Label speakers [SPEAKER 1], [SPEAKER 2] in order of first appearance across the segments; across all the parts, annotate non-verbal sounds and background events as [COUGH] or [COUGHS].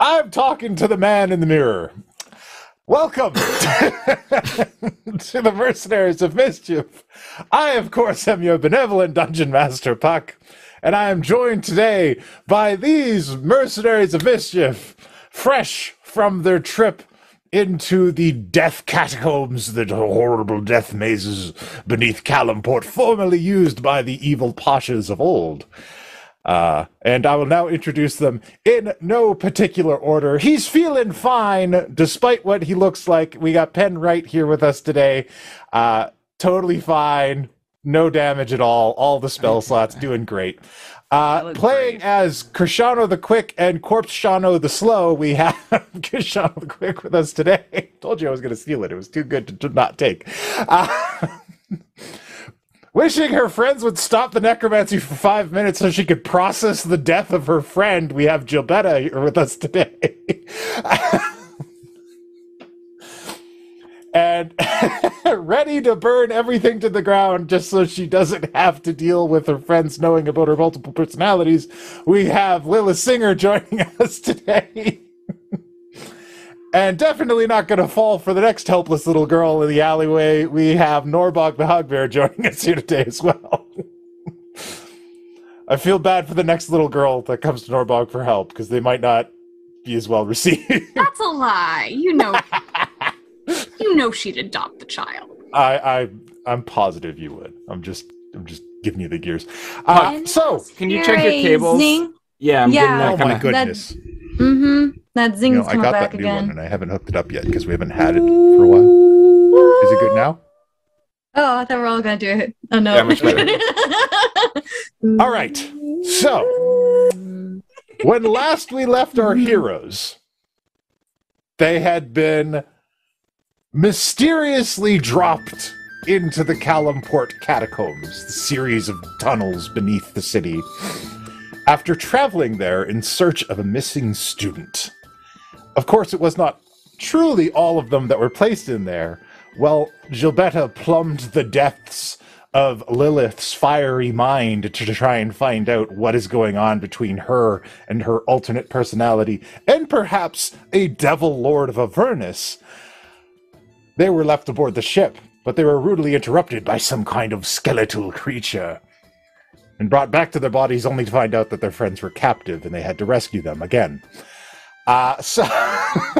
[SPEAKER 1] I'm talking to the man in the mirror. Welcome [LAUGHS] to the Mercenaries of Mischief. I, of course, am your benevolent dungeon master, Puck, and I am joined today by these Mercenaries of Mischief, fresh from their trip into the death catacombs, the horrible death mazes beneath Calumport, formerly used by the evil pashas of old. Uh, and I will now introduce them in no particular order. He's feeling fine, despite what he looks like. We got Penn right here with us today. Uh, totally fine. No damage at all. All the spell slots doing great. Uh,
[SPEAKER 2] look
[SPEAKER 1] playing as Krishano the Quick and Corpse Shano the Slow, we have [LAUGHS] Krishano the Quick with us today. [LAUGHS] Told you I was going to steal it. It was too good to, to not take. Uh, Wishing her friends would stop the necromancy for five minutes so she could process the death of her friend, we have Gilbetta here with us today. [LAUGHS] and [LAUGHS] ready to burn everything to the ground just so she doesn't have to deal with her friends knowing about her multiple personalities, we have Lilith Singer joining [LAUGHS] us today. And definitely not going to fall for the next helpless little girl in the alleyway. We have Norbog the Hugbear [LAUGHS] joining us here today as well. [LAUGHS] I feel bad for the next little girl that comes to Norbog for help because they might not be as well [LAUGHS] received.
[SPEAKER 2] That's a lie. You know. you know she'd adopt the child.
[SPEAKER 1] I, I, I'm positive you would. I'm just, I'm just giving you the gears. Uh, so,
[SPEAKER 3] Can you check your cables? Yeah, I'm
[SPEAKER 4] Yeah.
[SPEAKER 3] getting
[SPEAKER 1] oh
[SPEAKER 3] that kind
[SPEAKER 1] my
[SPEAKER 3] of.
[SPEAKER 1] goodness,
[SPEAKER 4] Mm-hmm. That
[SPEAKER 1] you
[SPEAKER 4] zing's
[SPEAKER 1] know, I
[SPEAKER 4] coming
[SPEAKER 1] got
[SPEAKER 4] back
[SPEAKER 1] that new one
[SPEAKER 4] again.
[SPEAKER 1] and I haven't hooked it up yet because we haven't had it for a while. Is it good now?
[SPEAKER 4] Oh, I thought we were all gonna do it. Oh no.
[SPEAKER 3] Yeah, much
[SPEAKER 1] All right. So, when last we left our heroes, they had been mysteriously dropped into the Calumport catacombs, the series of tunnels beneath the city, after traveling there in search of a missing student. Of course, it was not truly all of them that were placed in there. Well, Gilbetta plumbed the depths of Lilith's fiery mind to try and find out what is going on between her and her alternate personality, and perhaps a devil lord of Avernus. They were left aboard the ship, but they were rudely interrupted by some kind of skeletal creature and brought back to their bodies only to find out that their friends were captive and they had to rescue them again. Uh, so.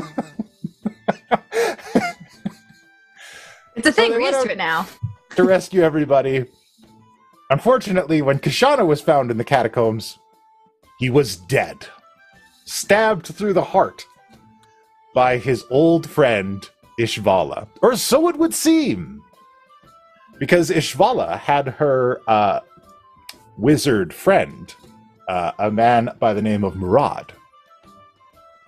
[SPEAKER 4] [LAUGHS]
[SPEAKER 1] [LAUGHS]
[SPEAKER 4] It's a thing.
[SPEAKER 1] they
[SPEAKER 4] We're
[SPEAKER 1] went
[SPEAKER 4] used
[SPEAKER 1] on-
[SPEAKER 4] to it now.
[SPEAKER 1] to rescue everybody. Unfortunately, when Kashana was found in the catacombs, he was dead, stabbed through the heart by his old friend Ishvala. Or so it would seem. Because Ishvala had her uh, wizard friend, uh, a man by the name of Murad,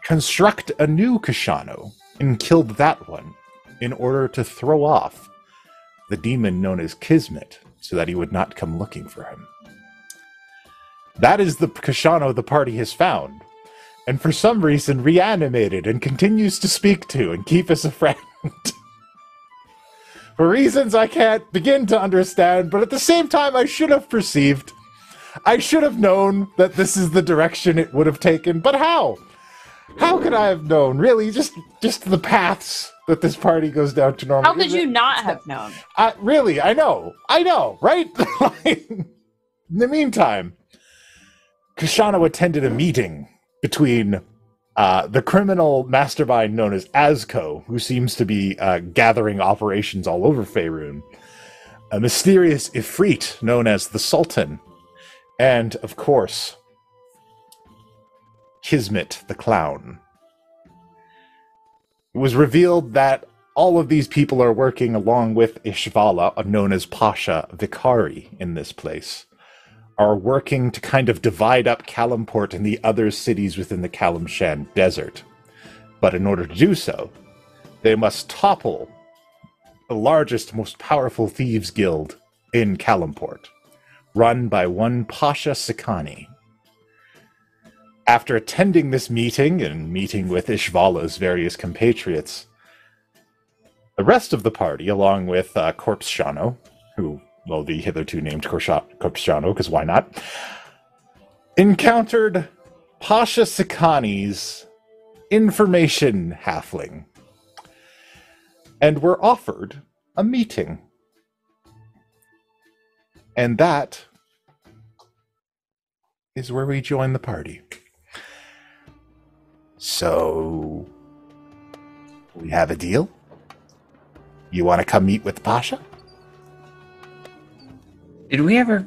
[SPEAKER 1] construct a new Kashano and killed that one in order to throw off the demon known as Kismet so that he would not come looking for him. That is the Kashano the party has found, and for some reason reanimated and continues to speak to and keep as a friend. [LAUGHS] for reasons I can't begin to understand, but at the same time, I should have perceived. I should have known that this is the direction it would have taken, but how? How could I have known? Really, just just the paths that this party goes down to normally.
[SPEAKER 2] How could you not have known?
[SPEAKER 1] I really, I know, I know, right? [LAUGHS] Like, in the meantime, Kashano attended a meeting between uh, the criminal mastermind known as Azco, who seems to be uh, gathering operations all over Faerun, a mysterious Ifrit known as the Sultan, and of course, Kismet the Clown. It was revealed that all of these people are working along with Ishvala, known as Pasha Vikari in this place, are working to kind of divide up Kalimport and the other cities within the Kalimshan desert. But in order to do so, they must topple the largest, most powerful thieves guild in Kalimport, run by one Pasha Sikani. After attending this meeting and meeting with Ishvala's various compatriots, the rest of the party, along with uh, Corpse Shano, who will be hitherto named Korsha- Corpse Shano, because why not, encountered Pasha Sikani's information halfling and were offered a meeting. And that is where we join the party. So we have a deal. You want to come meet with Pasha?
[SPEAKER 5] Did we ever?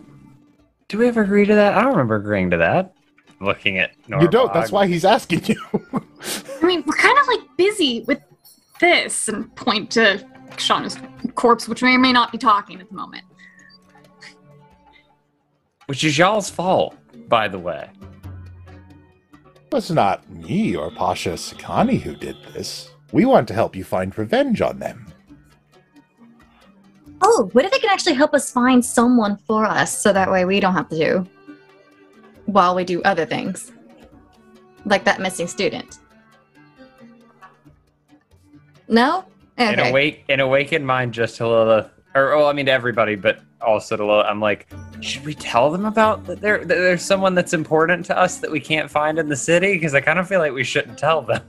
[SPEAKER 5] Did we ever agree to that? I don't remember agreeing to that. Looking at Norvog.
[SPEAKER 1] You don't. That's why he's asking you. [LAUGHS]
[SPEAKER 2] I mean, we're kind of like busy with this and point to Shauna's corpse, which may or may not be talking at the moment.
[SPEAKER 5] Which is y'all's fault, by the way.
[SPEAKER 1] It was not me or Pasha Sakani who did this. We want to help you find revenge on them.
[SPEAKER 4] Oh, what if they could actually help us find someone for us so that way we don't have to do while we do other things? Like that missing student. No? Okay.
[SPEAKER 5] In awake, in awakened mind, just to Lilith, or oh, I mean to everybody, but also to Lilith. I'm like, should we tell them about that there? That there's someone that's important to us that we can't find in the city because I kind of feel like we shouldn't tell them.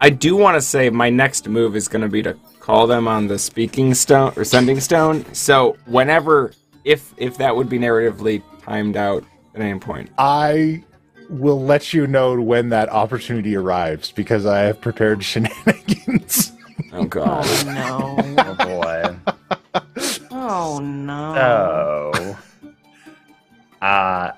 [SPEAKER 3] I do want to say my next move is going to be to call them on the speaking stone or sending stone. So whenever, if if that would be narratively timed out at any point,
[SPEAKER 1] I will let you know when that opportunity arrives because I have prepared [LAUGHS] shenanigans.
[SPEAKER 3] [LAUGHS] oh god,
[SPEAKER 6] no.
[SPEAKER 5] Oh boy.
[SPEAKER 6] Oh no.
[SPEAKER 5] So, [LAUGHS] uh,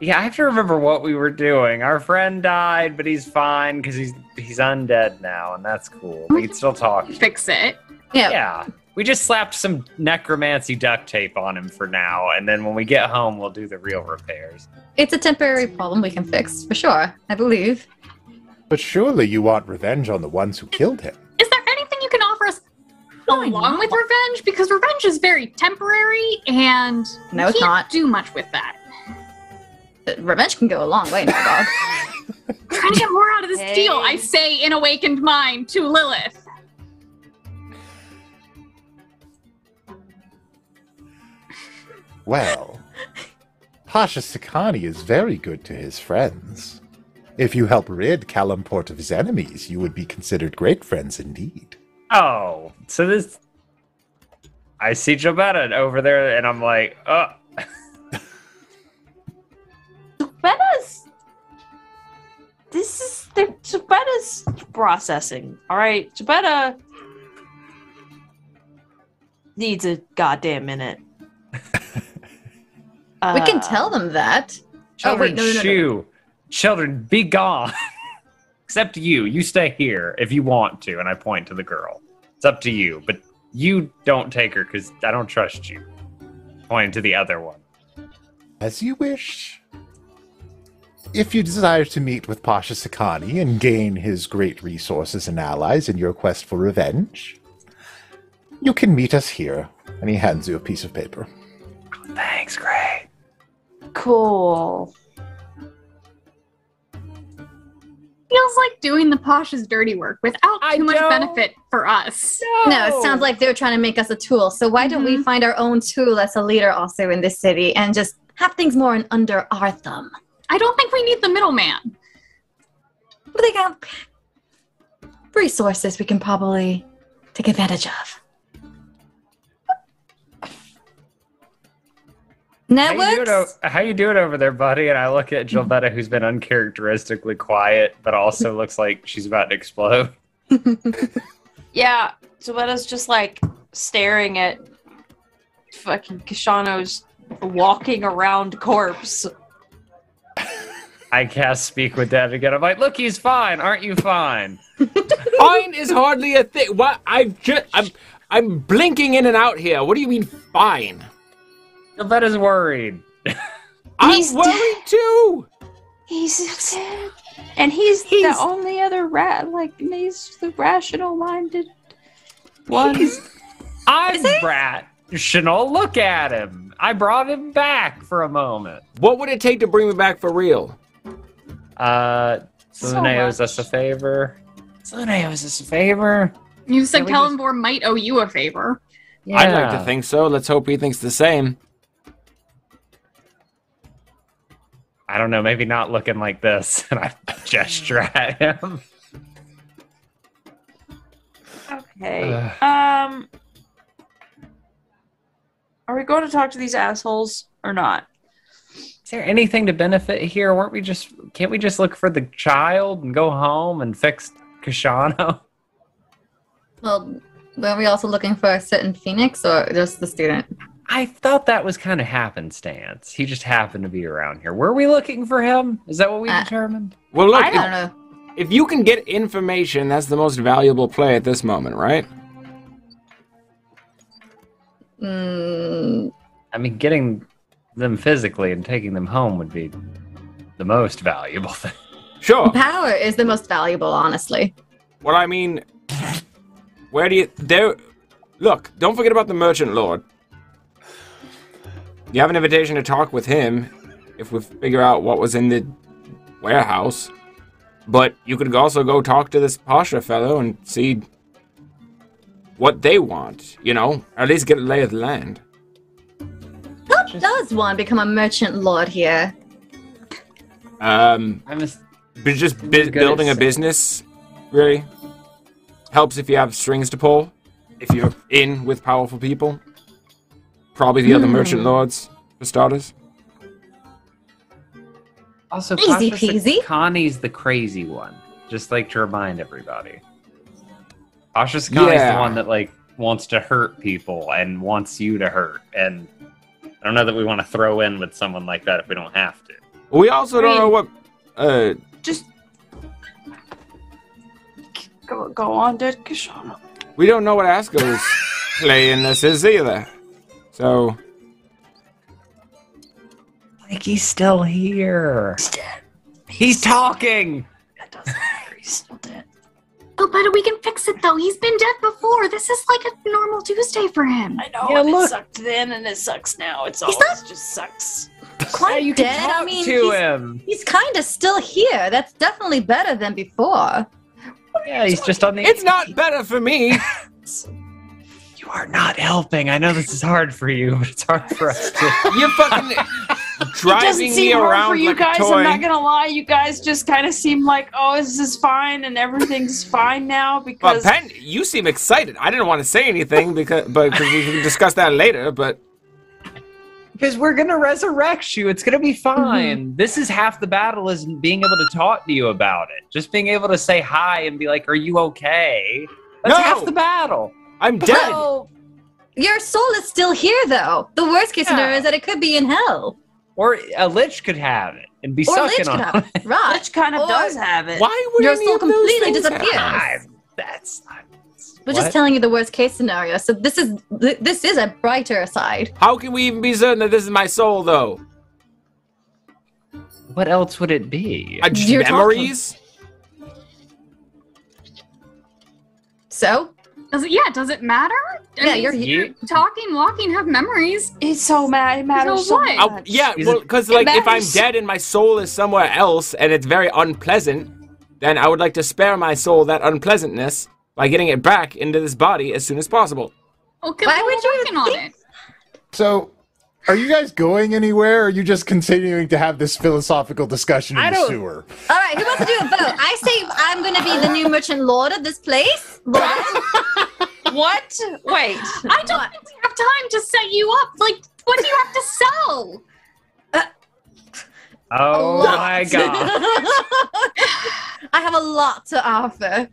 [SPEAKER 5] yeah, I have to remember what we were doing. Our friend died, but he's fine because he's he's undead now, and that's cool. We can still talk.
[SPEAKER 2] Fix it.
[SPEAKER 4] yeah.
[SPEAKER 5] Yeah, we just slapped some necromancy duct tape on him for now, and then when we get home, we'll do the real repairs.
[SPEAKER 4] It's a temporary problem we can fix, for sure, I believe.
[SPEAKER 1] but surely you want revenge on the ones who killed him.
[SPEAKER 2] Is there anything you can offer us along with revenge? Because revenge is very temporary and
[SPEAKER 4] No,
[SPEAKER 2] we
[SPEAKER 4] it's
[SPEAKER 2] can't
[SPEAKER 4] not.
[SPEAKER 2] do much with that.
[SPEAKER 4] But revenge can go a long way, now, dog.
[SPEAKER 2] Trying to get more out of this
[SPEAKER 6] Hey.
[SPEAKER 2] deal, I say in awakened mind to Lilith.
[SPEAKER 1] Well, Pasha Sakani is very good to his friends. If you help rid Kalamport of his enemies, you would be considered great friends indeed.
[SPEAKER 5] Oh, so this. I see Jobetta over there, and I'm like, uh,
[SPEAKER 6] Betta's. This is the Betta's processing. All right, Betta needs a goddamn minute.
[SPEAKER 4] [LAUGHS] we can
[SPEAKER 6] Uh,
[SPEAKER 4] tell them that. Oh, wait,
[SPEAKER 5] children,
[SPEAKER 4] no, no, no, no.
[SPEAKER 5] shoo. Children, be gone. [LAUGHS] Except you. You stay here if you want to. And I point to the girl. It's up to you, but you don't take her because I don't trust you. Pointing to the other one.
[SPEAKER 1] As you wish. If you desire to meet with Pasha Sakani and gain his great resources and allies in your quest for revenge, you can meet us here. And he hands you a piece of paper.
[SPEAKER 5] Thanks, Gray.
[SPEAKER 6] Cool.
[SPEAKER 2] Feels like doing the Pasha's dirty work without
[SPEAKER 5] I
[SPEAKER 2] too much
[SPEAKER 5] don't-
[SPEAKER 2] benefit for us.
[SPEAKER 4] No, it sounds like they're trying to make us a tool. So why don't we find our own tool as a leader also in this city and just have things more in under our thumb?
[SPEAKER 2] I don't think we need the middleman.
[SPEAKER 4] But they got resources we can probably take advantage of.
[SPEAKER 5] How
[SPEAKER 4] That
[SPEAKER 5] you, doing o-
[SPEAKER 4] works.
[SPEAKER 5] how you doing over there, buddy? And I
[SPEAKER 4] [LAUGHS]
[SPEAKER 5] look at Gilbetta, who's been uncharacteristically quiet, but
[SPEAKER 4] [LAUGHS]
[SPEAKER 5] also looks like she's about to explode.
[SPEAKER 6] Yeah, Zoetta's just like staring at fucking Kishano's walking around corpse.
[SPEAKER 5] I cast speak with Dad again. I'm like, look, he's fine. Aren't you fine?
[SPEAKER 3] fine is hardly a thing. What I've just I'm I'm blinking in and out here. What do you mean fine?
[SPEAKER 5] Gilbetta's worried.
[SPEAKER 6] He's
[SPEAKER 3] I'm
[SPEAKER 6] dead.
[SPEAKER 3] worried too.
[SPEAKER 6] He's and he's, the only other rat. Like he's the rational minded one.
[SPEAKER 5] I'm Brat. Chanel, look at him. I brought him back for a moment.
[SPEAKER 3] What would it take to bring me back for real?
[SPEAKER 5] Uh,
[SPEAKER 6] So
[SPEAKER 5] Selene owes
[SPEAKER 6] much.
[SPEAKER 5] us a favor. Selene owes us a favor.
[SPEAKER 2] You said
[SPEAKER 5] Can we just-
[SPEAKER 2] Kalimbor might owe you a favor.
[SPEAKER 3] I'd like to think so. Let's hope he thinks the same.
[SPEAKER 5] I don't know, maybe not looking like this. [LAUGHS] And I gesture
[SPEAKER 6] Mm.
[SPEAKER 5] at him.
[SPEAKER 6] Okay. Um, are we going to talk to these assholes or not?
[SPEAKER 5] Is there anything to benefit here? Weren't we just can't we just look for the child and go home and fix Kashano? [LAUGHS]
[SPEAKER 4] Well, were we also looking for a certain phoenix or just the student?
[SPEAKER 5] I thought that was kind of happenstance. He just happened to be around here. Were we looking for him? Is that what we
[SPEAKER 4] Uh,
[SPEAKER 5] determined?
[SPEAKER 3] Well, look,
[SPEAKER 4] I
[SPEAKER 3] if,
[SPEAKER 4] don't know.
[SPEAKER 3] if you can get information, that's the most valuable play at this moment, right?
[SPEAKER 4] Mm,
[SPEAKER 5] I mean, getting them physically and taking them home would be the most valuable [LAUGHS] thing.
[SPEAKER 3] Sure.
[SPEAKER 4] power is the most valuable, honestly.
[SPEAKER 3] Well, I mean, where do you there? Look, don't forget about the merchant lord. You have an invitation to talk with him if we figure out what was in the warehouse. But you could also go talk to this Pasha fellow and see what they want. You know, at least get a lay of the land.
[SPEAKER 4] Who does one become a merchant lord here?
[SPEAKER 3] Um,
[SPEAKER 5] I'm just
[SPEAKER 3] but just
[SPEAKER 5] Good
[SPEAKER 3] bu-
[SPEAKER 5] at
[SPEAKER 3] building a
[SPEAKER 5] sa-
[SPEAKER 3] business really helps if you have strings to pull. If you're in with powerful people, probably the other
[SPEAKER 6] Hmm.
[SPEAKER 3] merchant lords for starters.
[SPEAKER 5] also
[SPEAKER 4] Easy
[SPEAKER 5] cautious that
[SPEAKER 4] peasy.
[SPEAKER 5] Connie's the crazy one. Just like to remind everybody. Cautious Connie's
[SPEAKER 3] Yeah.
[SPEAKER 5] the one that like wants to hurt people and wants you to hurt. And I don't know that we want to throw in with someone like that if we don't have to.
[SPEAKER 3] We also don't know what. Uh,
[SPEAKER 6] Just go, go on, dead Kishana.
[SPEAKER 3] we don't know what
[SPEAKER 6] [LAUGHS]
[SPEAKER 3] Asco's play in this is either. So
[SPEAKER 5] Like he's still here.
[SPEAKER 6] He's dead.
[SPEAKER 5] He's talking.
[SPEAKER 3] [LAUGHS]
[SPEAKER 6] That doesn't matter. He's still dead.
[SPEAKER 2] Oh, but we can fix it though. He's been dead before. This is like a normal Tuesday for him.
[SPEAKER 6] I know.
[SPEAKER 5] Yeah,
[SPEAKER 6] and
[SPEAKER 5] look.
[SPEAKER 6] It sucked then and it sucks now. It's
[SPEAKER 4] He's
[SPEAKER 6] always just sucks.
[SPEAKER 4] Quite
[SPEAKER 5] you
[SPEAKER 4] dead.
[SPEAKER 5] can talk
[SPEAKER 4] I mean,
[SPEAKER 5] to
[SPEAKER 4] he's,
[SPEAKER 5] him.
[SPEAKER 4] he's kind of still here. That's definitely better than before.
[SPEAKER 5] Yeah, he's just on the.
[SPEAKER 3] it's not better for me.
[SPEAKER 5] You are not helping. I know this is hard for you, but it's hard for us to.
[SPEAKER 3] You're
[SPEAKER 6] [LAUGHS]
[SPEAKER 3] fucking
[SPEAKER 6] It doesn't
[SPEAKER 3] driving me
[SPEAKER 6] seem hard
[SPEAKER 3] around
[SPEAKER 6] for you
[SPEAKER 3] like
[SPEAKER 6] guys.
[SPEAKER 3] a toy.
[SPEAKER 6] I'm not gonna lie. You guys just kind of seem like, oh, this is fine and everything's fine now
[SPEAKER 3] Well,
[SPEAKER 6] because
[SPEAKER 3] Pen, you seem excited. I didn't want to say anything because, but 'cause we can discuss that later. But
[SPEAKER 5] Because we're gonna resurrect you. It's gonna be
[SPEAKER 4] Mm-hmm.
[SPEAKER 5] fine. This is half the battle is being able to talk to you about it. Just being able to say hi and be like, "Are you okay?" That's
[SPEAKER 3] No!
[SPEAKER 5] half the battle.
[SPEAKER 3] I'm dead.
[SPEAKER 4] So, your soul is still here, though. The worst case scenario
[SPEAKER 5] Yeah.
[SPEAKER 4] is that it could be in hell.
[SPEAKER 5] Or a lich could have it and be
[SPEAKER 4] Or
[SPEAKER 5] sucking
[SPEAKER 4] Lich could
[SPEAKER 5] on.
[SPEAKER 4] have it. Right.
[SPEAKER 5] [LAUGHS]
[SPEAKER 6] Lich kind of
[SPEAKER 4] Or-
[SPEAKER 6] does have it.
[SPEAKER 3] Why would
[SPEAKER 4] Your
[SPEAKER 3] any
[SPEAKER 4] soul
[SPEAKER 3] of those
[SPEAKER 4] completely
[SPEAKER 3] things
[SPEAKER 4] disappears.
[SPEAKER 3] happen?
[SPEAKER 5] I- That's not.
[SPEAKER 4] We're
[SPEAKER 5] What?
[SPEAKER 4] just telling you the worst case scenario. So this is th- this is a brighter side.
[SPEAKER 3] How can we even be certain that this is my soul, though?
[SPEAKER 5] What else would it be?
[SPEAKER 3] I, Uh, just
[SPEAKER 4] You're
[SPEAKER 3] memories?
[SPEAKER 4] So
[SPEAKER 2] Does it, yeah, does it matter? I
[SPEAKER 4] yeah,
[SPEAKER 2] mean,
[SPEAKER 4] you're
[SPEAKER 5] You-
[SPEAKER 4] here.
[SPEAKER 2] talking, walking, have memories.
[SPEAKER 6] It's so mad. It matters so
[SPEAKER 2] what?
[SPEAKER 3] Oh,
[SPEAKER 6] much.
[SPEAKER 3] yeah,
[SPEAKER 5] Is
[SPEAKER 3] well,
[SPEAKER 5] it-
[SPEAKER 3] because
[SPEAKER 6] It
[SPEAKER 3] like if I'm
[SPEAKER 6] matters.
[SPEAKER 3] dead and my soul is somewhere else and it's very unpleasant, then I would like to spare my soul that unpleasantness by getting it back into this body as soon as possible.
[SPEAKER 2] Okay,
[SPEAKER 4] Why
[SPEAKER 2] well,
[SPEAKER 4] would you
[SPEAKER 2] we're working on
[SPEAKER 4] think-
[SPEAKER 2] it?
[SPEAKER 1] So, are you guys going anywhere, or are you just continuing to have this philosophical discussion in
[SPEAKER 5] I
[SPEAKER 1] the
[SPEAKER 5] don't-
[SPEAKER 1] sewer?
[SPEAKER 4] All right, who wants to do a vote? I say I'm gonna be the new merchant lord of this place. Lord,
[SPEAKER 6] What? Wait.
[SPEAKER 2] I don't think we have time to set you up. Like, what do you have to sell?
[SPEAKER 5] oh
[SPEAKER 4] lot. [LAUGHS]
[SPEAKER 5] my god!
[SPEAKER 4] I have a lot to offer.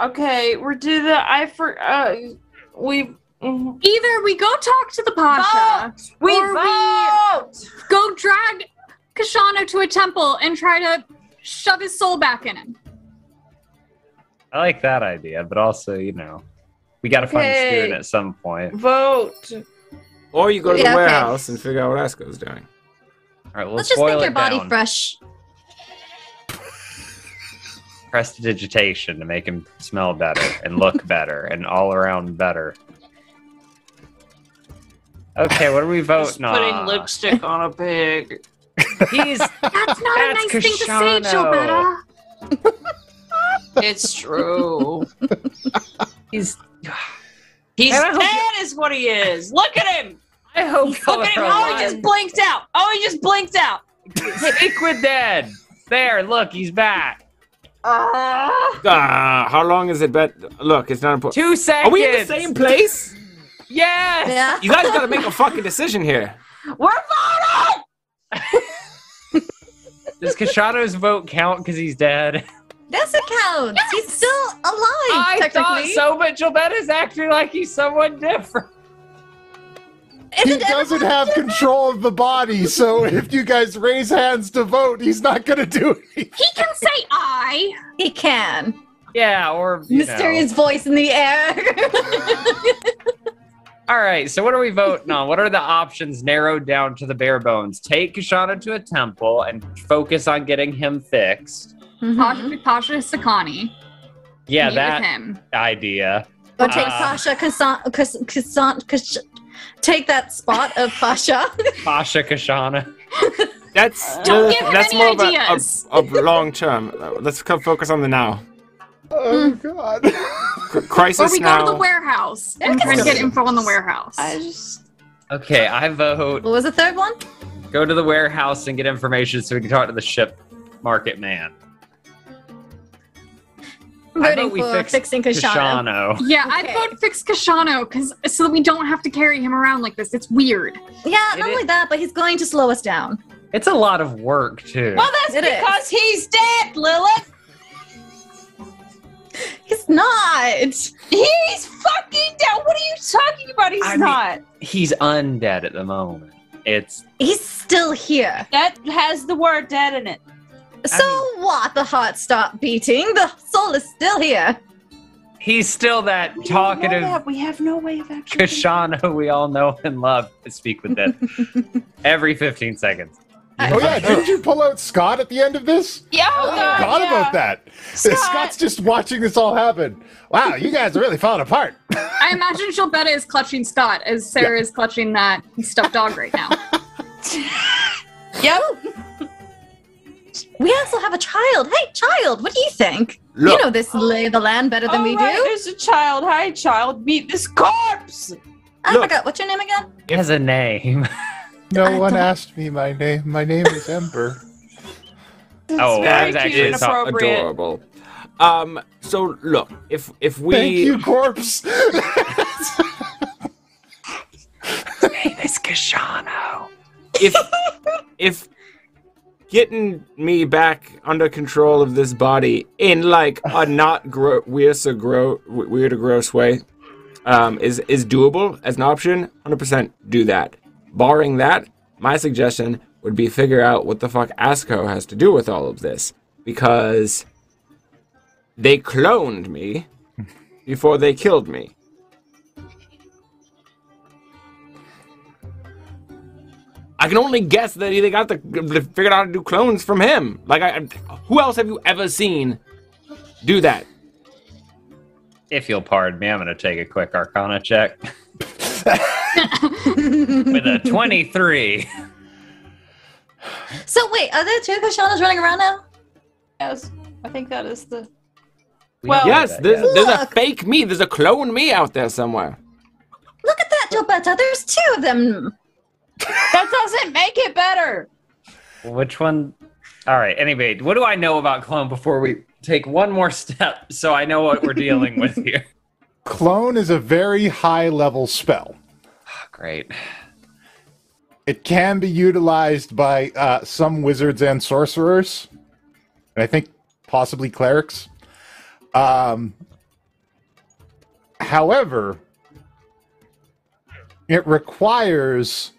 [SPEAKER 6] Okay, we're do the I for uh we mhm.
[SPEAKER 2] Either we go talk to the Pasha,
[SPEAKER 6] we
[SPEAKER 2] Or we-
[SPEAKER 6] vote.
[SPEAKER 2] go drag Kashano to a temple and try to shove his soul back in [LAUGHS] him.
[SPEAKER 5] I like that idea, but also, you know, we got to find a
[SPEAKER 6] Okay.
[SPEAKER 5] student at some point.
[SPEAKER 6] Vote.
[SPEAKER 3] Or you go to
[SPEAKER 4] Yeah,
[SPEAKER 3] the
[SPEAKER 4] okay.
[SPEAKER 3] warehouse and figure out what Asko's doing.
[SPEAKER 5] All right, well,
[SPEAKER 4] Let's
[SPEAKER 5] let's,
[SPEAKER 4] just
[SPEAKER 5] boil
[SPEAKER 4] make your
[SPEAKER 5] it
[SPEAKER 4] body
[SPEAKER 5] down.
[SPEAKER 4] fresh.
[SPEAKER 5] prestidigitation to make him smell better and look better and all around better. Okay, what are we
[SPEAKER 6] Just
[SPEAKER 5] voting
[SPEAKER 6] putting
[SPEAKER 5] on?
[SPEAKER 6] lipstick on a pig.
[SPEAKER 5] He's
[SPEAKER 2] That's not a
[SPEAKER 5] That's
[SPEAKER 2] nice thing to say,
[SPEAKER 5] Kashano.
[SPEAKER 2] Gilberta.
[SPEAKER 6] It's [LAUGHS] true.
[SPEAKER 5] he's.
[SPEAKER 6] He's
[SPEAKER 5] And I hope-
[SPEAKER 6] dead is what he is. Look at him.
[SPEAKER 5] [LAUGHS] I hope
[SPEAKER 6] Look at him. Oh, he just blinked out. Oh, he just blinked out.
[SPEAKER 5] Liquid Dead! There, look, he's back.
[SPEAKER 6] Ah,
[SPEAKER 3] Ah, how long has it been? Look, it's not important.
[SPEAKER 5] Two seconds.
[SPEAKER 3] Are we in the same place?
[SPEAKER 5] Yes!
[SPEAKER 4] Yeah.
[SPEAKER 5] [LAUGHS]
[SPEAKER 3] You guys gotta make a fucking decision here.
[SPEAKER 6] we're voted.
[SPEAKER 5] Does Kashato's vote count because he's dead?
[SPEAKER 4] That's a count. He's still alive,
[SPEAKER 5] I thought
[SPEAKER 4] technically.
[SPEAKER 5] [LAUGHS] so, but Gilbert is acting like he's someone different.
[SPEAKER 1] He
[SPEAKER 4] Isn't
[SPEAKER 1] doesn't have control of the body, so if you guys raise hands to vote, he's not going to do it.
[SPEAKER 2] He can say I.
[SPEAKER 4] He can.
[SPEAKER 5] Yeah, or you know.
[SPEAKER 4] Mysterious voice in the [LAUGHS] air.
[SPEAKER 5] All right, so what are we voting on? What are the options narrowed down to the bare bones? Take Kashana to a temple and focus on getting him fixed.
[SPEAKER 4] Mhm.
[SPEAKER 2] Pasha,
[SPEAKER 6] Mm-hmm.
[SPEAKER 2] Pasha Sakani.
[SPEAKER 5] Yeah,
[SPEAKER 2] Meet
[SPEAKER 5] that
[SPEAKER 2] With him.
[SPEAKER 5] idea.
[SPEAKER 4] Or take
[SPEAKER 5] Uh,
[SPEAKER 4] Pasha Kassan, Kass, Kassan, Kass, take that spot of [LAUGHS] Pasha.
[SPEAKER 5] Pasha Kashana.
[SPEAKER 3] That's
[SPEAKER 2] Don't
[SPEAKER 3] uh,
[SPEAKER 2] give him
[SPEAKER 3] that's
[SPEAKER 2] any
[SPEAKER 3] more
[SPEAKER 2] ideas.
[SPEAKER 3] of a, a, a long term. Uh, Let's co- focus on the now.
[SPEAKER 1] Oh, God. [LAUGHS]
[SPEAKER 3] C- crisis
[SPEAKER 2] Or we
[SPEAKER 3] now.
[SPEAKER 2] go to the warehouse and try to get info on the warehouse.
[SPEAKER 6] I just
[SPEAKER 5] Okay, I vote
[SPEAKER 4] What was the third one?
[SPEAKER 5] go to the warehouse and get information so we can talk to the ship market man. I
[SPEAKER 4] Voting
[SPEAKER 5] vote we
[SPEAKER 4] for
[SPEAKER 5] fix
[SPEAKER 4] fixing Kashana.
[SPEAKER 5] Kashano.
[SPEAKER 2] yeah, I'd
[SPEAKER 4] Okay.
[SPEAKER 2] vote fix Kashano because so that we don't have to carry him around like this. It's weird.
[SPEAKER 4] Yeah, not
[SPEAKER 5] It is-
[SPEAKER 4] only that, but he's going to slow us down.
[SPEAKER 5] It's a lot of work too.
[SPEAKER 6] Well, that's
[SPEAKER 4] It is.
[SPEAKER 6] because he's dead, Lilith.
[SPEAKER 4] He's not.
[SPEAKER 6] He's fucking dead. What are you talking about? He's
[SPEAKER 5] I mean-
[SPEAKER 6] not.
[SPEAKER 5] He's undead at the moment. It's
[SPEAKER 4] He's still here.
[SPEAKER 6] that has the word dead in it.
[SPEAKER 4] So what? The heart stopped beating. The soul is still here.
[SPEAKER 5] he's still that
[SPEAKER 6] We don't know
[SPEAKER 5] talkative
[SPEAKER 6] that. We have no way of actually.
[SPEAKER 5] Kashano we all know and love to speak with death every 15 seconds.
[SPEAKER 1] Oh, yeah. Didn't you pull out Scott at the end of this?
[SPEAKER 6] Yeah, oh,
[SPEAKER 1] I
[SPEAKER 6] God,
[SPEAKER 1] forgot
[SPEAKER 6] yeah.
[SPEAKER 1] about that.
[SPEAKER 6] Scott.
[SPEAKER 1] Scott's just watching this all happen. Wow, you guys are really falling apart.
[SPEAKER 2] I imagine Gilbetta is clutching Scott as Sarah is clutching that stuffed dog right now.
[SPEAKER 6] Yep.
[SPEAKER 4] We also have a child. Hey, child, what do you think?
[SPEAKER 3] Look.
[SPEAKER 4] You know this lay of the land better than
[SPEAKER 6] All
[SPEAKER 4] we
[SPEAKER 6] right,
[SPEAKER 4] do.
[SPEAKER 6] There's a child. Hi, child. Meet this corpse.
[SPEAKER 4] I
[SPEAKER 3] Look.
[SPEAKER 4] forgot. What's your name again?
[SPEAKER 5] It has a
[SPEAKER 6] [LAUGHS]
[SPEAKER 5] name.
[SPEAKER 1] No
[SPEAKER 4] I
[SPEAKER 1] one
[SPEAKER 4] thought-
[SPEAKER 1] asked me my name. My name is
[SPEAKER 6] [LAUGHS]
[SPEAKER 1] Ember.
[SPEAKER 6] That's
[SPEAKER 5] Oh, that
[SPEAKER 6] very
[SPEAKER 5] was
[SPEAKER 6] cute
[SPEAKER 5] actually
[SPEAKER 6] and
[SPEAKER 5] so
[SPEAKER 6] appropriate.
[SPEAKER 3] adorable. Um. So look, if if we
[SPEAKER 1] Thank you, corpse. [LAUGHS]
[SPEAKER 5] It's Kashano.
[SPEAKER 3] if if getting me back under control of this body in like a not gro- weird so gro- weird or gross way um, is is doable as an option 100% do that barring that my suggestion would be figure out what the fuck asco has to do with all of this because they cloned me before they killed me I can only guess that they got the they figured out how to do clones from him. Like, I, who else have you ever seen do that?
[SPEAKER 5] If you'll pardon me, I'm going to take a quick Arcana
[SPEAKER 6] [LAUGHS]
[SPEAKER 5] check. With a 23.
[SPEAKER 4] So wait, are there two Kashanas running around now?
[SPEAKER 6] Yes, I think that is the.
[SPEAKER 5] We
[SPEAKER 6] [LAUGHS] Well-
[SPEAKER 5] don't know
[SPEAKER 6] Yeah,
[SPEAKER 3] yes,
[SPEAKER 5] that
[SPEAKER 3] there's,
[SPEAKER 5] yet.
[SPEAKER 3] there's a
[SPEAKER 4] Look.
[SPEAKER 3] fake me. There's a clone me out there somewhere.
[SPEAKER 4] Look at that, Gilberta. There's two of them.
[SPEAKER 6] That doesn't make it better.
[SPEAKER 5] Which one? All right. Anyway, what do I know about clone before we take one more step so I know what we're dealing
[SPEAKER 6] [LAUGHS]
[SPEAKER 5] with here? [LAUGHS]
[SPEAKER 1] Clone is a very high level spell.
[SPEAKER 5] Great.
[SPEAKER 1] It can be utilized by uh, some wizards and sorcerers, and I think possibly clerics. Um, however, it requires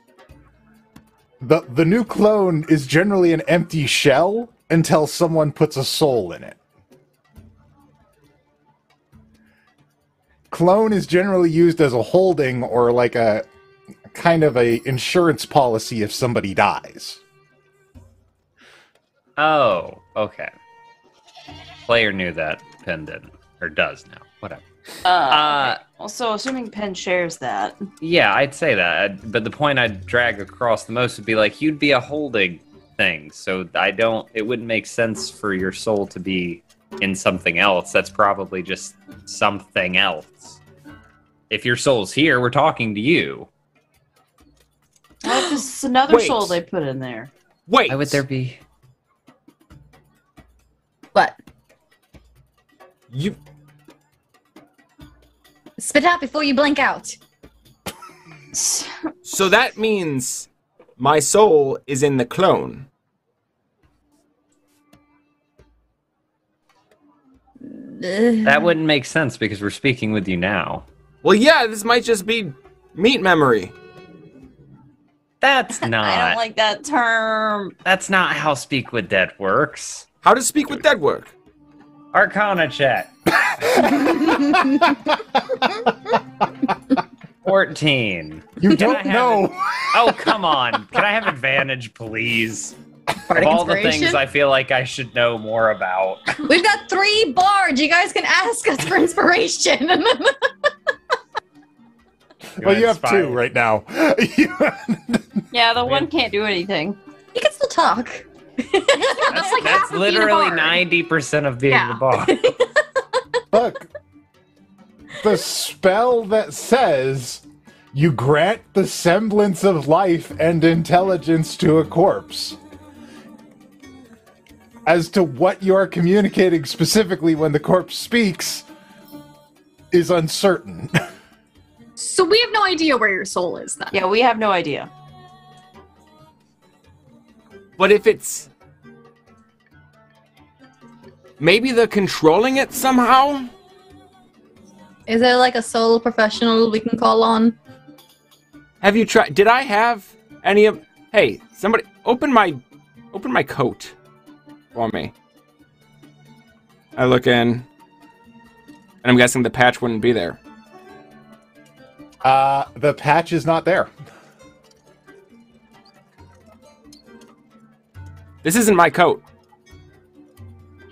[SPEAKER 1] the the new clone is generally an empty shell until someone puts a soul in it. Clone is generally used as a holding or like a kind of a insurance policy if somebody dies.
[SPEAKER 5] Oh, okay. Player knew that. Pen didn't. Or does now. Whatever.
[SPEAKER 6] Uh,
[SPEAKER 5] Uh,
[SPEAKER 6] also, assuming Penn shares that.
[SPEAKER 5] Yeah, I'd say that. I'd- But the point I'd drag across the most would be like, you'd be a holding thing. So I don't, it wouldn't make sense for your soul to be in something else. That's probably just something else. If your soul's here, we're talking to you.
[SPEAKER 6] What if this is another
[SPEAKER 3] Wait.
[SPEAKER 6] soul they put in there?
[SPEAKER 3] Wait.
[SPEAKER 5] Why would there be?
[SPEAKER 4] What?
[SPEAKER 3] You
[SPEAKER 4] Spit it out before you blink out.
[SPEAKER 3] So that means my soul is in the clone.
[SPEAKER 5] That wouldn't make sense because we're speaking with you now.
[SPEAKER 3] Well, yeah, this might just be meat memory.
[SPEAKER 5] [LAUGHS] That's
[SPEAKER 6] I
[SPEAKER 5] not.
[SPEAKER 6] don't like that term.
[SPEAKER 5] that's not how speak with dead works.
[SPEAKER 3] How does speak with dead work?
[SPEAKER 5] Arcana [LAUGHS] chat. 14.
[SPEAKER 1] You
[SPEAKER 5] [LAUGHS] Can I
[SPEAKER 1] don't
[SPEAKER 5] have
[SPEAKER 1] know. [LAUGHS]
[SPEAKER 5] Oh, come on. Can I have advantage, please?
[SPEAKER 4] Bardic
[SPEAKER 5] of all the
[SPEAKER 4] inspiration?
[SPEAKER 5] things I feel like I should know
[SPEAKER 1] [LAUGHS]
[SPEAKER 5] more about.
[SPEAKER 4] We've got three bards. You guys can ask us for inspiration. [LAUGHS]
[SPEAKER 1] well, you have
[SPEAKER 5] Inspired.
[SPEAKER 1] two right now. [LAUGHS] You-
[SPEAKER 6] Yeah, the
[SPEAKER 5] Man.
[SPEAKER 6] one can't do anything.
[SPEAKER 4] you can still talk. [LAUGHS]
[SPEAKER 2] That's like half
[SPEAKER 5] That's
[SPEAKER 2] of being a
[SPEAKER 5] literally
[SPEAKER 2] bard.
[SPEAKER 5] 90% of being
[SPEAKER 2] Yeah.
[SPEAKER 5] the bar. [LAUGHS]
[SPEAKER 1] Look, the spell that says you grant the semblance of life and intelligence to a corpse. As to what you are communicating specifically when the corpse speaks is uncertain. [LAUGHS]
[SPEAKER 2] So we have no idea where your soul is then.
[SPEAKER 6] Yeah, we have no idea.
[SPEAKER 3] But if it's. Maybe they're controlling it somehow?
[SPEAKER 4] Is there like a solo professional we can call on?
[SPEAKER 3] Have you tried. Did I have any of. Hey, somebody. Open my. Open my coat for me. I look in. And I'm guessing the patch wouldn't be there.
[SPEAKER 1] Uh, the patch is not there. [LAUGHS]
[SPEAKER 3] This isn't my coat.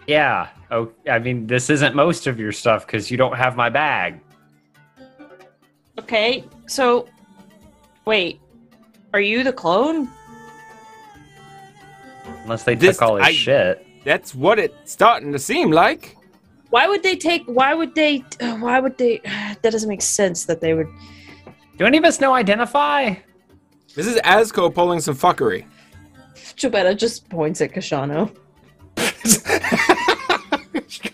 [SPEAKER 5] yeah. Oh, I mean, this isn't most of your stuff because you don't have my bag.
[SPEAKER 6] Okay, so wait, are you the clone?
[SPEAKER 5] Unless they
[SPEAKER 3] This-
[SPEAKER 5] took all his
[SPEAKER 3] I-
[SPEAKER 5] shit.
[SPEAKER 3] That's what it's starting to seem like.
[SPEAKER 6] Why would they take? Why would they? uh, Why would they? [SIGHS] That doesn't make sense. That they would.
[SPEAKER 5] Do any of us know identify?
[SPEAKER 3] This is Asco pulling some fuckery.
[SPEAKER 6] Chobetta just points at Kashano.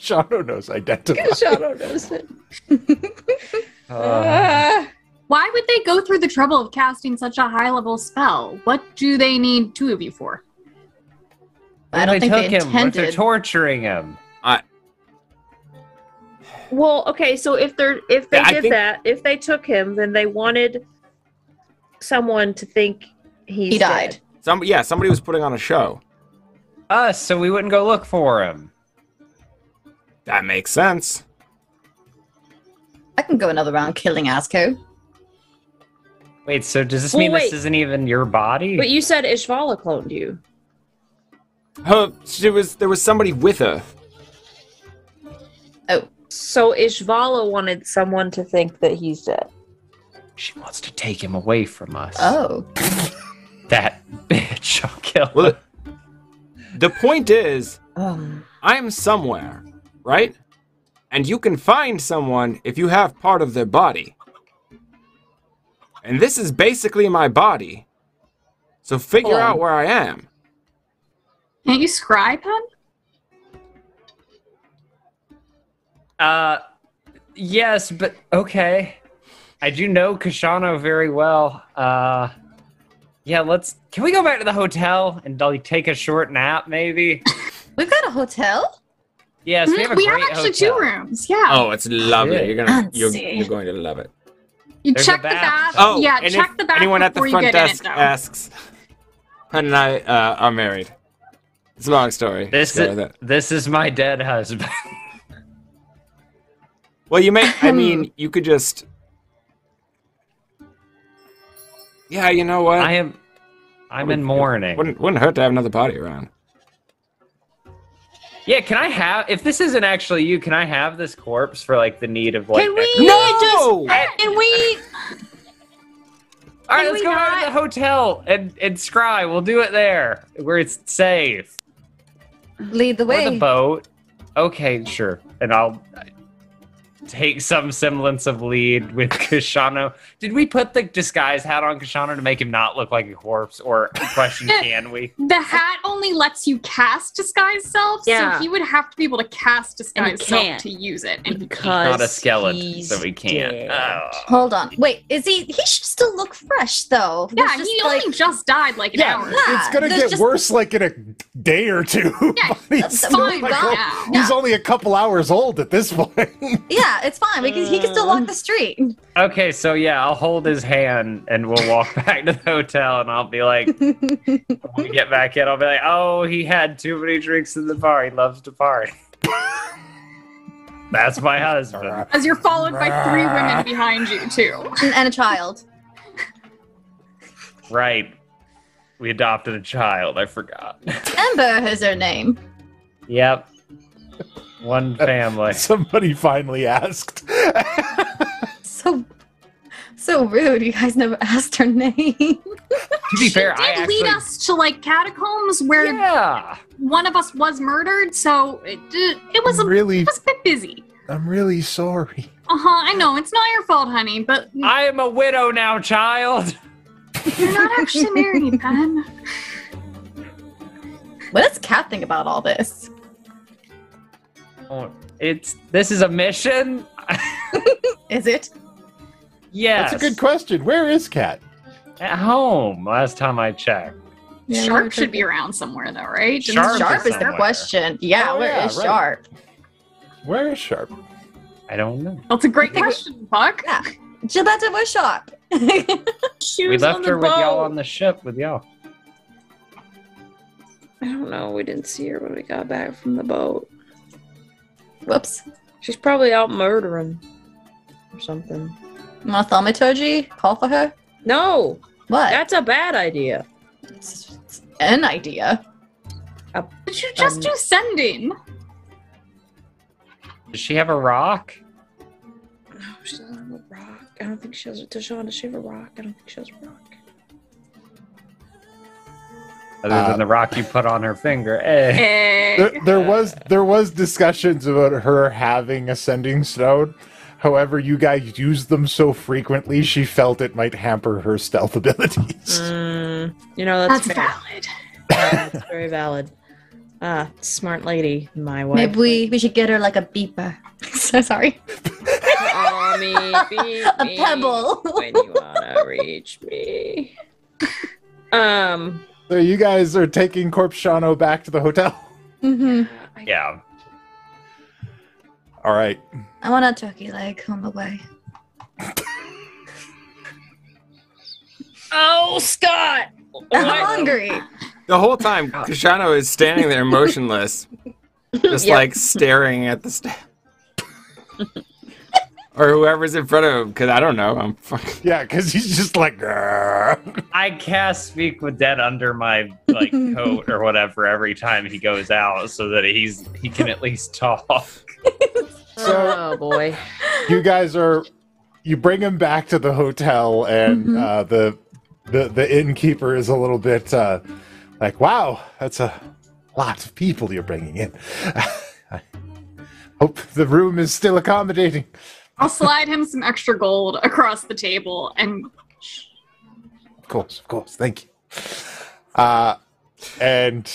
[SPEAKER 1] Shano knows identify.
[SPEAKER 6] Kashano knows it. Ah.
[SPEAKER 5] Uh,
[SPEAKER 2] Why would they go through the trouble of casting such a high level spell? What do they need two of you for?
[SPEAKER 4] I don't
[SPEAKER 5] they
[SPEAKER 4] think they
[SPEAKER 5] took him, but they're
[SPEAKER 4] intended.
[SPEAKER 5] torturing him.
[SPEAKER 6] well, okay, so if they're if they
[SPEAKER 3] Yeah, I
[SPEAKER 6] did
[SPEAKER 3] think-
[SPEAKER 6] that, if they took him, then they wanted someone to think he's
[SPEAKER 4] He died.
[SPEAKER 6] dead.
[SPEAKER 3] Some yeah, somebody was putting on a show.
[SPEAKER 5] Us, so we wouldn't go look for him.
[SPEAKER 3] That makes sense.
[SPEAKER 4] I can go another round killing Asco.
[SPEAKER 5] Wait, so does this
[SPEAKER 6] Well,
[SPEAKER 5] mean this
[SPEAKER 6] wait.
[SPEAKER 5] isn't even your body?
[SPEAKER 6] But you said Ishvala cloned you.
[SPEAKER 3] Her she was there was somebody with her.
[SPEAKER 6] So Ishvala wanted someone to think that he's dead.
[SPEAKER 5] she wants to take him away from us.
[SPEAKER 4] Oh.
[SPEAKER 5] That [LAUGHS] bitch. I'll kill him.
[SPEAKER 3] Well the, the point is,
[SPEAKER 4] Um.
[SPEAKER 3] I'm somewhere, right? And you can find someone if you have part of their body. And this is basically my body. So figure
[SPEAKER 2] Oh.
[SPEAKER 6] Hold on.
[SPEAKER 3] out where I am.
[SPEAKER 2] Can't you scribe him?
[SPEAKER 5] Uh, yes, but okay. I do know Kashano very well. Uh, yeah, let's. Can we go back to the hotel and like take a short
[SPEAKER 2] [LAUGHS]
[SPEAKER 5] nap, maybe?
[SPEAKER 4] We've got a hotel?
[SPEAKER 5] Yes, we have a
[SPEAKER 2] Hmm? we
[SPEAKER 5] great
[SPEAKER 2] have actually
[SPEAKER 5] hotel.
[SPEAKER 2] two rooms. Yeah.
[SPEAKER 3] Oh, it's lovely.
[SPEAKER 5] Shit.
[SPEAKER 3] You're gonna you're,
[SPEAKER 4] Fancy.
[SPEAKER 3] you're going to love it.
[SPEAKER 2] you
[SPEAKER 5] there's
[SPEAKER 2] check
[SPEAKER 5] a
[SPEAKER 2] the
[SPEAKER 5] bath.
[SPEAKER 2] bath.
[SPEAKER 3] Oh,
[SPEAKER 2] yeah,
[SPEAKER 3] and
[SPEAKER 2] check
[SPEAKER 3] if
[SPEAKER 2] the bath
[SPEAKER 3] anyone at the
[SPEAKER 2] before
[SPEAKER 3] front
[SPEAKER 2] you get in it,
[SPEAKER 3] desk uh,
[SPEAKER 2] though.
[SPEAKER 3] asks, "Hun and I uh, are married." It's a long story.
[SPEAKER 5] This
[SPEAKER 3] Sorry,
[SPEAKER 5] is
[SPEAKER 3] that-
[SPEAKER 5] this is my dead husband.
[SPEAKER 3] Well, you may. [LAUGHS] I mean, you could just. Yeah, you know what?
[SPEAKER 5] [LAUGHS] I am. I'm in mourning.
[SPEAKER 3] wouldn't wouldn't hurt to have another body around.
[SPEAKER 5] Yeah, can I have if this isn't actually you, can I have this corpse for like the need of like
[SPEAKER 6] Can we
[SPEAKER 5] extra-
[SPEAKER 3] No!
[SPEAKER 6] just can
[SPEAKER 5] All
[SPEAKER 6] we
[SPEAKER 5] right,
[SPEAKER 6] can
[SPEAKER 5] let's
[SPEAKER 6] we
[SPEAKER 5] go back to the hotel and and scry. We'll do it there where it's safe.
[SPEAKER 4] Lead the
[SPEAKER 5] Or
[SPEAKER 4] way.
[SPEAKER 5] the boat. Okay, sure. And I'll take some semblance of lead with [LAUGHS] Kashano. Did we put the disguise hat on Kashano to make him not look like a corpse? Or
[SPEAKER 7] [LAUGHS]
[SPEAKER 5] question can we?
[SPEAKER 2] The hat only lets you cast disguise self,
[SPEAKER 7] Yeah.
[SPEAKER 2] so he would have to be able to cast
[SPEAKER 7] And he
[SPEAKER 2] disguise self
[SPEAKER 7] can't.
[SPEAKER 2] to use it. And he
[SPEAKER 7] Because
[SPEAKER 5] Not a skeleton,
[SPEAKER 7] he's
[SPEAKER 5] so we can't.
[SPEAKER 7] dead.
[SPEAKER 5] Oh.
[SPEAKER 4] Hold on. Wait, is he? He should still look fresh though.
[SPEAKER 2] yeah,
[SPEAKER 4] There's
[SPEAKER 2] he
[SPEAKER 4] just,
[SPEAKER 2] only
[SPEAKER 4] like-
[SPEAKER 2] just died like an
[SPEAKER 1] [LAUGHS]
[SPEAKER 5] Yeah,
[SPEAKER 2] hour.
[SPEAKER 4] Yeah,
[SPEAKER 1] It's gonna
[SPEAKER 4] there's
[SPEAKER 1] get
[SPEAKER 4] just-
[SPEAKER 1] worse like in a day or two. [LAUGHS]
[SPEAKER 2] Yeah,
[SPEAKER 1] but he's
[SPEAKER 4] that's
[SPEAKER 1] still,
[SPEAKER 4] fine,
[SPEAKER 1] like,
[SPEAKER 4] yeah.
[SPEAKER 1] old- He's
[SPEAKER 4] Yeah.
[SPEAKER 1] only a couple hours old at this [LAUGHS] point.
[SPEAKER 4] Yeah, it's fine. We can, he can still walk the street.
[SPEAKER 5] Okay, so yeah, I'll hold his hand and we'll walk [LAUGHS] back to the hotel and I'll be
[SPEAKER 7] [LAUGHS]
[SPEAKER 5] like, when we get back in, I'll be like, oh, he had too many drinks in the bar. He loves to party. [LAUGHS] That's my husband.
[SPEAKER 2] As you're followed by three women behind you, too.
[SPEAKER 4] and, and a child.
[SPEAKER 5] Right. We adopted a child. I forgot.
[SPEAKER 4] Ember is her name.
[SPEAKER 5] [LAUGHS] Yep. One family.
[SPEAKER 1] Somebody finally asked.
[SPEAKER 4] So, so rude. You guys never [LAUGHS] asked her name.
[SPEAKER 5] [LAUGHS] to be fair,
[SPEAKER 2] Did lead us to like catacombs where
[SPEAKER 5] Yeah.
[SPEAKER 2] one of us was murdered, so it, it was a, it
[SPEAKER 1] really,
[SPEAKER 2] was a bit busy.
[SPEAKER 1] I'm really sorry.
[SPEAKER 2] Uh huh. I know it's not your fault, honey, but
[SPEAKER 5] I am a widow now, child.
[SPEAKER 2] you're not actually married,
[SPEAKER 5] [LAUGHS]
[SPEAKER 2] Ben.
[SPEAKER 4] What does Cat think about all this?
[SPEAKER 5] Oh, It's this is a mission.
[SPEAKER 4] Is it?
[SPEAKER 5] Yes.
[SPEAKER 1] That's a good question. Where is Kat?
[SPEAKER 5] At home. Last time I checked.
[SPEAKER 2] Sharp should be around somewhere, though, right? Didn't-
[SPEAKER 5] Sharp
[SPEAKER 4] Sharp is the
[SPEAKER 5] somewhere.
[SPEAKER 4] question. Yeah,
[SPEAKER 1] Oh,
[SPEAKER 4] where is
[SPEAKER 1] yeah, right.
[SPEAKER 4] Sharp?
[SPEAKER 1] Where is Sharp?
[SPEAKER 5] I don't know.
[SPEAKER 2] That's a great question, Buck.
[SPEAKER 4] Yeah. Gillette, where's Sharp? [LAUGHS]
[SPEAKER 7] She
[SPEAKER 5] we
[SPEAKER 7] was
[SPEAKER 5] left
[SPEAKER 7] on the
[SPEAKER 5] her with y'all
[SPEAKER 7] boat.
[SPEAKER 5] on the ship with y'all.
[SPEAKER 6] I don't know. We didn't see her when we got back from the boat.
[SPEAKER 4] Whoops.
[SPEAKER 7] She's probably out murdering or something.
[SPEAKER 4] My thaumaturgy? Call for her?
[SPEAKER 7] No,
[SPEAKER 4] What?
[SPEAKER 7] that's a bad idea.
[SPEAKER 4] That's an idea.
[SPEAKER 2] Did you just
[SPEAKER 7] Um,
[SPEAKER 2] do sending?
[SPEAKER 5] Does she have a rock?
[SPEAKER 6] No, she doesn't have a rock. I don't think she has a Deshaun. Does she have a rock? I don't think she has a rock.
[SPEAKER 5] Other
[SPEAKER 1] Uh,
[SPEAKER 5] than the rock you put on her finger. Eh.
[SPEAKER 2] Eh.
[SPEAKER 1] There, there was there was discussions about her having ascending stone. However, you guys used them so frequently, she felt it might hamper her stealth [LAUGHS] abilities.
[SPEAKER 7] Mm, you know that's,
[SPEAKER 2] That's
[SPEAKER 7] fair.
[SPEAKER 2] valid.
[SPEAKER 7] Yeah, that's very valid. Ah, smart lady, my wife.
[SPEAKER 4] Maybe we, we should get her like a beeper. [LAUGHS] so sorry. [LAUGHS]
[SPEAKER 7] Call me, beat
[SPEAKER 4] a
[SPEAKER 7] me
[SPEAKER 4] pebble. [LAUGHS]
[SPEAKER 7] when you wanna reach me. Um,
[SPEAKER 1] So you guys are taking Corp Shano back to the hotel.
[SPEAKER 4] hmm
[SPEAKER 6] I-
[SPEAKER 5] Yeah.
[SPEAKER 1] All right.
[SPEAKER 4] I want a turkey leg on the way.
[SPEAKER 7] oh, Scott,
[SPEAKER 4] I'm
[SPEAKER 7] Why-
[SPEAKER 4] hungry.
[SPEAKER 3] The whole
[SPEAKER 5] [LAUGHS]
[SPEAKER 3] time, Kashano is standing there motionless, just
[SPEAKER 7] Yeah.
[SPEAKER 3] like staring at the st- [LAUGHS] or whoever's in front of him. Because I don't know, I'm fucking.
[SPEAKER 1] Yeah, because he's just like, "Grr."
[SPEAKER 5] I cast speak with dead under my like coat or whatever every time he goes out so that he's he can at least talk.
[SPEAKER 1] So-
[SPEAKER 7] [LAUGHS] oh boy.
[SPEAKER 1] you guys are, you bring him back to the hotel, and
[SPEAKER 7] Mm-hmm.
[SPEAKER 4] Mhm.
[SPEAKER 1] uh, the, the the innkeeper is a little bit uh, like, wow, that's a lot of people you're bringing in. [LAUGHS] I hope the room is still accommodating.
[SPEAKER 2] I'll slide him some extra gold across the table and
[SPEAKER 1] Of course, of course. Thank you. Uh, and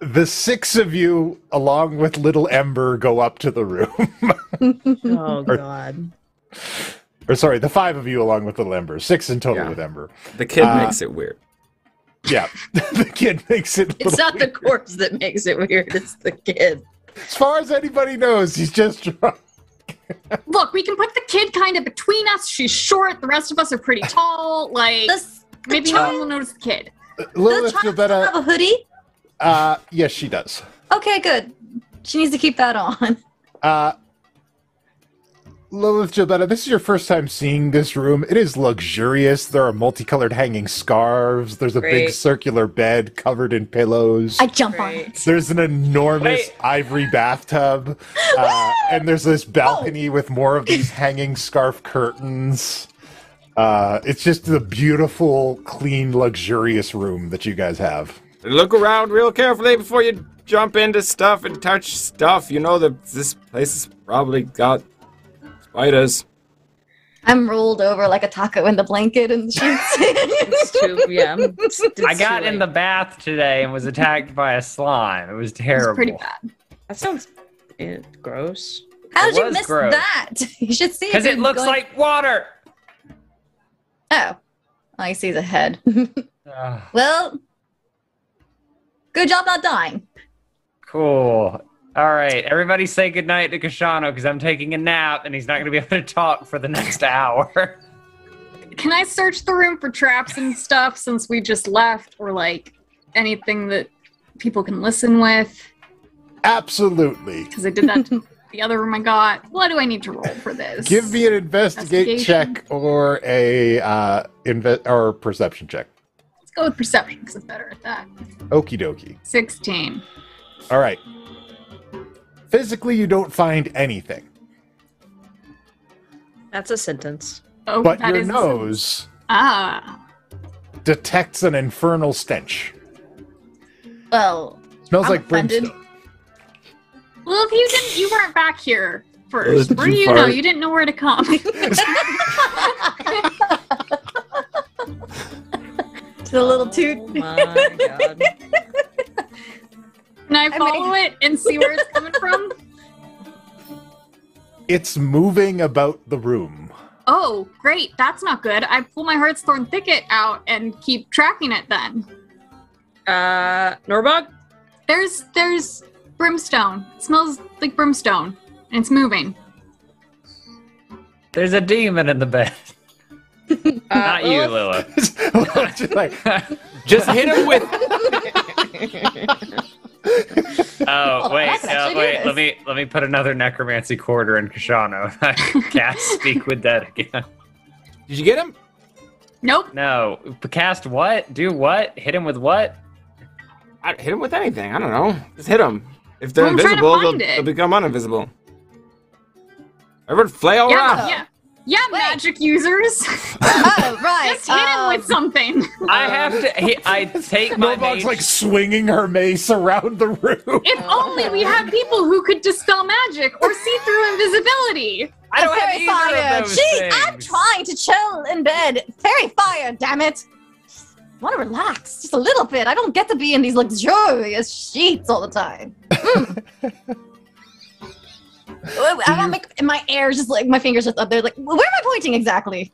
[SPEAKER 1] the six of you, along with little Ember, go up to the room.
[SPEAKER 7] [LAUGHS] Oh
[SPEAKER 1] Or-
[SPEAKER 7] god.
[SPEAKER 1] or sorry, the five of you, along with little Ember. Six in total
[SPEAKER 3] Yeah.
[SPEAKER 1] with Ember.
[SPEAKER 3] The kid
[SPEAKER 1] Uh,
[SPEAKER 3] makes it weird.
[SPEAKER 1] Yeah, [LAUGHS] the kid makes it.
[SPEAKER 7] It's
[SPEAKER 1] little-
[SPEAKER 7] not the corpse that makes it weird, it's the kid.
[SPEAKER 1] as far as anybody knows, he's just drunk.
[SPEAKER 2] look. We can put the kid kind of between us. She's short. The rest of us are
[SPEAKER 7] [LAUGHS]
[SPEAKER 2] pretty tall. Like
[SPEAKER 4] Does the
[SPEAKER 2] maybe no one
[SPEAKER 4] child,
[SPEAKER 2] will notice the kid.
[SPEAKER 4] does
[SPEAKER 1] Lilith
[SPEAKER 4] the child still
[SPEAKER 1] Gilbetta,
[SPEAKER 4] have a hoodie?
[SPEAKER 1] uh, yes, she does.
[SPEAKER 4] Okay, good. She needs to keep that on.
[SPEAKER 1] Uh, Lilith Gilbetta, this is your first time seeing this room. It is luxurious. There are multicolored hanging scarves. There's a big
[SPEAKER 7] Right.
[SPEAKER 1] circular bed covered in pillows.
[SPEAKER 4] I jump on
[SPEAKER 7] Right.
[SPEAKER 4] it.
[SPEAKER 1] There's an enormous
[SPEAKER 5] Wait.
[SPEAKER 1] ivory bathtub. Uh, and there's this balcony with more of these hanging scarf curtains. Uh, it's just the beautiful, clean, luxurious room that you guys have.
[SPEAKER 3] Look around real carefully before you jump into stuff and touch stuff. You know that this place has probably got spiders.
[SPEAKER 4] I'm rolled over like a taco in the blanket and
[SPEAKER 7] [LAUGHS] It's
[SPEAKER 4] shoots.
[SPEAKER 7] too, yeah.
[SPEAKER 4] [LAUGHS]
[SPEAKER 7] it's- it's
[SPEAKER 5] I got
[SPEAKER 7] too
[SPEAKER 5] in the
[SPEAKER 7] late.
[SPEAKER 5] bath today and was attacked by a slime. It was
[SPEAKER 2] It's
[SPEAKER 5] terrible.
[SPEAKER 2] pretty bad.
[SPEAKER 7] That sounds eh, gross.
[SPEAKER 4] How
[SPEAKER 5] It
[SPEAKER 4] did you
[SPEAKER 5] was
[SPEAKER 4] miss
[SPEAKER 5] gross.
[SPEAKER 4] that? [LAUGHS] You should see.
[SPEAKER 5] Because it
[SPEAKER 4] dude,
[SPEAKER 5] looks
[SPEAKER 4] going-
[SPEAKER 5] like water.
[SPEAKER 4] Oh, all you see is a head. [LAUGHS]
[SPEAKER 5] Ugh,
[SPEAKER 4] well, good job not dying.
[SPEAKER 5] cool. All right, everybody say goodnight to Kashano because I'm taking a nap and he's not going to be [LAUGHS] able to talk for the next hour. [LAUGHS]
[SPEAKER 2] Can I search the room for traps and stuff since we just left, or like anything that people can listen with?
[SPEAKER 1] Absolutely.
[SPEAKER 2] Because I did that
[SPEAKER 7] [LAUGHS]
[SPEAKER 2] to the other room I got. What do I need to roll for this?
[SPEAKER 1] Give me an investigate
[SPEAKER 2] Investigation.
[SPEAKER 1] check or a uh, inve- or perception check.
[SPEAKER 2] Let's go with perception because I'm better at that.
[SPEAKER 1] Okie dokie.
[SPEAKER 2] 16.
[SPEAKER 1] All right. Physically, you don't find anything,
[SPEAKER 7] That's a
[SPEAKER 6] [LAUGHS]
[SPEAKER 7] sentence.
[SPEAKER 2] Oh,
[SPEAKER 1] but
[SPEAKER 2] that
[SPEAKER 1] your
[SPEAKER 2] is-
[SPEAKER 1] nose
[SPEAKER 2] Ah.
[SPEAKER 1] detects an infernal stench.
[SPEAKER 4] Well,
[SPEAKER 1] Smells
[SPEAKER 4] I'm
[SPEAKER 1] like
[SPEAKER 4] offended.
[SPEAKER 1] brimstone.
[SPEAKER 2] Well, if you didn't, you weren't back here
[SPEAKER 3] Oh,
[SPEAKER 2] first.
[SPEAKER 3] did
[SPEAKER 2] Where do
[SPEAKER 3] you
[SPEAKER 2] you know?
[SPEAKER 3] fart?
[SPEAKER 2] You didn't know where to
[SPEAKER 4] [LAUGHS]
[SPEAKER 2] come.
[SPEAKER 4] it's a little too.
[SPEAKER 7] Oh my god.
[SPEAKER 2] Can I
[SPEAKER 4] mean-
[SPEAKER 2] follow it and see where it's coming
[SPEAKER 4] [LAUGHS]
[SPEAKER 2] from?
[SPEAKER 1] It's moving about the room. [LAUGHS]
[SPEAKER 2] Oh, great. That's not good. I pull my Heartthorn Thicket out and keep tracking it then.
[SPEAKER 7] Uh, Norbog?
[SPEAKER 2] There's there's brimstone. It smells like brimstone. And it's moving.
[SPEAKER 5] There's a demon in the bed.
[SPEAKER 7] Uh,
[SPEAKER 5] Not you, Lilith.
[SPEAKER 1] Just like,
[SPEAKER 3] Just hit him with.
[SPEAKER 5] Oh
[SPEAKER 4] Well, I
[SPEAKER 5] wait,
[SPEAKER 4] can
[SPEAKER 5] uh,
[SPEAKER 4] actually do
[SPEAKER 5] wait. Let
[SPEAKER 4] this.
[SPEAKER 5] me let me put another necromancy quarter in Kashano. [LAUGHS] I can't speak with that again.
[SPEAKER 3] Did you get him?
[SPEAKER 2] Nope.
[SPEAKER 5] No, cast what? Do what? Hit him with what?
[SPEAKER 3] I, hit him with anything. I don't know. Just hit him. If they're
[SPEAKER 2] Well, I'm trying to
[SPEAKER 3] invisible, they'll,
[SPEAKER 2] find it.
[SPEAKER 3] they'll become uninvisible. Everyone, flail
[SPEAKER 2] Yeah,
[SPEAKER 3] around.
[SPEAKER 2] yeah. Yeah,
[SPEAKER 4] Wait.
[SPEAKER 2] magic
[SPEAKER 4] [LAUGHS]
[SPEAKER 2] users.
[SPEAKER 4] Oh
[SPEAKER 2] [LAUGHS]
[SPEAKER 4] right.
[SPEAKER 2] Just hit him with
[SPEAKER 4] um,
[SPEAKER 2] something.
[SPEAKER 5] I have to. He, [LAUGHS] I take my
[SPEAKER 1] Novak's
[SPEAKER 5] mage-
[SPEAKER 1] like swinging her mace around the room.
[SPEAKER 2] If
[SPEAKER 4] oh.
[SPEAKER 2] only we had people who could dispel magic or see through invisibility.
[SPEAKER 5] I don't have
[SPEAKER 4] fairy
[SPEAKER 5] either
[SPEAKER 4] fire.
[SPEAKER 5] of those
[SPEAKER 4] Gee, I'm
[SPEAKER 5] things.
[SPEAKER 4] trying to chill in bed. Fairy fire, damn it. want to relax just a little bit. I don't get to be in these luxurious sheets all the time. Mm. Oh, I don't make and my air's just like my fingers just up there. Like, where am I pointing exactly?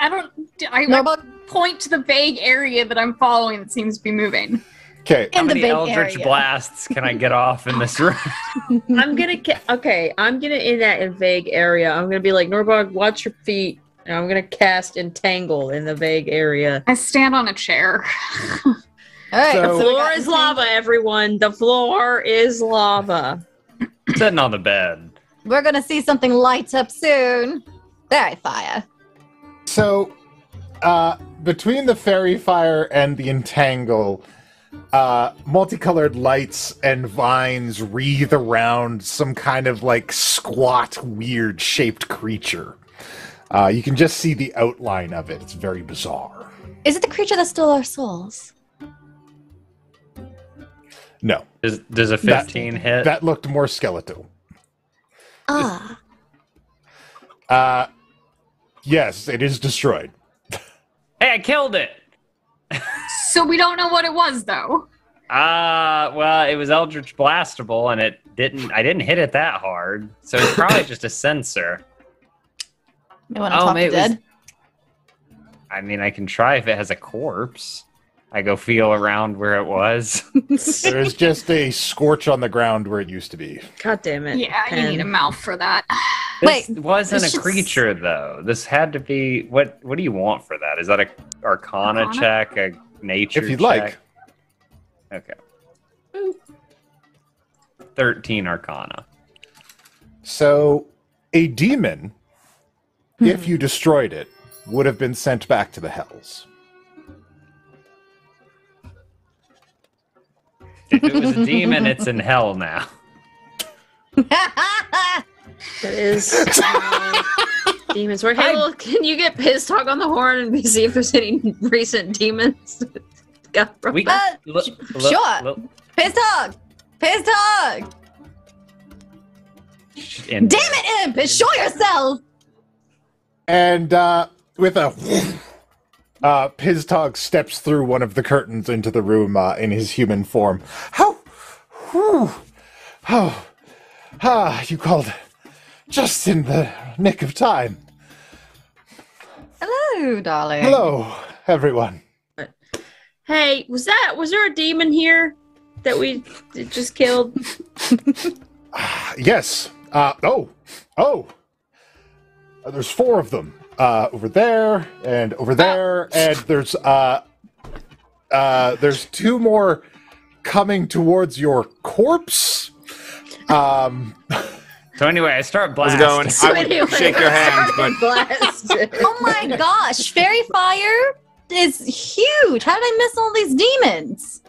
[SPEAKER 2] I don't. I, I
[SPEAKER 4] Norbog
[SPEAKER 2] point to the vague area that I'm following that seems to be moving.
[SPEAKER 1] Okay,
[SPEAKER 5] How
[SPEAKER 4] in the
[SPEAKER 5] many
[SPEAKER 4] big
[SPEAKER 5] eldritch
[SPEAKER 4] area.
[SPEAKER 5] blasts can I get off in this [LAUGHS] room?
[SPEAKER 7] I'm gonna ca- okay. I'm gonna in that vague area. I'm gonna be like Norbog, watch your feet, and I'm gonna cast entangle in the vague area.
[SPEAKER 2] I stand on a chair.
[SPEAKER 4] All right.
[SPEAKER 1] So-
[SPEAKER 7] The
[SPEAKER 1] Oh.
[SPEAKER 7] floor is lava, everyone. The floor is lava.
[SPEAKER 5] Sitting on the bed.
[SPEAKER 4] We're gonna see something light up soon. Fairy fire.
[SPEAKER 1] So, uh, between the fairy fire and the entangle, uh, multicolored lights and vines wreathe around some kind of like squat, weird shaped creature. Uh, you can just see the outline of it. It's very bizarre.
[SPEAKER 4] Is it the creature that stole our souls?
[SPEAKER 1] No,
[SPEAKER 5] Does, does a
[SPEAKER 1] That-
[SPEAKER 5] 15 hit?
[SPEAKER 1] that looked more skeletal.
[SPEAKER 4] Ah.
[SPEAKER 1] Uh, yes, it is destroyed.
[SPEAKER 5] hey, I killed it.
[SPEAKER 2] So we don't know what it was, though.
[SPEAKER 5] Uh, well, it was Eldritch Blastable, and it didn't. I didn't hit it that hard, so it's [COUGHS] probably just a sensor.
[SPEAKER 4] You wanna
[SPEAKER 5] Oh,
[SPEAKER 4] talk
[SPEAKER 5] mate,
[SPEAKER 4] to
[SPEAKER 5] it was-
[SPEAKER 4] dead?
[SPEAKER 5] I mean, I can try if it has a corpse. I go feel around where it was. [LAUGHS]
[SPEAKER 1] There is just a scorch on the ground where it used to be.
[SPEAKER 7] God damn it!
[SPEAKER 2] Yeah, you need a
[SPEAKER 7] Pen.
[SPEAKER 2] mouth for that.
[SPEAKER 5] This
[SPEAKER 4] Wait,
[SPEAKER 5] wasn't
[SPEAKER 4] this
[SPEAKER 5] a
[SPEAKER 4] should-
[SPEAKER 5] creature though. This had to be what? What do you want for that? Is that a Arcana,
[SPEAKER 2] Arcana?
[SPEAKER 5] check, a nature?
[SPEAKER 1] If you'd like.
[SPEAKER 5] check? Okay. Thirteen Arcana.
[SPEAKER 1] So, a demon, if you destroyed it, would have been sent back to the hells.
[SPEAKER 5] If it was a demon, it's in
[SPEAKER 4] [LAUGHS]
[SPEAKER 5] hell now.
[SPEAKER 7] That is uh, demons. Where hey, well, can you get piss talk on the horn and see if there's any [LAUGHS] recent demons? [LAUGHS] that Got brought
[SPEAKER 5] We
[SPEAKER 7] back?
[SPEAKER 4] Uh,
[SPEAKER 5] Li-
[SPEAKER 4] sh-
[SPEAKER 5] li-
[SPEAKER 4] sure.
[SPEAKER 5] li-
[SPEAKER 4] [LAUGHS] Piss dog. Piss dog!
[SPEAKER 5] Should
[SPEAKER 4] Damn
[SPEAKER 5] end-
[SPEAKER 4] it, imp! Show yourself!
[SPEAKER 1] And uh, with a [SNIFFS] uh, Pizdog steps through one of the curtains into the room uh, in his human form. How? Whew. Oh. Ah, you called just in the nick of time.
[SPEAKER 4] Hello, darling.
[SPEAKER 1] Hello, everyone.
[SPEAKER 7] Hey, was that was there a demon here that we d- just killed?
[SPEAKER 1] Yes. Uh, oh. Oh. Uh, there's four of them. Uh, over there and over there, and there's uh, uh, there's two more coming towards your corpse. Um,
[SPEAKER 5] So anyway, I start
[SPEAKER 3] How's
[SPEAKER 5] blasting.
[SPEAKER 3] it going? I would
[SPEAKER 7] Anyway,
[SPEAKER 3] shake your [LAUGHS] hand, but
[SPEAKER 7] sorry, blast.
[SPEAKER 4] Oh my gosh, Fairy Fire is huge! How did I miss all these demons?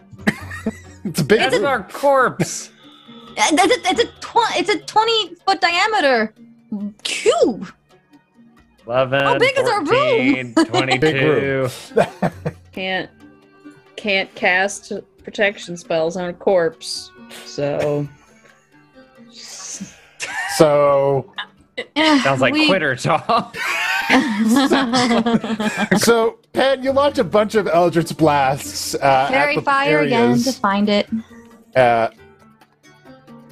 [SPEAKER 1] it's a big.
[SPEAKER 5] That's
[SPEAKER 1] room.
[SPEAKER 5] our corpse.
[SPEAKER 4] Uh, It's a, it's a, tw- it's a 20 foot diameter cube! [LAUGHS]
[SPEAKER 5] 11,
[SPEAKER 4] How big is our
[SPEAKER 5] 14,
[SPEAKER 4] room?
[SPEAKER 5] 22.
[SPEAKER 7] can't can't cast protection spells on a corpse. So
[SPEAKER 1] So,
[SPEAKER 5] Sounds like
[SPEAKER 4] We-
[SPEAKER 5] quitter [LAUGHS] talk.
[SPEAKER 1] so Pan, you launch a bunch of Eldritch blasts. Uh,
[SPEAKER 4] Fairy
[SPEAKER 1] at the
[SPEAKER 4] Fire again
[SPEAKER 1] areas.
[SPEAKER 4] to find it.
[SPEAKER 1] Uh,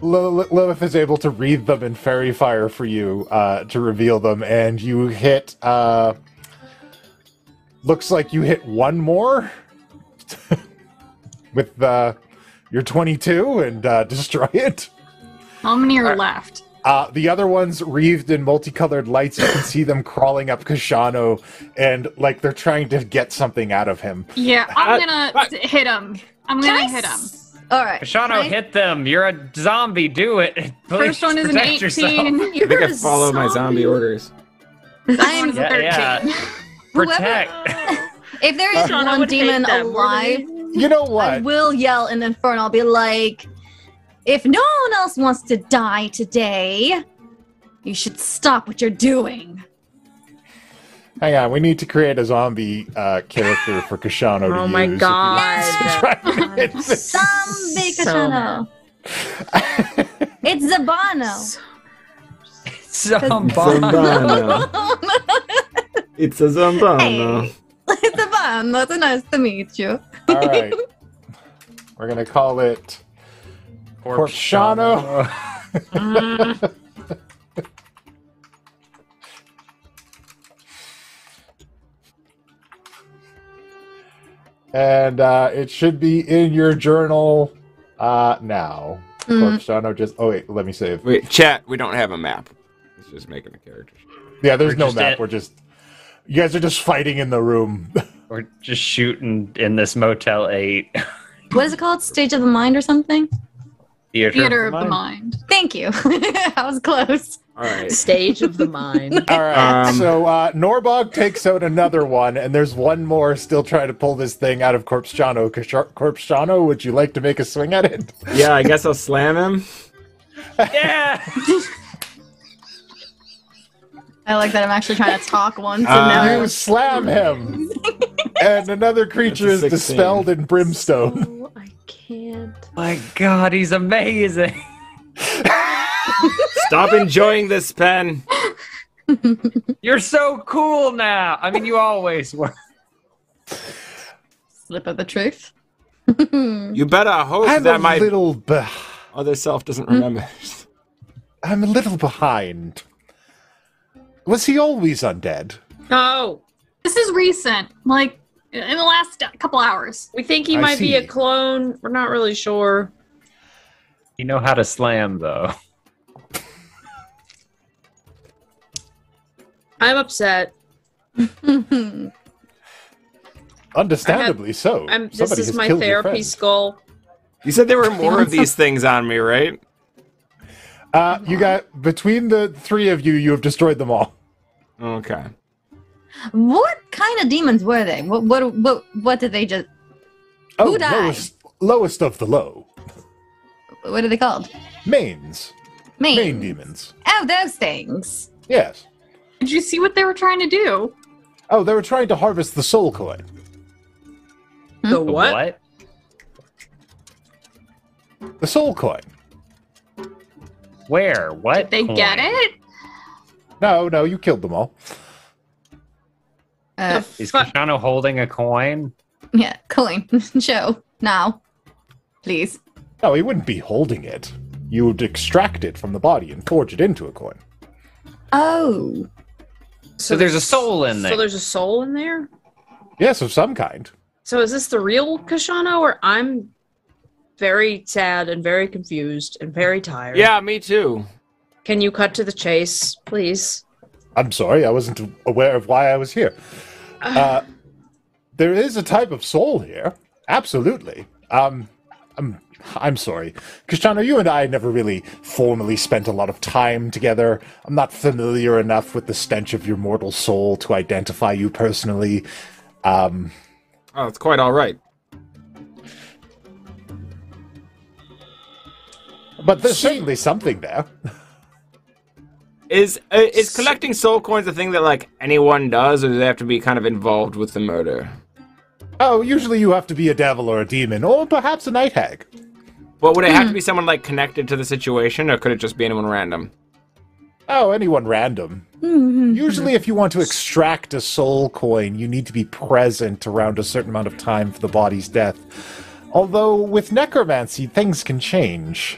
[SPEAKER 1] Lil- Lilith is able to read them in Fairy Fire for you uh, to reveal them, and you hit. Uh, looks like you hit one more [LAUGHS] with uh, your 22 and uh, [LAUGHS] destroy it.
[SPEAKER 2] How many are left?
[SPEAKER 1] Uh, the other ones wreathed in multicolored lights. You can see them crawling up Kashano, and like they're trying to get something out of him.
[SPEAKER 2] Yeah, I'm
[SPEAKER 3] Uh,
[SPEAKER 2] gonna
[SPEAKER 3] uh,
[SPEAKER 2] hit him. I'm
[SPEAKER 4] Can
[SPEAKER 2] gonna
[SPEAKER 4] I
[SPEAKER 2] hit him.
[SPEAKER 4] s- All right.
[SPEAKER 5] Shano,
[SPEAKER 4] Right?
[SPEAKER 5] hit them. You're a zombie. Do it. [LAUGHS] Please
[SPEAKER 2] First one is an
[SPEAKER 5] protect
[SPEAKER 2] 18.
[SPEAKER 5] yourself.
[SPEAKER 3] I think I follow my zombie orders.
[SPEAKER 2] Second one is a
[SPEAKER 5] Yeah,
[SPEAKER 2] 13. [LAUGHS]
[SPEAKER 5] yeah. [LAUGHS] Protect.
[SPEAKER 4] If there is
[SPEAKER 7] Shauna
[SPEAKER 4] one
[SPEAKER 7] would hate
[SPEAKER 4] demon
[SPEAKER 7] that more than
[SPEAKER 4] alive,
[SPEAKER 1] You know
[SPEAKER 4] I
[SPEAKER 1] what?
[SPEAKER 4] will yell in Inferno. I'll be like, if no one else wants to die today, you should stop what you're doing.
[SPEAKER 1] Hang on, we need to create a zombie uh, character for Kashano to
[SPEAKER 7] [LAUGHS] Oh
[SPEAKER 1] use.
[SPEAKER 7] my
[SPEAKER 1] if you- [LAUGHS]
[SPEAKER 7] God.
[SPEAKER 1] Try to get this. [LAUGHS]
[SPEAKER 4] Zombie
[SPEAKER 7] So
[SPEAKER 4] Kashano. it's Zabano.
[SPEAKER 3] [LAUGHS] Zambana. It's a Zambana.
[SPEAKER 4] hey. [LAUGHS] It's Zabano. It's nice to meet you.
[SPEAKER 1] All right, we're gonna call it. Corpse Shano. [LAUGHS] and uh, it should be in your journal uh, now.
[SPEAKER 4] Mm.
[SPEAKER 1] Corpse Shano just. Oh wait, let me save.
[SPEAKER 3] Wait, chat, we don't have a map. It's just making a character.
[SPEAKER 1] Yeah, there's
[SPEAKER 5] We're
[SPEAKER 1] no
[SPEAKER 5] just
[SPEAKER 1] map.
[SPEAKER 5] at-
[SPEAKER 1] We're just. You guys are just fighting in the room.
[SPEAKER 5] We're just shooting in this Motel 8
[SPEAKER 4] What is it called? Stage of the Mind or something?
[SPEAKER 5] [LAUGHS] theater.
[SPEAKER 2] Theater of the mind.
[SPEAKER 4] Thank you. [LAUGHS] I was close.
[SPEAKER 3] All right.
[SPEAKER 7] stage of the mind.
[SPEAKER 1] All right.
[SPEAKER 3] Um,
[SPEAKER 1] so uh, Norbog takes out another one, and there's one more still trying to pull this thing out of Corpse Jono. Kish- Corpse Jono, would you like to make a swing at it?
[SPEAKER 3] [LAUGHS] Yeah, I guess I'll slam him.
[SPEAKER 5] Yeah. [LAUGHS]
[SPEAKER 4] I like that I'm actually trying to talk once
[SPEAKER 3] Uh,
[SPEAKER 1] [LAUGHS]
[SPEAKER 4] and
[SPEAKER 1] you
[SPEAKER 4] now.
[SPEAKER 1] slam him, and another creature is
[SPEAKER 3] That's a 16.
[SPEAKER 1] dispelled in brimstone.
[SPEAKER 7] Oh, I can't.
[SPEAKER 5] My God, he's amazing. [LAUGHS]
[SPEAKER 3] Stop enjoying this pen.
[SPEAKER 5] You're so cool now. I mean, you always were.
[SPEAKER 4] Slip of the truth. [LAUGHS] Hmm.
[SPEAKER 3] You better hope
[SPEAKER 1] I'm a
[SPEAKER 3] that my
[SPEAKER 1] little, beh-
[SPEAKER 3] other self doesn't remember.
[SPEAKER 1] I'm a little behind. Was he always undead?
[SPEAKER 7] Oh,
[SPEAKER 2] This is recent, like in the last couple hours.
[SPEAKER 7] we think he
[SPEAKER 1] I
[SPEAKER 7] might be a
[SPEAKER 1] see.
[SPEAKER 7] clone. We're not really sure.
[SPEAKER 5] You know how to slam, though.
[SPEAKER 7] I'm upset.
[SPEAKER 1] Understandably so.
[SPEAKER 7] I'm. This
[SPEAKER 1] Somebody
[SPEAKER 7] is
[SPEAKER 1] has
[SPEAKER 7] my
[SPEAKER 1] killed your
[SPEAKER 7] therapy
[SPEAKER 1] friend.
[SPEAKER 7] skull.
[SPEAKER 3] [LAUGHS] You said there were more of these things on me, right?
[SPEAKER 1] Uh, you got between the three of you, you have destroyed them all.
[SPEAKER 3] Okay.
[SPEAKER 4] What kind of demons were they? What what what, what did they just?
[SPEAKER 1] Oh,
[SPEAKER 4] Who died?
[SPEAKER 1] lowest, lowest of the low.
[SPEAKER 4] What are they called?
[SPEAKER 1] Mains.
[SPEAKER 4] Main.
[SPEAKER 1] Main demons.
[SPEAKER 4] Oh, those things.
[SPEAKER 1] Yes.
[SPEAKER 2] Did you see what they were trying to do?
[SPEAKER 1] Oh, they were trying to harvest the soul coin.
[SPEAKER 7] The what?
[SPEAKER 5] What?
[SPEAKER 1] The soul coin.
[SPEAKER 5] Where? What?
[SPEAKER 2] They get
[SPEAKER 5] coin?
[SPEAKER 2] it?
[SPEAKER 1] No, no, you killed them all.
[SPEAKER 4] Uh,
[SPEAKER 7] The
[SPEAKER 5] Is
[SPEAKER 7] fu-
[SPEAKER 5] Kishano holding a coin?
[SPEAKER 4] [LAUGHS] yeah, coin. [LAUGHS] Joe, now. Please.
[SPEAKER 1] No, he wouldn't be holding it. You would extract it from the body and forge it into a coin.
[SPEAKER 4] Oh.
[SPEAKER 5] So there's a soul in
[SPEAKER 7] So
[SPEAKER 5] there.
[SPEAKER 7] there's a soul in there.
[SPEAKER 1] Yes, of some kind.
[SPEAKER 7] So is this the real Kashano, or I'm very sad and very confused and very tired?
[SPEAKER 3] Yeah, me too.
[SPEAKER 7] Can you cut to the chase, please?
[SPEAKER 1] I'm sorry, I wasn't aware of why I was here. Uh, there is a type of soul here, absolutely. Um, I'm, I'm sorry, Kishano. You and I never really formally spent a lot of time together. I'm not familiar enough with the stench of your mortal soul to identify you personally. Um,
[SPEAKER 3] Oh, it's quite all right.
[SPEAKER 1] but there's certainly something there.
[SPEAKER 3] Is uh, is collecting soul coins a thing that like anyone does, or do they have to be kind of involved with the murder?
[SPEAKER 1] Oh, usually you have to be a devil or a demon, or perhaps a night hag.
[SPEAKER 3] But would it have to be someone like connected to the situation, or could it just be anyone random?
[SPEAKER 1] Oh, anyone random.
[SPEAKER 7] Mm-hmm.
[SPEAKER 4] Mhm.
[SPEAKER 1] Usually, if you want to extract a soul coin, you need to be present around a certain amount of time for the body's death. Although, with necromancy, things can change.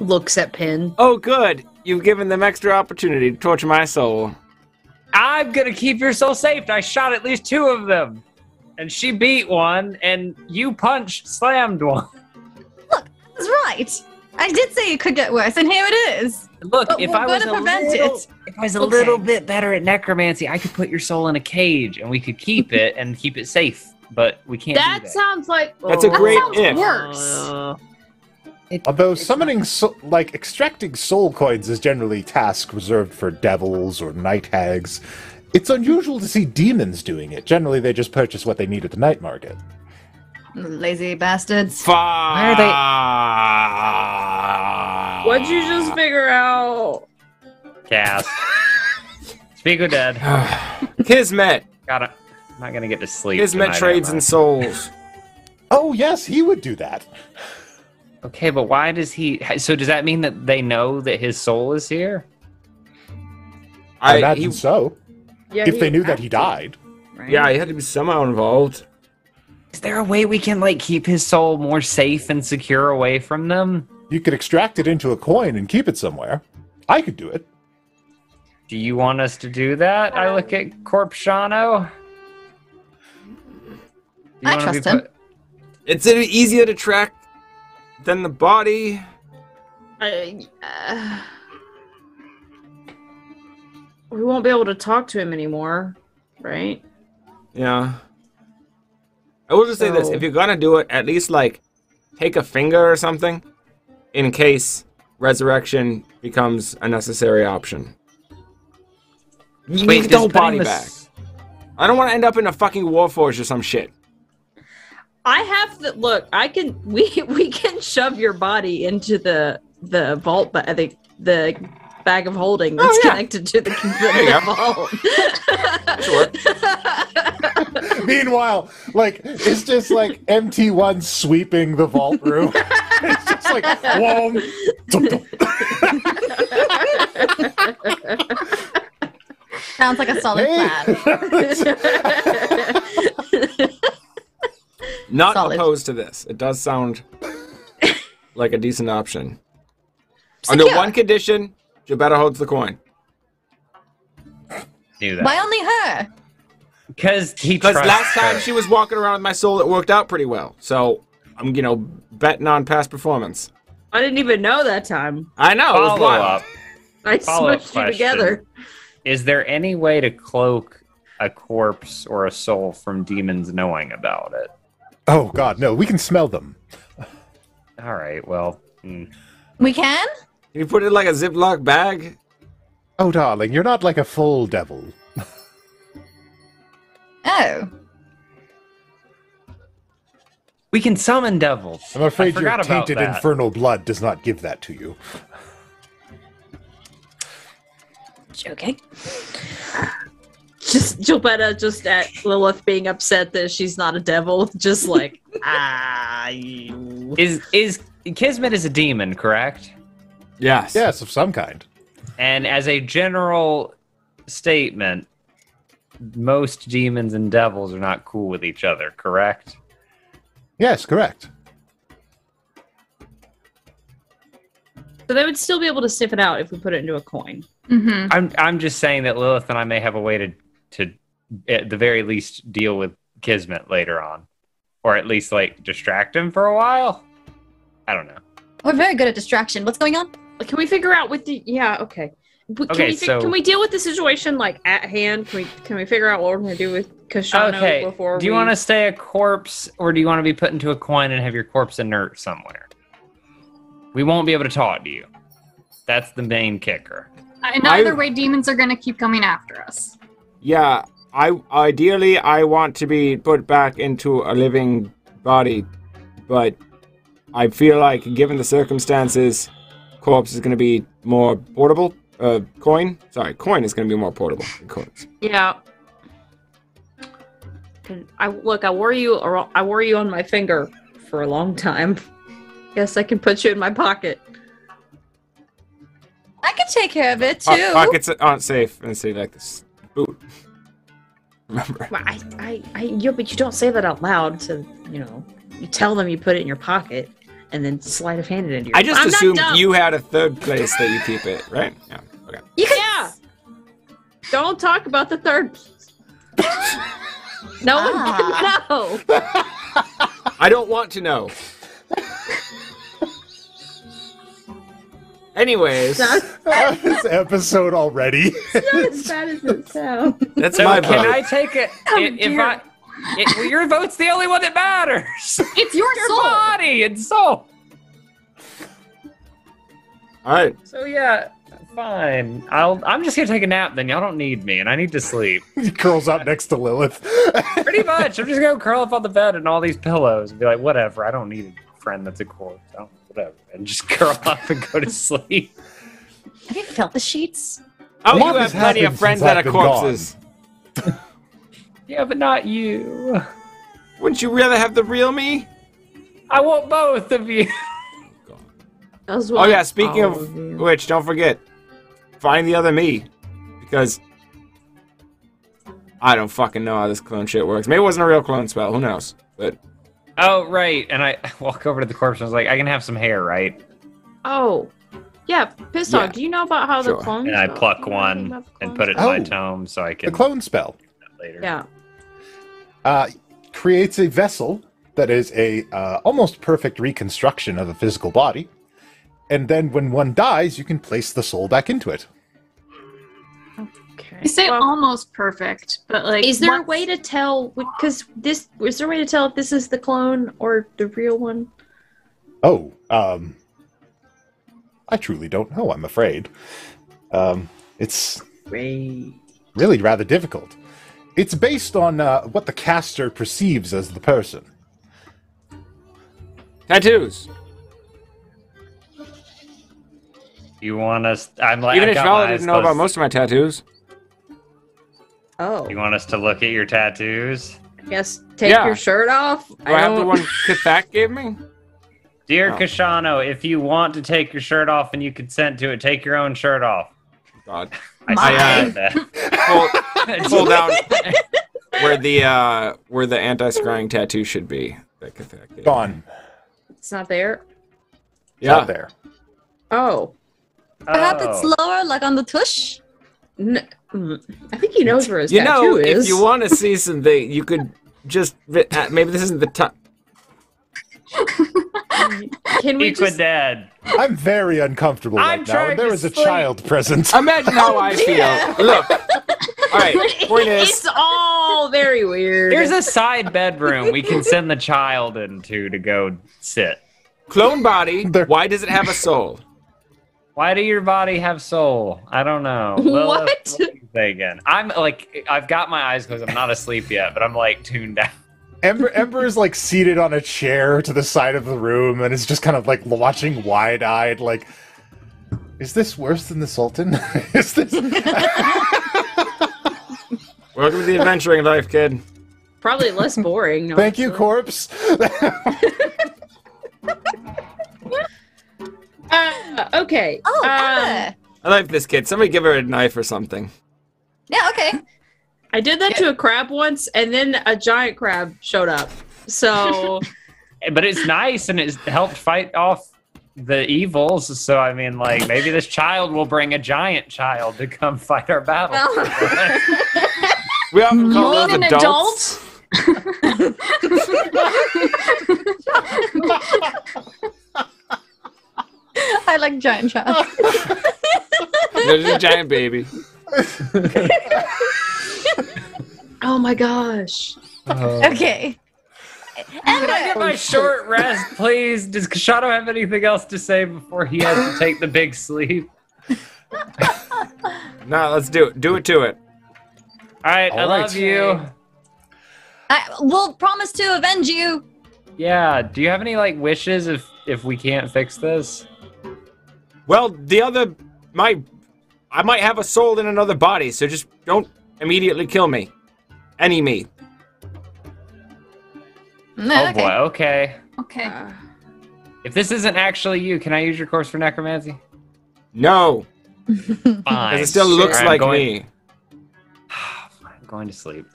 [SPEAKER 7] Looks at Pin.
[SPEAKER 3] Oh, good. You've given them extra opportunity to torture my soul.
[SPEAKER 5] I'm gonna keep your soul safe. I shot at least two of them, and she beat one, and you punched, slammed one.
[SPEAKER 4] That's right. I did say it could get worse, and here it is.
[SPEAKER 5] Look,
[SPEAKER 4] But
[SPEAKER 5] if
[SPEAKER 4] we're
[SPEAKER 5] I was a
[SPEAKER 4] gonna prevent
[SPEAKER 5] little,
[SPEAKER 4] it.
[SPEAKER 5] if I was a
[SPEAKER 4] Okay.
[SPEAKER 5] little bit better at necromancy, I could put your soul in a cage and we
[SPEAKER 4] [LAUGHS]
[SPEAKER 5] could keep it and keep it safe. But we can't.
[SPEAKER 7] That
[SPEAKER 5] do that.
[SPEAKER 7] sounds like
[SPEAKER 3] That's a
[SPEAKER 7] Oh.
[SPEAKER 3] great
[SPEAKER 2] that sounds
[SPEAKER 3] if.
[SPEAKER 2] worse.
[SPEAKER 3] Uh,
[SPEAKER 1] Although summoning, so- like extracting soul coins, is generally a task reserved for devils or night hags. It's unusual to see demons doing it. Generally, they just purchase what they need at the night market.
[SPEAKER 4] Lazy bastards.
[SPEAKER 3] Why
[SPEAKER 7] Uh,
[SPEAKER 3] are
[SPEAKER 7] What'd you just figure out?
[SPEAKER 5] Cast.
[SPEAKER 4] [LAUGHS]
[SPEAKER 5] Speak with Dad.
[SPEAKER 3] they? [SIGHS] [LAUGHS] Kismet.
[SPEAKER 5] Got it. I'm not gonna get to sleep.
[SPEAKER 3] Kismet
[SPEAKER 5] tonight,
[SPEAKER 3] trades
[SPEAKER 5] am I?
[SPEAKER 3] in souls.
[SPEAKER 1] Oh, yes, he would do that.
[SPEAKER 5] Okay, but why does he? So does that mean that they know that his soul is here?
[SPEAKER 1] I,
[SPEAKER 3] I,
[SPEAKER 1] imagine
[SPEAKER 3] he,
[SPEAKER 1] so.
[SPEAKER 7] Yeah,
[SPEAKER 1] If
[SPEAKER 7] he-
[SPEAKER 1] they knew that he died.
[SPEAKER 3] yeah, he had to be somehow involved.
[SPEAKER 5] Is there a way we can like keep his soul more safe and secure away from them?
[SPEAKER 1] You could extract it into a coin and keep it somewhere. I could do it.
[SPEAKER 5] Do you want us to do that? I look at
[SPEAKER 7] Um,
[SPEAKER 5] Corpshano.
[SPEAKER 4] I trust him.
[SPEAKER 3] It's uh, easier to track than the body.
[SPEAKER 7] I- uh, [LAUGHS] we won't be able to talk to him anymore, right?
[SPEAKER 3] Yeah. I will just say this:
[SPEAKER 7] So-
[SPEAKER 3] if you're gonna do it, at least like take a finger or something, in case resurrection becomes a necessary option. You
[SPEAKER 5] Wait,
[SPEAKER 3] get the
[SPEAKER 5] is
[SPEAKER 3] whole
[SPEAKER 5] putting
[SPEAKER 3] body
[SPEAKER 5] the
[SPEAKER 3] back.
[SPEAKER 5] s-
[SPEAKER 3] I don't want to end up in a fucking war forge or some shit.
[SPEAKER 7] I have the look. I can [LAUGHS] we we can shove your body into the the vault, but uh, the the bag of holding
[SPEAKER 1] Oh,
[SPEAKER 7] that's
[SPEAKER 3] yeah.
[SPEAKER 7] connected
[SPEAKER 3] [LAUGHS]
[SPEAKER 7] to the,
[SPEAKER 3] you
[SPEAKER 7] the
[SPEAKER 3] go.
[SPEAKER 7] vault.
[SPEAKER 3] Sure.
[SPEAKER 1] [LAUGHS] Meanwhile, like it's just like MT1 sweeping the vault room. [LAUGHS] it's just like whoa. dum, dum.
[SPEAKER 4] Sounds like a solid plan.
[SPEAKER 1] [LAUGHS] Hey.
[SPEAKER 3] [LAUGHS] Not
[SPEAKER 4] Solid.
[SPEAKER 3] opposed to this. It does sound like a decent option. Under
[SPEAKER 4] Secure.
[SPEAKER 3] one condition, Gebetta holds the coin.
[SPEAKER 5] Do that.
[SPEAKER 4] Why only her?
[SPEAKER 5] Because he
[SPEAKER 3] Because
[SPEAKER 5] trusts
[SPEAKER 3] last time
[SPEAKER 5] her.
[SPEAKER 3] she was walking around with my soul, it worked out pretty well. So I'm, you know, betting on past performance.
[SPEAKER 7] I didn't even know that time.
[SPEAKER 3] I know. it was
[SPEAKER 5] follow
[SPEAKER 3] wild.
[SPEAKER 5] up.
[SPEAKER 7] I
[SPEAKER 5] Follow-up
[SPEAKER 7] smushed you
[SPEAKER 5] question.
[SPEAKER 7] together.
[SPEAKER 5] Is there any way to cloak a corpse or a soul from demons knowing about it?
[SPEAKER 1] oh god, no, we can smell them.
[SPEAKER 5] All right. Well, mm.
[SPEAKER 4] We can?
[SPEAKER 3] Can you put it in like a Ziploc bag?
[SPEAKER 1] Oh darling, you're not like a full devil.
[SPEAKER 4] Oh.
[SPEAKER 5] we can summon devils.
[SPEAKER 1] I'm afraid your
[SPEAKER 5] I forgot about
[SPEAKER 1] tainted
[SPEAKER 5] that.
[SPEAKER 1] infernal blood does not give that to you.
[SPEAKER 4] Joking.
[SPEAKER 7] Just Gilbetta just at Lilith being upset that she's not a devil, [LAUGHS] just like ah you
[SPEAKER 5] Is is Kismet is a demon, correct?
[SPEAKER 3] Yes.
[SPEAKER 1] Yes, of some kind.
[SPEAKER 5] And as a general statement, most demons and devils are not cool with each other, correct?
[SPEAKER 1] Yes, correct. [LAUGHS]
[SPEAKER 7] So they would still be able to sniff it out if we put it into a coin.
[SPEAKER 2] Mm-hmm.
[SPEAKER 5] I'm I'm just saying that Lilith and I may have a way to to at the very least deal with Kismet later on, or at least like distract him for a while. I don't know.
[SPEAKER 4] We're very good at distraction. What's going on?
[SPEAKER 7] Can we figure out with the yeah okay? W- Can
[SPEAKER 5] Okay,
[SPEAKER 7] we fi-
[SPEAKER 5] so-
[SPEAKER 7] can we deal with the situation like at hand? Can we can we figure out what we're gonna do with Kashano
[SPEAKER 5] okay.
[SPEAKER 7] before?
[SPEAKER 5] do you
[SPEAKER 7] we...
[SPEAKER 5] want to stay a corpse, or do you want to be put into a coin and have your corpse inert somewhere? We won't be able to talk to you. That's the main kicker.
[SPEAKER 2] In either
[SPEAKER 3] I-
[SPEAKER 2] way, demons are gonna keep coming after us.
[SPEAKER 3] Yeah. I ideally I want to be put back into a living body, but I feel like given the circumstances, corpse is going to be more portable. Uh, coin. Sorry, coin is going to be more portable. Than coins.
[SPEAKER 7] Yeah. And I look. I wore you. ar- I wore you on my finger for a long time. Yes, I can put you in my pocket.
[SPEAKER 4] I could take care of it too.
[SPEAKER 3] Po- pockets aren't safe in a city like this. Boot. Remember.
[SPEAKER 7] Well, I, I, I, you, but you don't say that out loud. So you know, you tell them you put it in your pocket, and then sleight of hand it into your.
[SPEAKER 3] I just
[SPEAKER 7] I'm not
[SPEAKER 3] assumed
[SPEAKER 7] dumb.
[SPEAKER 3] you had a third place that you keep it, right? Yeah. Okay.
[SPEAKER 4] you could
[SPEAKER 7] Yeah. Don't talk about the third. [LAUGHS] no [LAUGHS]
[SPEAKER 4] Ah.
[SPEAKER 7] one can know.
[SPEAKER 3] I don't want to know. Anyways,
[SPEAKER 7] Not,
[SPEAKER 1] this episode already.
[SPEAKER 7] not as bad as it sounds.
[SPEAKER 3] that's
[SPEAKER 5] So
[SPEAKER 3] my
[SPEAKER 5] can
[SPEAKER 3] vote.
[SPEAKER 5] I take it?
[SPEAKER 2] Oh,
[SPEAKER 5] if if
[SPEAKER 2] dear.
[SPEAKER 5] I, it, well, your vote's the only one that matters.
[SPEAKER 2] It's your,
[SPEAKER 5] your
[SPEAKER 2] soul.
[SPEAKER 5] body and soul.
[SPEAKER 3] All right.
[SPEAKER 5] So yeah, fine. I'll. I'm just gonna take a nap. Then y'all don't need me, and I need to sleep.
[SPEAKER 1] [LAUGHS] he curls up next to
[SPEAKER 5] [LAUGHS]
[SPEAKER 1] Lilith.
[SPEAKER 5] Pretty much. I'm just gonna curl up on the bed and all these pillows and be like, whatever. I don't need a friend that's a corpse. I don't, whatever. And just [LAUGHS] curl up and go to sleep.
[SPEAKER 4] Have you felt the sheets?
[SPEAKER 3] Oh,
[SPEAKER 1] What
[SPEAKER 3] you
[SPEAKER 1] has
[SPEAKER 3] have plenty
[SPEAKER 1] happened
[SPEAKER 3] of friends
[SPEAKER 1] since
[SPEAKER 3] that
[SPEAKER 1] I've
[SPEAKER 3] are
[SPEAKER 1] been gone?
[SPEAKER 3] corpses.
[SPEAKER 5] Yeah, but not you.
[SPEAKER 3] Wouldn't you rather have the real me?
[SPEAKER 5] I want both of you.
[SPEAKER 3] Oh yeah. Speaking of which, don't forget, find the other me, because I don't fucking know how this clone shit works. Maybe it wasn't a real clone spell. Who knows? But
[SPEAKER 5] Oh right. And I walk over to the corpse and I was like, I can have some hair, right?
[SPEAKER 7] Oh, yeah. Pissed
[SPEAKER 3] Yeah.
[SPEAKER 7] off. Do you know about how
[SPEAKER 3] Sure.
[SPEAKER 7] the clones?
[SPEAKER 5] And I
[SPEAKER 7] go?
[SPEAKER 5] pluck
[SPEAKER 7] Do you know anything
[SPEAKER 5] one
[SPEAKER 7] about the
[SPEAKER 5] and
[SPEAKER 7] clones?
[SPEAKER 5] put it in my
[SPEAKER 1] Oh.
[SPEAKER 5] tome so I
[SPEAKER 1] the
[SPEAKER 5] can
[SPEAKER 1] clone spell
[SPEAKER 5] later.
[SPEAKER 7] Yeah.
[SPEAKER 1] uh, creates a vessel that is a uh, almost perfect reconstruction of a physical body, and then when one dies, you can place the soul back into it.
[SPEAKER 7] Okay.
[SPEAKER 2] You say
[SPEAKER 7] Well,
[SPEAKER 2] almost perfect, but like,
[SPEAKER 7] is there a
[SPEAKER 2] what-
[SPEAKER 7] way to tell? Because this is there a way to tell if this is the clone or the real one?
[SPEAKER 1] Oh, um, I truly don't know. I'm afraid. Um, it's really rather difficult. It's based on uh, what the caster perceives as the person.
[SPEAKER 3] tattoos.
[SPEAKER 5] You want us? I'm like,
[SPEAKER 3] Even
[SPEAKER 5] I
[SPEAKER 3] if
[SPEAKER 5] got
[SPEAKER 3] y'all
[SPEAKER 5] my
[SPEAKER 3] didn't
[SPEAKER 5] eyes
[SPEAKER 3] know about
[SPEAKER 5] closed.
[SPEAKER 3] most of my tattoos.
[SPEAKER 7] Oh,
[SPEAKER 5] You want us to look at your tattoos?
[SPEAKER 7] I guess take
[SPEAKER 3] Yeah.
[SPEAKER 7] your shirt off.
[SPEAKER 3] Do I have the
[SPEAKER 7] don't- [LAUGHS]
[SPEAKER 3] one Kathak gave me?
[SPEAKER 5] Dear
[SPEAKER 3] No.
[SPEAKER 5] Kashano, if you want to take your shirt off and you consent to it, take your own shirt off.
[SPEAKER 3] God.
[SPEAKER 5] I
[SPEAKER 3] My-
[SPEAKER 5] said [LAUGHS] that.
[SPEAKER 3] Pull,
[SPEAKER 5] [LAUGHS]
[SPEAKER 7] [LAUGHS]
[SPEAKER 3] pull
[SPEAKER 5] Just-
[SPEAKER 3] down where the uh where the anti-scrying tattoo should be. That Kathak gave.
[SPEAKER 1] Gone.
[SPEAKER 7] It's not there.
[SPEAKER 1] It's out
[SPEAKER 3] Yeah.
[SPEAKER 1] there.
[SPEAKER 7] Oh,
[SPEAKER 4] Perhaps
[SPEAKER 5] Oh.
[SPEAKER 4] it's lower, like on the tush.
[SPEAKER 7] N- mm, I think he knows where his
[SPEAKER 3] You
[SPEAKER 7] tattoo
[SPEAKER 3] know,
[SPEAKER 7] is.
[SPEAKER 3] if you want to see something, you could just vi- uh, maybe this isn't the time.
[SPEAKER 7] Can we
[SPEAKER 5] Equal
[SPEAKER 7] just?
[SPEAKER 5] dead.
[SPEAKER 1] I'm very uncomfortable
[SPEAKER 5] I'm
[SPEAKER 1] right now.
[SPEAKER 5] trying
[SPEAKER 1] and There
[SPEAKER 5] to
[SPEAKER 1] is a
[SPEAKER 5] sleep.
[SPEAKER 1] child
[SPEAKER 5] [LAUGHS]
[SPEAKER 1] present.
[SPEAKER 3] Imagine how
[SPEAKER 7] [LAUGHS]
[SPEAKER 3] I feel. Look. All right. Point
[SPEAKER 7] It's
[SPEAKER 3] is,
[SPEAKER 7] all very weird.
[SPEAKER 5] There's a side bedroom we can send the child into to go sit.
[SPEAKER 3] clone body.
[SPEAKER 1] There-
[SPEAKER 3] Why does it have a soul?
[SPEAKER 5] Why do your body have soul? I don't know. Lilith,
[SPEAKER 7] What?
[SPEAKER 5] what are you thinking? I'm like, I've got my eyes closed. I'm not asleep yet, but I'm like tuned out.
[SPEAKER 1] Ember, Ember is like seated on a chair to the side of the room and is just kind of like watching wide eyed, like, [LAUGHS] is this worse than the Sultan? is this.
[SPEAKER 3] Welcome to the adventuring life, kid.
[SPEAKER 7] Probably less boring.
[SPEAKER 1] Thank you,
[SPEAKER 7] honestly.
[SPEAKER 1] corpse.
[SPEAKER 7] Uh, okay.
[SPEAKER 4] Oh,
[SPEAKER 7] um,
[SPEAKER 4] Anna.
[SPEAKER 3] I like this kid. Somebody give her a knife or something.
[SPEAKER 4] Yeah, okay. [LAUGHS]
[SPEAKER 7] I did that to a crab once, and then a giant crab showed up. So
[SPEAKER 5] But it's nice and it's helped fight off the evils. So, I mean, like, maybe this child will bring a giant child to come fight our battle. [LAUGHS]
[SPEAKER 3] We often
[SPEAKER 2] You
[SPEAKER 3] call
[SPEAKER 2] mean
[SPEAKER 3] those
[SPEAKER 2] an
[SPEAKER 3] adults.
[SPEAKER 2] adult?
[SPEAKER 4] I like giant child.
[SPEAKER 3] There's a giant baby.
[SPEAKER 7] Oh my gosh.
[SPEAKER 4] Uh, okay.
[SPEAKER 5] Can I get
[SPEAKER 4] Ender,
[SPEAKER 5] my short rest, please? Does Kashado have anything else to say before he has to take the big sleep?
[SPEAKER 3] No, let's do it. Do it to it.
[SPEAKER 5] All right, I
[SPEAKER 1] All right.
[SPEAKER 5] love you.
[SPEAKER 4] I, we'll promise to avenge you.
[SPEAKER 5] Yeah. Do you have any like wishes if if we can't fix this?
[SPEAKER 3] Well, the other my I might have a soul in another body, so just don't immediately kill me. Any me.
[SPEAKER 4] Mm,
[SPEAKER 5] Oh boy. Okay.
[SPEAKER 2] Okay.
[SPEAKER 7] Uh,
[SPEAKER 5] If this isn't actually you, can I use your course for necromancy?
[SPEAKER 3] No,
[SPEAKER 5] Fine.
[SPEAKER 3] because it still
[SPEAKER 5] sure,
[SPEAKER 3] looks
[SPEAKER 5] I'm
[SPEAKER 3] like
[SPEAKER 5] going-
[SPEAKER 3] me.
[SPEAKER 5] [SIGHS] I'm going to sleep.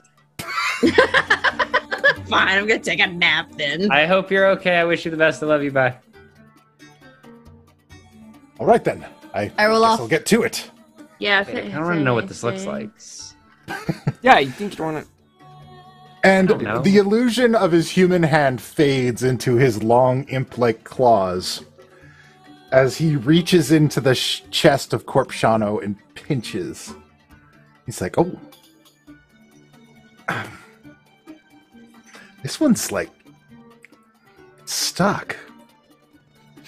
[SPEAKER 7] fine, I'm gonna take a nap then.
[SPEAKER 5] I hope you're okay. I wish you the best. I love you. Bye.
[SPEAKER 1] All right then. I guess
[SPEAKER 4] I roll
[SPEAKER 1] I'll
[SPEAKER 4] off.
[SPEAKER 1] get to it.
[SPEAKER 7] yeah,
[SPEAKER 5] I don't even know what this looks like.
[SPEAKER 3] Yeah, you think you want to?
[SPEAKER 1] And
[SPEAKER 5] don't know.
[SPEAKER 1] the illusion of his human hand fades into his long imp like claws as he reaches into the sh- chest of Corpshano and pinches. He's like, oh. This one's like stuck.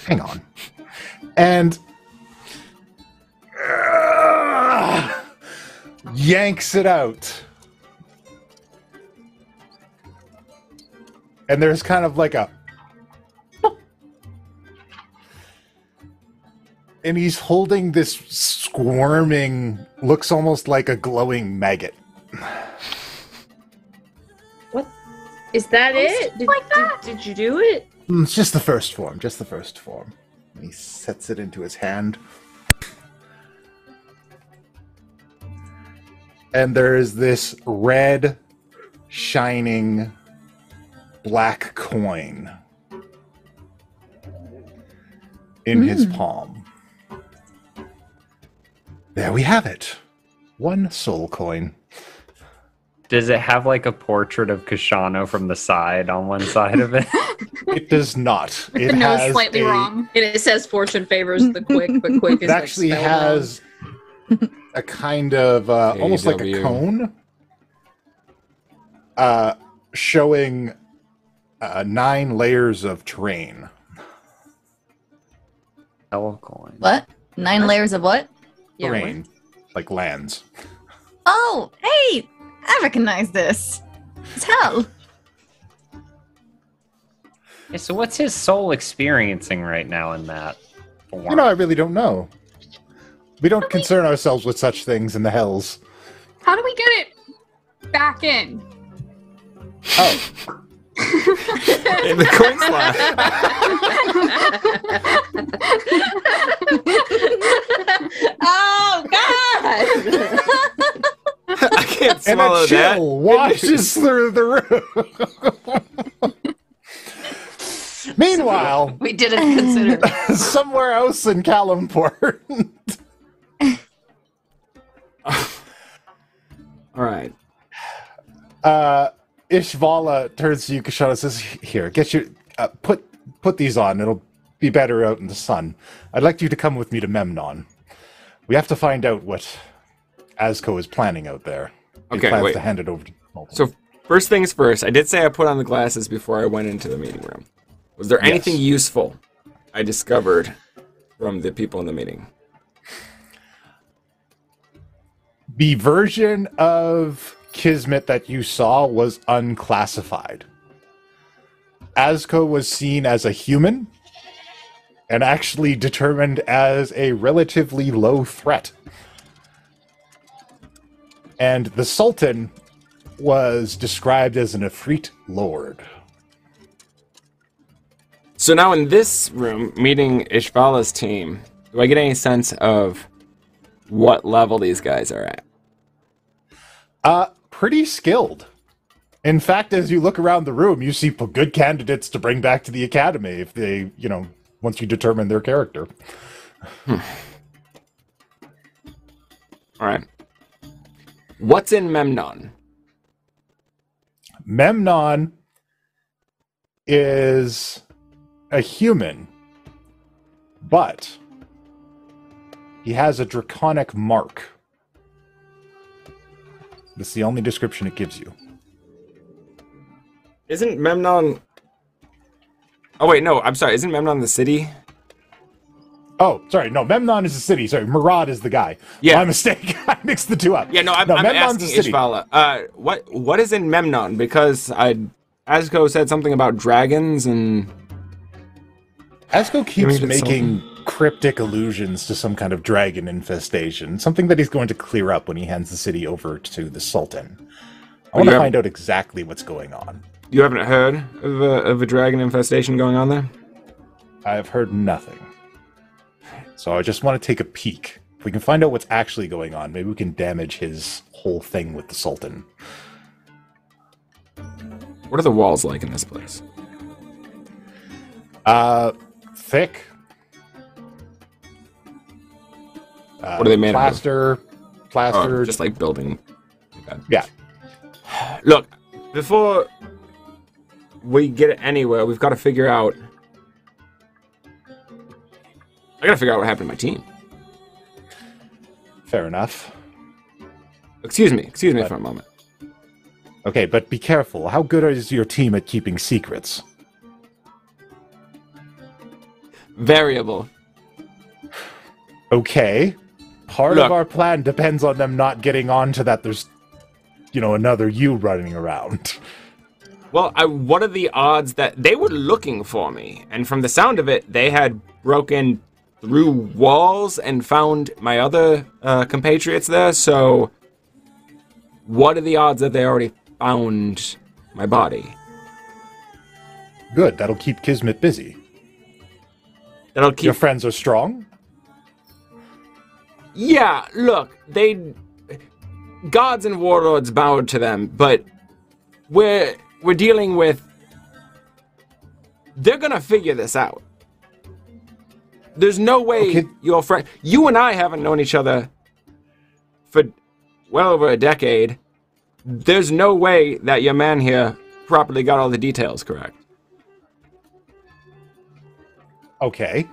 [SPEAKER 1] Hang on. And uh, yanks it out. and there's kind of like a and he's holding this squirming looks almost like a glowing maggot
[SPEAKER 7] Is that it? Did,
[SPEAKER 2] like that.
[SPEAKER 7] Did, did you do it?
[SPEAKER 1] Mm, it's just the first form just the first form and he sets it into his hand and there is this red shining black coin in his
[SPEAKER 2] Hmm.
[SPEAKER 1] palm. There we have it. One soul coin.
[SPEAKER 5] Does it have like a portrait of Kashano from the side on one side of it?
[SPEAKER 1] It does not. It
[SPEAKER 2] [LAUGHS] the nose
[SPEAKER 1] has
[SPEAKER 2] slightly
[SPEAKER 1] a-
[SPEAKER 2] wrong.
[SPEAKER 7] And it says fortune favors the quick,
[SPEAKER 5] [LAUGHS]
[SPEAKER 7] but quick is
[SPEAKER 1] It
[SPEAKER 7] like,
[SPEAKER 1] actually
[SPEAKER 7] spelled
[SPEAKER 1] has a kind of uh, almost like a
[SPEAKER 3] AW.
[SPEAKER 1] cone uh, showing uh, nine layers of terrain.
[SPEAKER 5] Hell coin.
[SPEAKER 4] What? Nine layers of what?
[SPEAKER 7] wrong. Yeah,
[SPEAKER 1] terrain. Like lands.
[SPEAKER 4] Oh, hey, I recognize this. It's hell.
[SPEAKER 5] Yeah, so what's his soul experiencing right now in that form?
[SPEAKER 1] You know, I really don't know. We don't concern ourselves with such things in the hells.
[SPEAKER 2] How do we get it back in?
[SPEAKER 1] Oh,
[SPEAKER 3] [LAUGHS] In the coin slot. [LAUGHS]
[SPEAKER 7] [LAUGHS] oh god!
[SPEAKER 3] I can't
[SPEAKER 1] and a
[SPEAKER 3] swallow that.
[SPEAKER 1] chill [LAUGHS] washes through the room. Meanwhile, [LAUGHS]
[SPEAKER 4] We
[SPEAKER 3] [LAUGHS]
[SPEAKER 4] didn't consider.
[SPEAKER 1] somewhere else in Calumport,
[SPEAKER 3] All right.
[SPEAKER 1] uh, Ishvala turns to you, Kashana, and says, "Here, get your uh, put put these on. It'll be better out in the sun. I'd like you to come with me to Memnon. We have to find out what Azco is planning out there. He
[SPEAKER 3] Okay,
[SPEAKER 1] plans
[SPEAKER 3] wait.
[SPEAKER 1] to hand it over to Mulder.
[SPEAKER 3] So first things first. I did say I put on the glasses before I went into the meeting room. Was there anything
[SPEAKER 1] Yes.
[SPEAKER 3] useful I discovered from the people in the meeting?
[SPEAKER 1] the version of Kismet that you saw was unclassified. Azco was seen as a human and actually determined as a relatively low threat. And the Sultan was described as an Efreet lord.
[SPEAKER 3] So now in this room, meeting Ishvala's team, do I get any sense of what level these guys are at?
[SPEAKER 1] Uh, pretty skilled. In fact, as you look around the room, you see p- good candidates to bring back to the academy if they, you know, once you determine their character.
[SPEAKER 3] All right. What's in Memnon?
[SPEAKER 1] Memnon is a human, but he has a draconic mark. That's the only description it gives you.
[SPEAKER 3] Isn't Memnon? Oh wait, no. I'm sorry. Isn't Memnon the city?
[SPEAKER 1] Oh, sorry. No, Memnon is the city. Sorry, Murad is the guy.
[SPEAKER 3] Yeah.
[SPEAKER 1] My [LAUGHS] mistake. I mixed the two up.
[SPEAKER 3] Yeah, no. I'm, I'm asking Ishvala. Uh, what what is in Memnon? Because I Asko said something about dragons and
[SPEAKER 1] Asko
[SPEAKER 3] me
[SPEAKER 1] keeps
[SPEAKER 3] that
[SPEAKER 1] making cryptic allusions to some kind of dragon infestation, something that he's going to clear up when he hands the city over to the Sultan. I
[SPEAKER 3] Well,
[SPEAKER 1] want
[SPEAKER 3] you
[SPEAKER 1] to
[SPEAKER 3] have-
[SPEAKER 1] find out exactly what's going on.
[SPEAKER 3] you haven't heard of a, of a dragon infestation going on there.
[SPEAKER 1] I've heard nothing. So I just want to take a peek. If we can find out what's actually going on, maybe we can damage his whole thing with the Sultan.
[SPEAKER 3] What are the walls like in this place?
[SPEAKER 1] Uh, thick. Uh,
[SPEAKER 3] What are they made of?
[SPEAKER 1] plaster, of? Plaster,
[SPEAKER 3] Oh, just like building. Okay.
[SPEAKER 1] Yeah.
[SPEAKER 3] [SIGHS] Look, before we get anywhere, we've got to figure out. I gotta figure out what happened to my team.
[SPEAKER 1] fair enough.
[SPEAKER 3] Excuse me, excuse me
[SPEAKER 1] Right.
[SPEAKER 3] for a moment.
[SPEAKER 1] Okay, but be careful. How good is your team at keeping secrets?
[SPEAKER 3] Variable.
[SPEAKER 1] Okay. Part
[SPEAKER 3] Look.
[SPEAKER 1] of our plan depends on them not getting onto that there's, you know, another you running around. [LAUGHS]
[SPEAKER 3] Well, I, what are the odds that they were looking for me? And from the sound of it, they had broken through walls and found my other uh, compatriots there. So, what are the odds that they already found my body?
[SPEAKER 1] Good, that'll keep Kismet busy.
[SPEAKER 3] That'll keep
[SPEAKER 1] Your friends are strong?
[SPEAKER 3] Yeah, look, they gods and warlords bowed to them, but we're we're dealing with they're gonna figure this out. There's no way
[SPEAKER 1] Okay.
[SPEAKER 3] your friend you and I haven't known each other for well over a decade. There's no way that your man here properly got all the details correct.
[SPEAKER 1] Okay.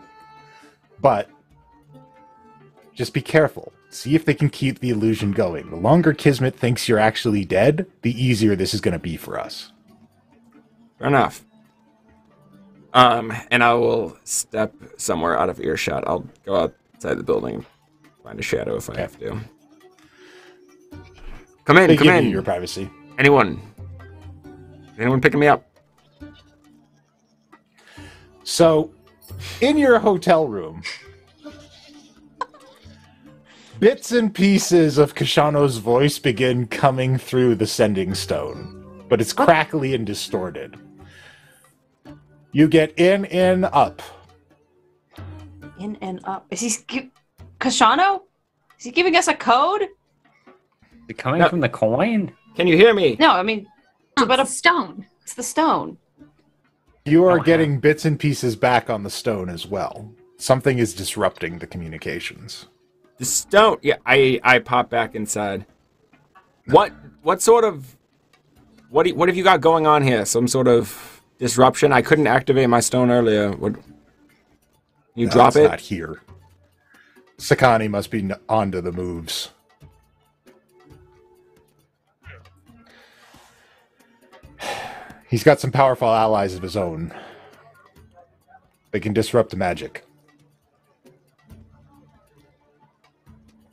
[SPEAKER 1] But just be careful. See if they can keep the illusion going. The longer Kismet thinks you're actually dead, the easier this is going to be for us.
[SPEAKER 3] Fair enough. Um, and I will step somewhere out of earshot. I'll go outside the building, find a shadow if I have to. Come in,
[SPEAKER 1] They
[SPEAKER 3] come
[SPEAKER 1] give
[SPEAKER 3] in.
[SPEAKER 1] you your privacy.
[SPEAKER 3] Anyone? Anyone picking me up?
[SPEAKER 1] So, in your hotel room, bits and pieces of Kashano's voice begin coming through the sending stone, but it's crackly and distorted. You get in, in, up.
[SPEAKER 6] In and up. Is he gi- Kashano? Is he giving us a code?
[SPEAKER 5] Is it coming
[SPEAKER 3] No.
[SPEAKER 5] from the coin?
[SPEAKER 3] Can you hear me?
[SPEAKER 6] No, I mean
[SPEAKER 2] It's
[SPEAKER 6] but
[SPEAKER 2] a
[SPEAKER 6] a-
[SPEAKER 2] stone.
[SPEAKER 6] it's the stone.
[SPEAKER 1] You are
[SPEAKER 5] Okay.
[SPEAKER 1] getting bits and pieces back on the stone as well. Something is disrupting the communications.
[SPEAKER 3] The stone. Yeah, I I pop back inside. What what sort of what do, what have you got going on here? Some sort of disruption? I couldn't activate my stone earlier. What? You
[SPEAKER 1] No,
[SPEAKER 3] drop
[SPEAKER 1] it's
[SPEAKER 3] it?
[SPEAKER 1] Not here. Sakani must be n- onto the moves. [SIGHS] He's got some powerful allies of his own. They can disrupt the magic.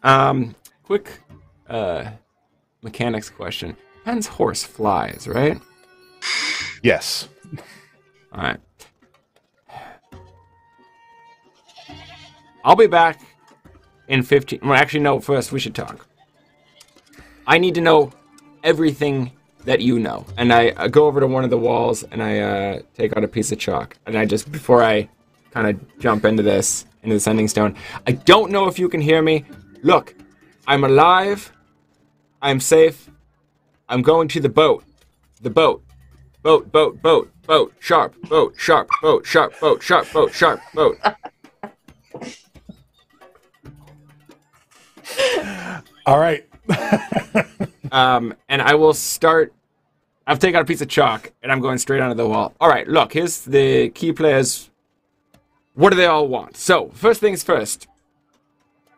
[SPEAKER 3] Um, quick, uh, mechanics question. Penn's horse flies, right?
[SPEAKER 1] Yes.
[SPEAKER 3] All right. I'll be back in 15. Well, actually, no, first we should talk. I need to know everything that you know. And I, uh go over to one of the walls and I uh, take out a piece of chalk. And I just, before I kind of jump into this, into the sending stone, I don't know if you can hear me. Look, I'm alive. I'm safe. I'm going to the boat. The boat. Boat, boat, boat, boat, sharp, boat, sharp, boat, sharp, boat, sharp, boat, sharp, boat.
[SPEAKER 1] All right.
[SPEAKER 3] Um, and I will start. I've taken out a piece of chalk and I'm going straight onto the wall. All right, look, here's the key players. What do they all want? So, first things first.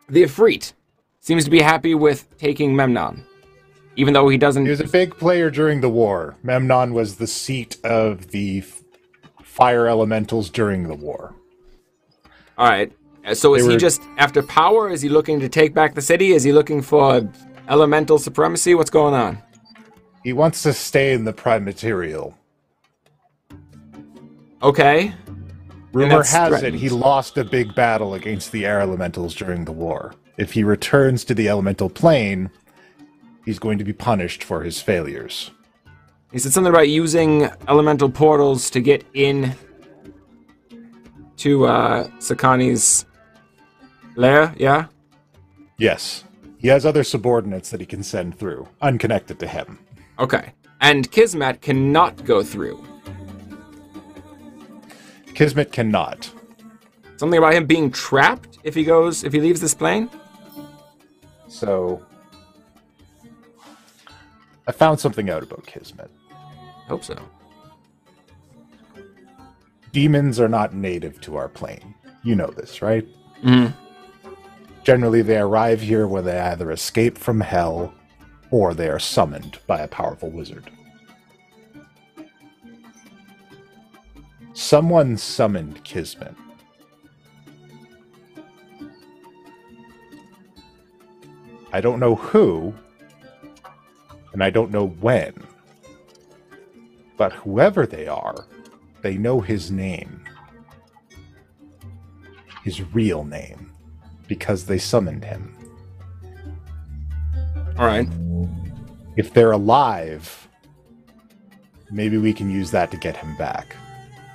[SPEAKER 3] The Efreet seems to be happy with taking Memnon, even though he doesn't.
[SPEAKER 1] He was a big player during the war. Memnon was the seat of the f- fire elementals during the war.
[SPEAKER 3] All right. Uh, So, is
[SPEAKER 1] They
[SPEAKER 3] he
[SPEAKER 1] were-
[SPEAKER 3] just after power? Is he looking to take back the city? Is he looking for elemental supremacy? What's going on?
[SPEAKER 1] He wants to stay in the prime material.
[SPEAKER 3] Okay.
[SPEAKER 1] Rumor
[SPEAKER 3] that's
[SPEAKER 1] has
[SPEAKER 3] threatened.
[SPEAKER 1] it he lost a big battle against the air elementals during the war. If he returns to the elemental plane, he's going to be punished for his failures.
[SPEAKER 3] He said something about using elemental portals to get in to uh, Sakani's lair. Yeah.
[SPEAKER 1] Yes, he has other subordinates that he can send through, unconnected to him.
[SPEAKER 3] Okay. And Kismet cannot go through.
[SPEAKER 1] Kismet cannot.
[SPEAKER 3] Something about him being trapped if he goes if he leaves this plane.
[SPEAKER 1] So I found something out about Kismet.
[SPEAKER 3] Hope so.
[SPEAKER 1] Demons are not native to our plane. You know this, right?
[SPEAKER 3] hmm
[SPEAKER 1] Generally, they arrive here when they either escape from hell or they are summoned by a powerful wizard. Someone summoned Kismet. I don't know who, and I don't know when, but whoever they are, they know his name. His real name because they summoned him.
[SPEAKER 3] All right.
[SPEAKER 1] If they're alive, maybe we can use that to get him back.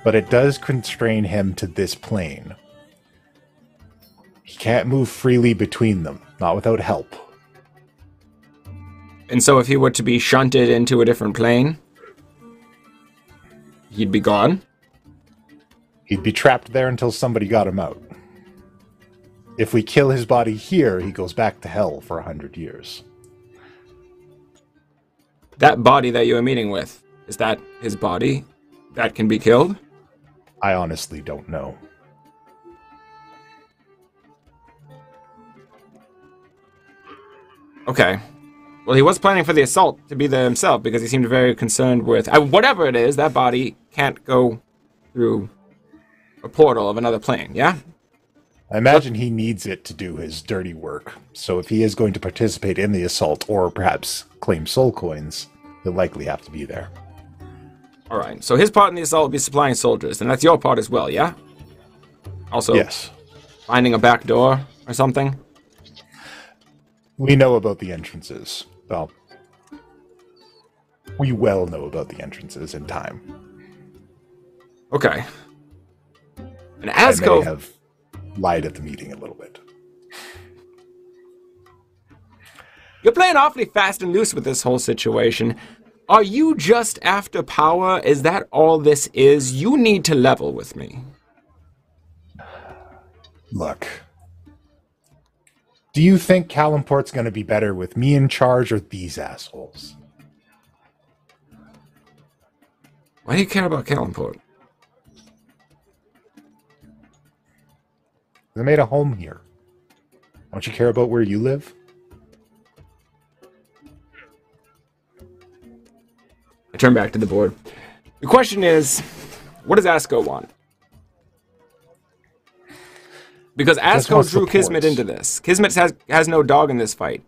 [SPEAKER 1] But it does constrain him to this plane. He can't move freely between them, not without help.
[SPEAKER 3] And so if he were to be shunted into a different plane, he'd be gone.
[SPEAKER 1] He'd be trapped there until somebody got him out. If we kill his body here, he goes back to hell for a hundred years.
[SPEAKER 3] That body that you are meeting with is that his body that can be killed.
[SPEAKER 1] I honestly don't know.
[SPEAKER 3] Okay. Well, he was planning for the assault to be there himself because he seemed very concerned with I, whatever it is. That body can't go through a portal of another plane. Yeah.
[SPEAKER 1] I imagine he needs it to do his dirty work. So if he is going to participate in the assault or perhaps claim soul coins, he'll likely have to be there.
[SPEAKER 3] All right. So his part in the assault will be supplying soldiers, and that's your part as well. Yeah. Also,
[SPEAKER 1] Yes.
[SPEAKER 3] finding a back door or something.
[SPEAKER 1] We know about the entrances. Well, we well know about the entrances in time.
[SPEAKER 3] Okay. And
[SPEAKER 1] I may
[SPEAKER 3] Asco
[SPEAKER 1] have lied at the meeting a little bit.
[SPEAKER 3] You're playing awfully fast and loose with this whole situation. Are you just after power? Is that all this is? You need to level with me.
[SPEAKER 1] Look. Do you think Calumport's going to be better with me in charge or these assholes?
[SPEAKER 3] Why do you care about Kalimport?
[SPEAKER 1] They made a home here. Don't you care about where you live?
[SPEAKER 3] I turn back to the board. The question is, what does Asko want? Because
[SPEAKER 1] Just
[SPEAKER 3] Asko
[SPEAKER 1] wants
[SPEAKER 3] drew
[SPEAKER 1] support.
[SPEAKER 3] Kismet into this. Kismet has has no dog in this fight.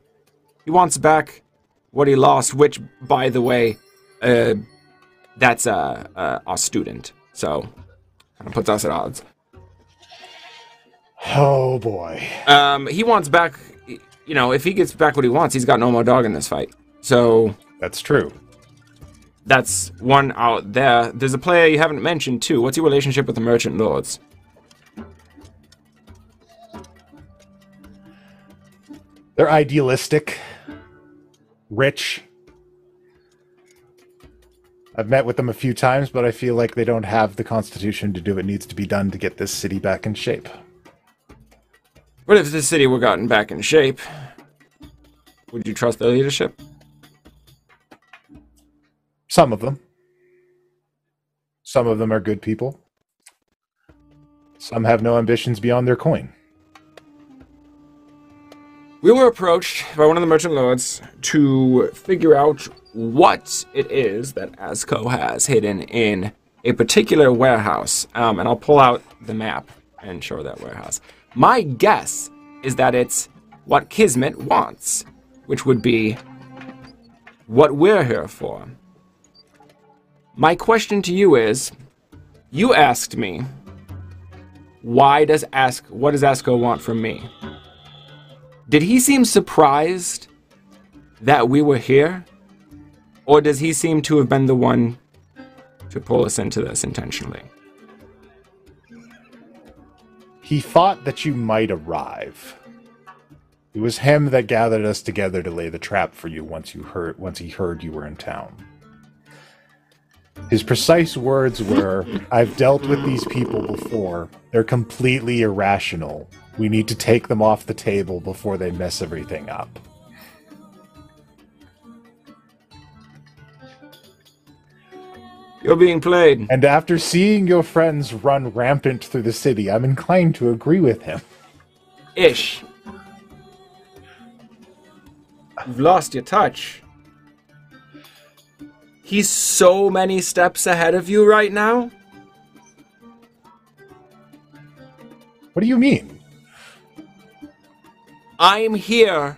[SPEAKER 3] He wants back what he lost, which, by the way, uh, that's uh, uh, our student. So, kind of puts us at odds.
[SPEAKER 1] Oh boy.
[SPEAKER 3] Um, he wants back. You know, if he gets back what he wants, he's got no more dog in this fight. So
[SPEAKER 1] That's true.
[SPEAKER 3] That's one out there. There's a player you haven't mentioned too. What's your relationship with the merchant lords?
[SPEAKER 1] They're idealistic, rich. I've met with them a few times, but I feel like they don't have the constitution to do what needs to be done to get this city back in shape.
[SPEAKER 3] What if the city were gotten back in shape? Would you trust their leadership?
[SPEAKER 1] Some of them. Some of them are good people. Some have no ambitions beyond their coin.
[SPEAKER 3] We were approached by one of the merchant lords to figure out what it is that Asco has hidden in a particular warehouse. Um, and I'll pull out the map and show that warehouse. My guess is that it's what Kismet wants, which would be what we're here for. My question to you is you asked me, why does Ask what does Asco want from me? Did he seem surprised that we were here? Or does he seem to have been the one to pull us into this intentionally?
[SPEAKER 1] He thought that you might arrive. It was him that gathered us together to lay the trap for you once you heard once he heard you were in town. His precise words were, I've dealt with these people before. They're completely irrational. We need to take them off the table before they mess everything up.
[SPEAKER 3] You're being played.
[SPEAKER 1] And after seeing your friends run rampant through the city, I'm inclined to agree with him.
[SPEAKER 3] Ish. You've lost your touch. He's so many steps ahead of you right now.
[SPEAKER 1] What do you mean?
[SPEAKER 3] I'm here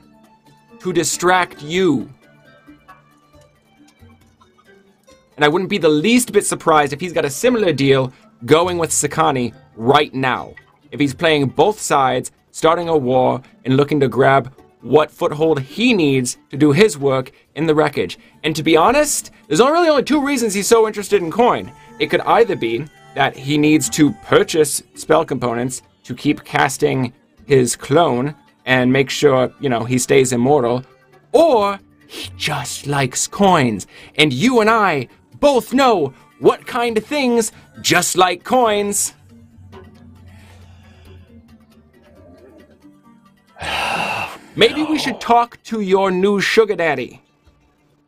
[SPEAKER 3] to distract you. And I wouldn't be the least bit surprised if he's got a similar deal going with Sakani right now. If he's playing both sides, starting a war, and looking to grab what foothold he needs to do his work in the wreckage. And to be honest, there's really only two reasons he's so interested in coin. It could either be that he needs to purchase spell components to keep casting his clone and make sure, you know, he stays immortal, or he just likes coins. And you and I both know what kind of things just like coins. [SIGHS] Maybe we should talk to your new sugar daddy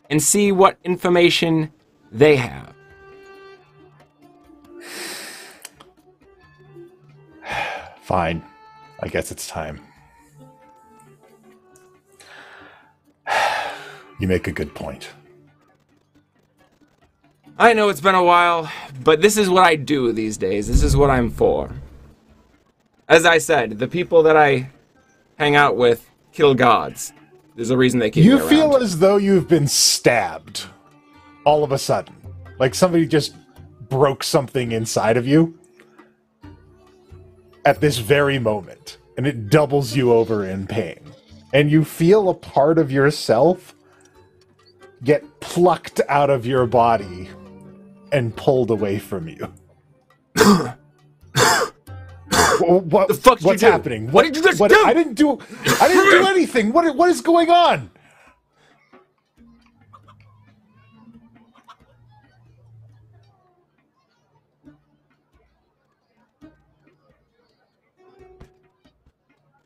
[SPEAKER 3] and see what information they have.
[SPEAKER 1] Fine. I guess it's time. [SIGHS] You make a good point.
[SPEAKER 3] I know it's been a while, but this is what I do these days. This is what I'm for. As I said, the people that I hang out with kill gods. There's a reason they keep
[SPEAKER 1] You
[SPEAKER 3] me
[SPEAKER 1] feel
[SPEAKER 3] around.
[SPEAKER 1] as though you've been stabbed all of a sudden. Like somebody just broke something inside of you at this very moment, and it doubles you over in pain. And you feel a part of yourself get plucked out of your body and pulled away from you. Wha- what,
[SPEAKER 3] The fuck did you
[SPEAKER 1] what's
[SPEAKER 3] do?
[SPEAKER 1] happening?
[SPEAKER 3] What did you just do?
[SPEAKER 1] I didn't do. I didn't do anything. What? What is going on?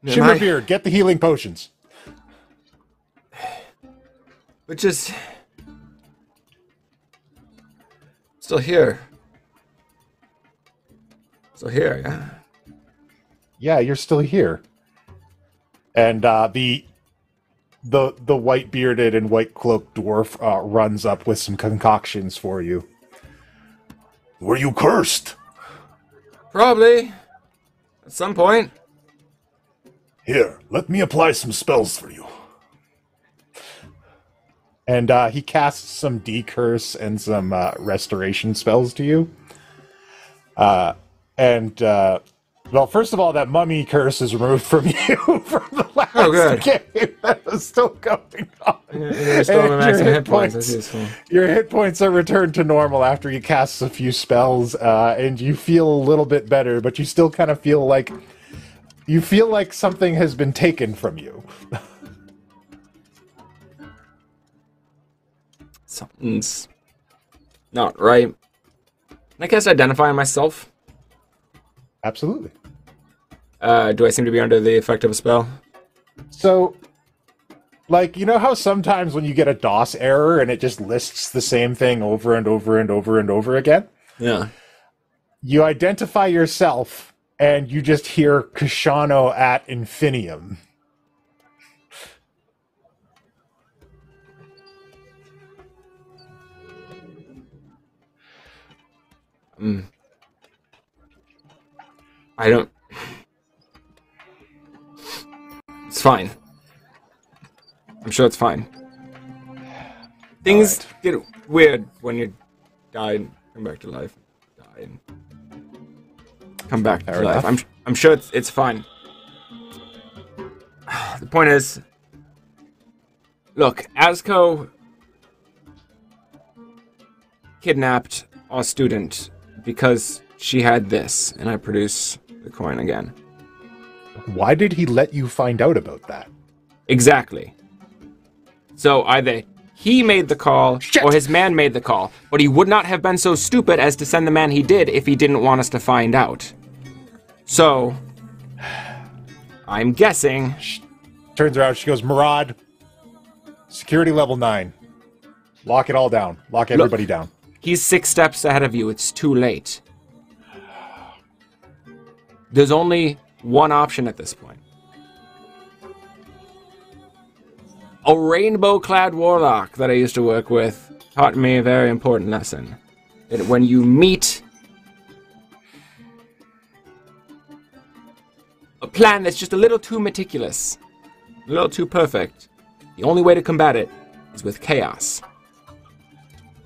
[SPEAKER 3] Am I-
[SPEAKER 1] Shimmerbeard, get the healing potions.
[SPEAKER 3] But just still here. Still here, yeah.
[SPEAKER 1] Yeah, you're still here. And uh, the the the white bearded and white cloaked dwarf uh, runs up with some concoctions for you. Were you cursed?
[SPEAKER 3] Probably. At some point.
[SPEAKER 1] Here, let me apply some spells for you. And uh, he casts some decurse and some uh, restoration spells to you. Uh, and uh, Well, first of all, that mummy curse is removed from [LAUGHS] you from the last
[SPEAKER 3] Oh, good.
[SPEAKER 1] game [LAUGHS] that was still going on. [LAUGHS]
[SPEAKER 3] You're still on the
[SPEAKER 1] And
[SPEAKER 3] maximum
[SPEAKER 1] your
[SPEAKER 3] hit points. That's
[SPEAKER 1] points-
[SPEAKER 3] useful.
[SPEAKER 1] Your hit points are returned to normal after you cast a few spells, uh, and you feel a little bit better, but you still kind of feel like you feel like something has been taken from you.
[SPEAKER 3] Something's not right. Can I guess identifying myself.
[SPEAKER 1] Absolutely.
[SPEAKER 3] Uh, do I seem to be under the effect of a spell?
[SPEAKER 1] So, like, you know how sometimes when you get a DOS error and it just lists the same thing over and over and over and over again?
[SPEAKER 3] Yeah.
[SPEAKER 1] You identify yourself and you just hear Kashano at infinium.
[SPEAKER 3] Mm. I don't. It's fine. I'm sure it's fine. Things get weird when you die and come back to life. Die and come back
[SPEAKER 1] Fair
[SPEAKER 3] to life.
[SPEAKER 1] enough.
[SPEAKER 3] I'm, I'm sure it's, it's fine. [SIGHS] The point is look, Asco kidnapped our student because she had this, and I produce the coin again.
[SPEAKER 1] Why did he let you find out about that?
[SPEAKER 3] Exactly. So either he made the call or his man made the call, but he would not have been so stupid as to send the man he did if he didn't want us to find out. So [SIGHS] I'm guessing
[SPEAKER 1] Turns around, she goes, Murad, security level nine. Lock it all down. Lock everybody down.
[SPEAKER 3] he's six steps ahead of you. It's too late. There's only one option at this point. A rainbow clad warlock that I used to work with taught me a very important lesson. That when you meet a plan that's just a little too meticulous, a little too perfect, the only way to combat it is with chaos.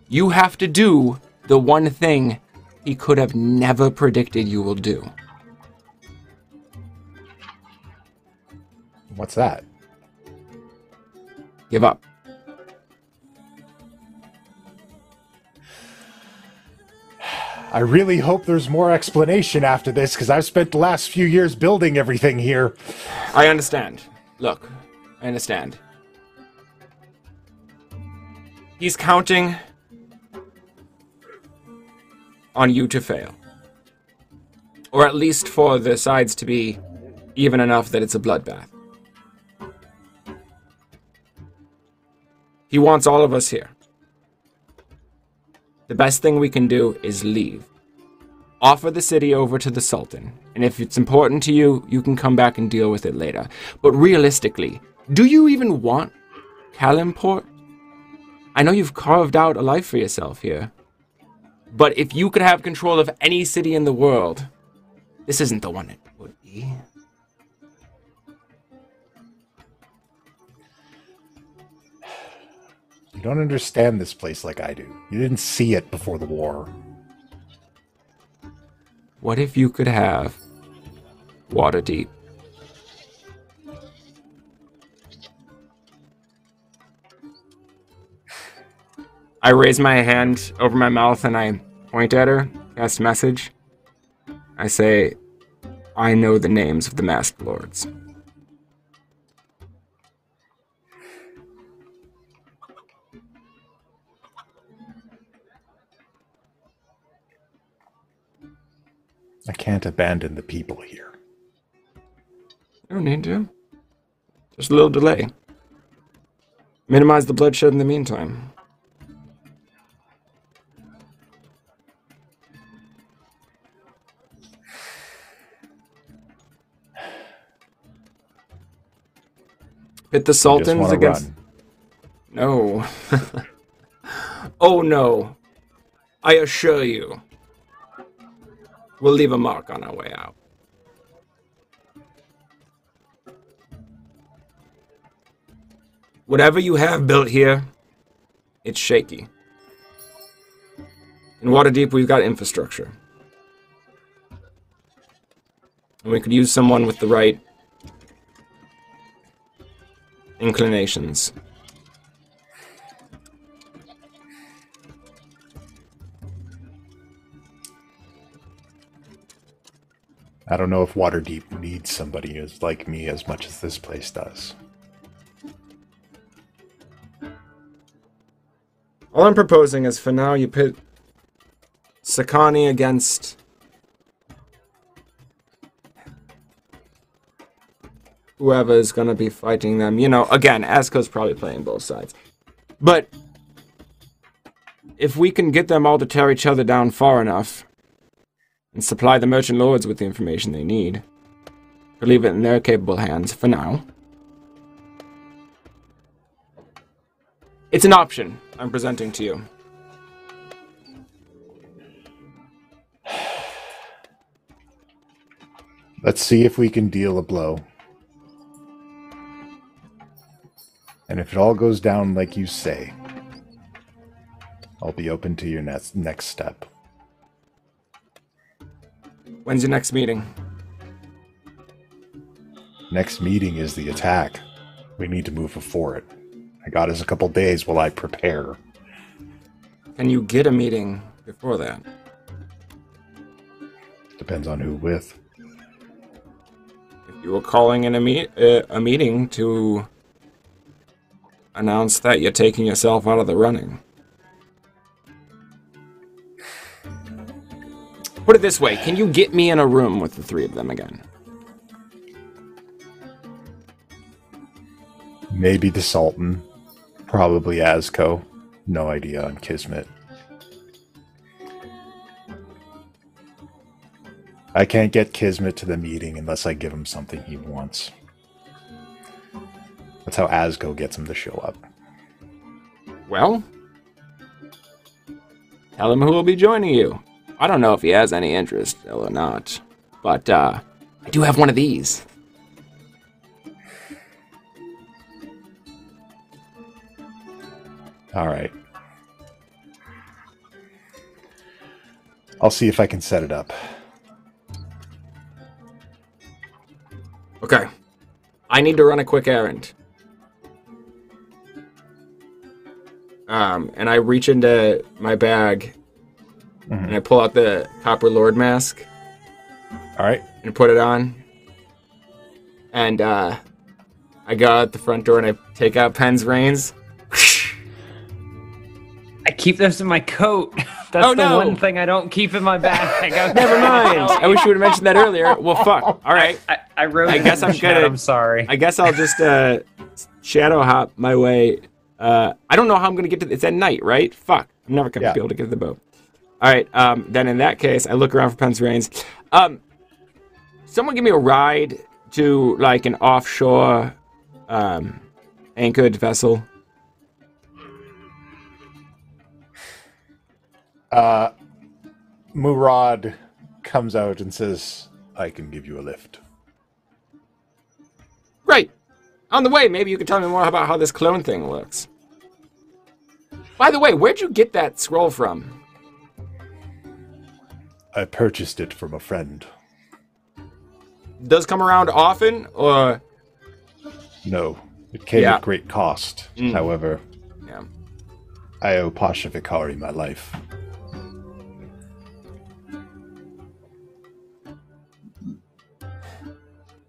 [SPEAKER 3] You have to do the one thing he could have never predicted you will do.
[SPEAKER 1] What's that?
[SPEAKER 3] Give up.
[SPEAKER 1] I really hope there's more explanation after this because I've spent the last few years building everything here.
[SPEAKER 3] I understand. Look, I understand. He's counting on you to fail. Or at least for the sides to be even enough that it's a bloodbath. He wants all of us here. The best thing we can do is leave. offer the city over to the Sultan. And if it's important to you, you can come back and deal with it later. But realistically, do you even want Kalimport? I know you've carved out a life for yourself here. But if you could have control of any city in the world, this isn't the one it would be.
[SPEAKER 1] You don't understand this place like I do. You didn't see it before the war.
[SPEAKER 3] What if you could have Waterdeep? I raise my hand over my mouth and I point at her, cast message. I say, I know the names of the masked lords.
[SPEAKER 1] I can't abandon the people here.
[SPEAKER 3] You don't need to. Just a little delay. Minimize the bloodshed in the meantime. Pit the
[SPEAKER 1] I just
[SPEAKER 3] Sultans
[SPEAKER 1] want to
[SPEAKER 3] against.
[SPEAKER 1] run. [LAUGHS]
[SPEAKER 3] No. oh no. I assure you. We'll leave a mark on our way out. Whatever you have built here, it's shaky. In Waterdeep, we've got infrastructure. And we could use someone with the right inclinations.
[SPEAKER 1] I don't know if Waterdeep needs somebody as like me as much as this place does.
[SPEAKER 3] All I'm proposing is for now you pit Sakani against whoever is going to be fighting them. You know, again, Asko's probably playing both sides. But if we can get them all to tear each other down far enough and supply the merchant lords with the information they need, we leave it in their capable hands for now. It's an option I'm presenting to you.
[SPEAKER 1] Let's see if we can deal a blow. And if it all goes down like you say, I'll be open to your next next step.
[SPEAKER 3] When's your next meeting?
[SPEAKER 1] Next meeting is the attack. We need to move before it. I got us a couple days while I prepare.
[SPEAKER 3] Can you get a meeting before that?
[SPEAKER 1] Depends on who with.
[SPEAKER 3] If you were calling in a, meet, uh, a meeting to announce that you're taking yourself out of the running. Put it this way can you get me in a room with the three of them again?
[SPEAKER 1] Maybe the Sultan. Probably Azco. No idea on Kismet. I can't get Kismet to the meeting unless I give him something he wants. That's how Azco gets him to show up.
[SPEAKER 3] Well, tell him who will be joining you. I don't know if he has any interest still or not, but uh, I do have one of these.
[SPEAKER 1] All right. I'll see if I can set it up.
[SPEAKER 3] Okay. I need to run a quick errand. Um, and I reach into my bag and I pull out the Copper Lord mask
[SPEAKER 1] All right.
[SPEAKER 3] and put it on. And uh, I go out the front door and I take out Penn's reins.
[SPEAKER 5] I keep those in my coat. [LAUGHS] That's
[SPEAKER 3] Oh,
[SPEAKER 5] the
[SPEAKER 3] no.
[SPEAKER 5] one thing I don't keep in
[SPEAKER 3] [LAUGHS]
[SPEAKER 5] my bag. I'm
[SPEAKER 3] Never mind. I
[SPEAKER 5] sorry.
[SPEAKER 3] wish you would have mentioned that earlier. Well, fuck. All right.
[SPEAKER 5] I, I wrote.
[SPEAKER 3] I
[SPEAKER 5] it
[SPEAKER 3] guess
[SPEAKER 5] in
[SPEAKER 3] I'm
[SPEAKER 5] the chat,
[SPEAKER 3] gonna-
[SPEAKER 5] I'm sorry.
[SPEAKER 3] I guess I'll just uh, shadow hop my way. Uh, I don't know how I'm gonna get to. It's at night, right? Fuck, I'm never gonna
[SPEAKER 1] Yeah.
[SPEAKER 3] be able to get to the boat. All right. Um, then in that case, I look around for Penn's reins. Um, someone give me a ride to like an offshore um, anchored vessel.
[SPEAKER 1] Uh, Murad comes out and says, I can give you a lift.
[SPEAKER 3] Great. On the way, maybe you can tell me more about how this clone thing works. By the way, where'd you get that scroll from?
[SPEAKER 1] I purchased it from a friend.
[SPEAKER 3] Does come around often, or
[SPEAKER 1] No, it came
[SPEAKER 3] Yeah.
[SPEAKER 1] at great cost.
[SPEAKER 3] Mm.
[SPEAKER 1] However,
[SPEAKER 3] yeah.
[SPEAKER 1] I owe Pasha Vikari my life.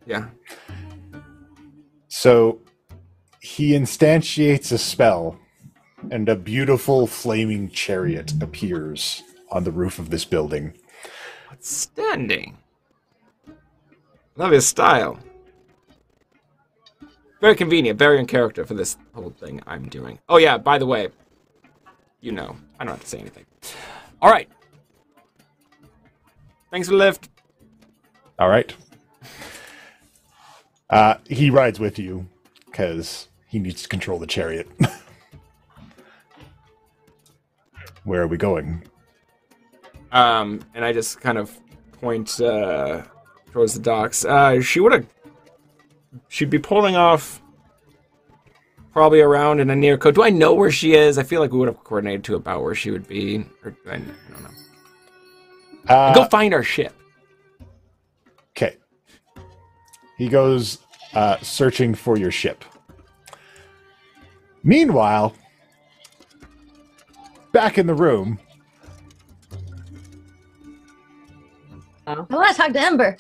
[SPEAKER 3] Yeah.
[SPEAKER 1] So he instantiates a spell, and a beautiful flaming chariot appears on the roof of this building.
[SPEAKER 3] Outstanding. Love his style. Very convenient, very in character for this whole thing I'm doing. Oh yeah, by the way, you know, I don't have to say anything. All right. Thanks for the lift.
[SPEAKER 1] All right. Uh, he rides with you because he needs to control the chariot. [LAUGHS] Where are we going?
[SPEAKER 3] Um, and I just kind of point uh, towards the docks. Uh, she would have. She'd be pulling off. Probably around in a near code. Do I know where she is? I feel like we would have coordinated to about where she would be. Or I, I don't know.
[SPEAKER 1] Uh,
[SPEAKER 3] Go find our ship.
[SPEAKER 1] Okay. He goes uh, searching for your ship. Meanwhile, back in the room,
[SPEAKER 4] I want to talk to Ember.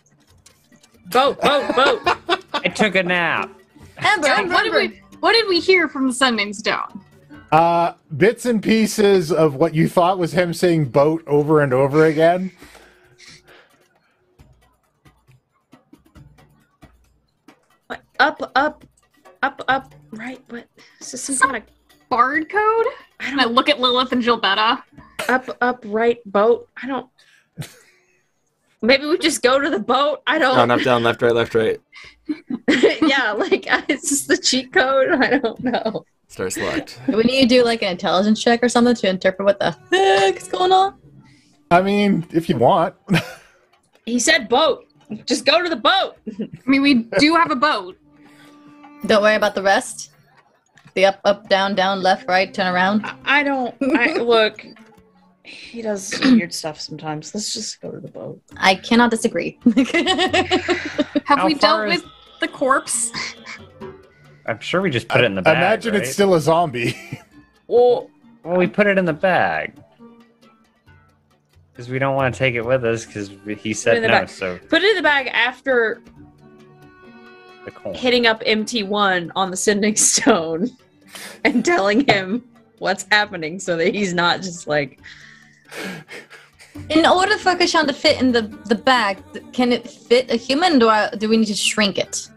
[SPEAKER 7] Boat, boat, boat.
[SPEAKER 5] I took a nap.
[SPEAKER 4] Ember,
[SPEAKER 2] John,
[SPEAKER 4] Ember,
[SPEAKER 2] what did
[SPEAKER 4] Ember.
[SPEAKER 2] we what did we hear from the sun names down?
[SPEAKER 1] uh, bits and pieces of what you thought was him saying boat over and over again.
[SPEAKER 7] up, up, up, up. Right, what? Is this some kind of
[SPEAKER 2] Bard code? And I look at Lilith and Gilbetta.
[SPEAKER 7] up, up, right boat?
[SPEAKER 5] [LAUGHS]
[SPEAKER 7] I don't. Maybe we just go to the boat. I
[SPEAKER 4] Oh.
[SPEAKER 3] Down,
[SPEAKER 7] don't.
[SPEAKER 3] up, down, left, right, left, right.
[SPEAKER 7] [LAUGHS] yeah, like [LAUGHS] it's just the cheat code. I don't know.
[SPEAKER 3] Star [LAUGHS] select.
[SPEAKER 4] Do we need to do like an intelligence check or something to interpret what the heck is going on?
[SPEAKER 1] I mean, if you want.
[SPEAKER 7] He said boat. Just go to the boat.
[SPEAKER 2] I mean, we do have a [LAUGHS] boat.
[SPEAKER 4] Don't worry about the rest. The up, up, down, down, left, right, turn around.
[SPEAKER 7] I- I don't. [LAUGHS] I look. He does weird stuff sometimes. Let's just go to the boat.
[SPEAKER 4] I cannot disagree. [LAUGHS]
[SPEAKER 2] Have
[SPEAKER 5] How
[SPEAKER 2] we
[SPEAKER 5] far
[SPEAKER 2] dealt
[SPEAKER 5] is-
[SPEAKER 2] with the corpse?
[SPEAKER 5] I'm sure we just put it in the bag.
[SPEAKER 1] Imagine it's
[SPEAKER 5] right?
[SPEAKER 1] still a zombie. [LAUGHS]
[SPEAKER 7] Well,
[SPEAKER 5] Well, we put it in the bag because we don't want to take it with us because he
[SPEAKER 7] in
[SPEAKER 5] said
[SPEAKER 7] the
[SPEAKER 5] no.
[SPEAKER 7] bag.
[SPEAKER 5] So
[SPEAKER 7] put it in the bag after
[SPEAKER 5] the coin.
[SPEAKER 7] hitting up MT1 on the sending stone [LAUGHS] and telling him what's happening so that he's not just like,
[SPEAKER 4] in order for Kashan to fit in the, the bag, th- can it fit a human? Do I do we need to shrink it?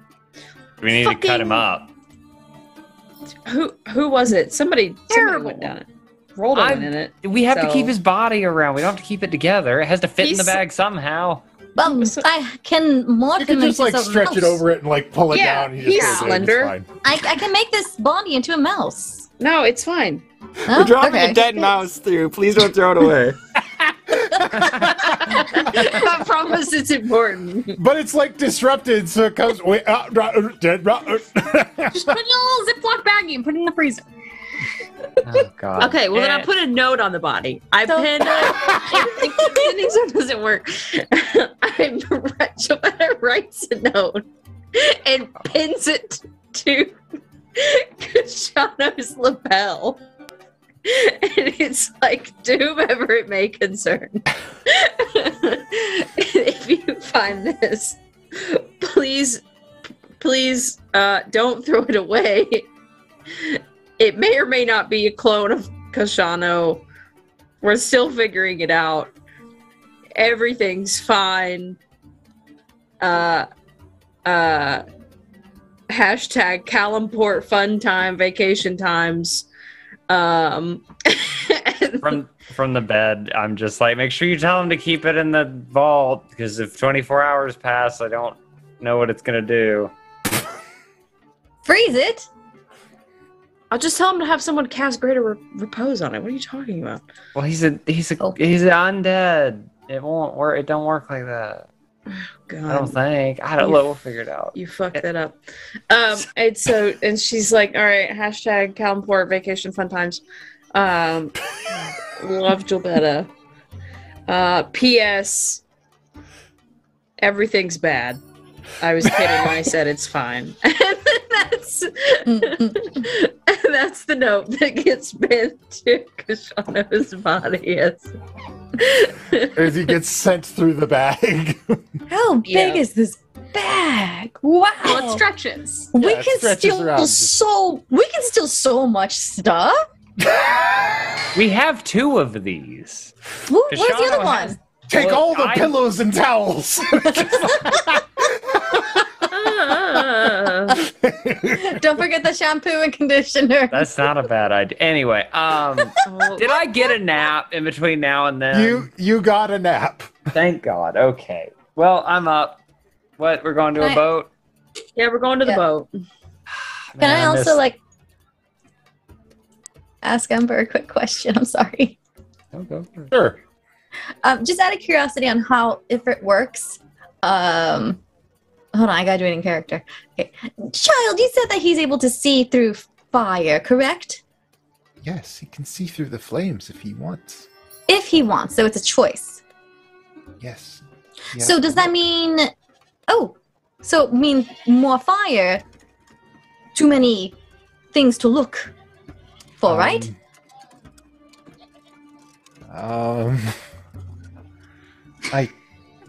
[SPEAKER 5] we need to cut him
[SPEAKER 7] fucking-
[SPEAKER 5] up.
[SPEAKER 7] who who was it? Somebody, somebody
[SPEAKER 2] Terrible.
[SPEAKER 7] went down it. Rolled on
[SPEAKER 5] I'm-
[SPEAKER 7] in it.
[SPEAKER 5] We have to
[SPEAKER 7] So-
[SPEAKER 5] keep his body around. We don't have to keep it together. It has to fit in the
[SPEAKER 7] He's-
[SPEAKER 5] bag somehow.
[SPEAKER 4] Um,
[SPEAKER 7] So-
[SPEAKER 4] I can morph
[SPEAKER 1] You can
[SPEAKER 4] him
[SPEAKER 1] just like
[SPEAKER 4] into a
[SPEAKER 1] stretch it
[SPEAKER 4] mouse.
[SPEAKER 1] over it and like pull it
[SPEAKER 7] Yeah,
[SPEAKER 1] down. and he
[SPEAKER 7] he's
[SPEAKER 1] just goes in, it's
[SPEAKER 7] slender.
[SPEAKER 1] fine.
[SPEAKER 4] I, I can make this body into a mouse.
[SPEAKER 7] No, it's fine.
[SPEAKER 4] Oh,
[SPEAKER 3] We're dropping
[SPEAKER 4] okay.
[SPEAKER 3] a dead mouse through. Please don't throw it [LAUGHS] away.
[SPEAKER 7] [LAUGHS] I promise it's important.
[SPEAKER 1] But it's like disrupted, so it comes. Wait, uh, dra- uh, dead, ra- uh. [LAUGHS]
[SPEAKER 2] Just put it in a little Ziploc baggie and put it in the freezer.
[SPEAKER 5] Oh god.
[SPEAKER 7] Okay, well, then I
[SPEAKER 5] Eh,
[SPEAKER 7] put a note on the body. I
[SPEAKER 4] So-
[SPEAKER 7] pin it. If the sending stone doesn't work, [LAUGHS] I'm, Gilberta writes a note and pins it to Kashano's lapel. And it's like, to whomever it may concern, [LAUGHS] if you find this, please, please uh, don't throw it away. It may or may not be a clone of Kashano. We're still figuring it out. Everything's fine. Uh, uh, hashtag Calumport fun time, vacation times. Um, [LAUGHS] and-
[SPEAKER 5] from from the bed. I'm just like, make sure you tell him to keep it in the vault because if 24 hours pass, I don't know what it's gonna do.
[SPEAKER 4] Freeze it.
[SPEAKER 7] I'll just tell him to have someone cast greater re- repose on it. What are you talking about?
[SPEAKER 5] Well, he's a he's a
[SPEAKER 4] Oh.
[SPEAKER 5] he's an undead. It won't work. It don't work like that.
[SPEAKER 7] God,
[SPEAKER 5] I don't think. I don't
[SPEAKER 7] Um, you-
[SPEAKER 5] know. We'll figure it out.
[SPEAKER 7] you fucked that up. Um, and so, and she's like, "All right, hashtag Calumport vacation fun times." Um, love Gilbetta. Uh, P.S. Everything's bad. I was kidding when I said it's fine. [LAUGHS] and that's and that's the note that gets pinned to Kashano's body. It's-
[SPEAKER 1] as he gets sent through the bag. [LAUGHS]
[SPEAKER 4] How
[SPEAKER 7] Yeah.
[SPEAKER 4] big is this bag? Wow.
[SPEAKER 2] Well, it stretches.
[SPEAKER 4] we
[SPEAKER 1] Yeah, it
[SPEAKER 4] can
[SPEAKER 1] stretches
[SPEAKER 4] steal
[SPEAKER 1] around.
[SPEAKER 4] so we can steal so much stuff.
[SPEAKER 5] We have two of these.
[SPEAKER 4] Who, where's the
[SPEAKER 5] Kashano
[SPEAKER 4] other one?
[SPEAKER 5] has-
[SPEAKER 1] Take
[SPEAKER 5] Look,
[SPEAKER 1] all the
[SPEAKER 5] I-
[SPEAKER 1] pillows and towels. [LAUGHS]
[SPEAKER 7] Ah.
[SPEAKER 4] [LAUGHS] Don't forget the shampoo and conditioner.
[SPEAKER 5] That's not a bad idea. Anyway, um,
[SPEAKER 7] [LAUGHS]
[SPEAKER 5] did I get a nap in between now and then?
[SPEAKER 1] you you got a nap.
[SPEAKER 5] Thank God. Okay. Well, I'm up. What? We're going to
[SPEAKER 4] Can
[SPEAKER 5] a
[SPEAKER 4] I-
[SPEAKER 5] boat.
[SPEAKER 7] yeah, we're going to the
[SPEAKER 4] Yeah.
[SPEAKER 7] boat.
[SPEAKER 4] Can I
[SPEAKER 5] Man,
[SPEAKER 4] also
[SPEAKER 5] this-
[SPEAKER 4] like ask Ember a quick question? [LAUGHS] I'm sorry.
[SPEAKER 5] Oh, go for it.
[SPEAKER 1] Sure.
[SPEAKER 4] Um, just out of curiosity on how if it works. Um, hold on, I gotta do it in character. Okay, child, you said that he's able to see through fire, correct?
[SPEAKER 1] Yes, he can see through the flames if he wants.
[SPEAKER 4] If he wants, so it's a choice.
[SPEAKER 1] Yes.
[SPEAKER 4] So does that mean? Oh, So mean more fire. Too many things to look for, right?
[SPEAKER 1] Um, I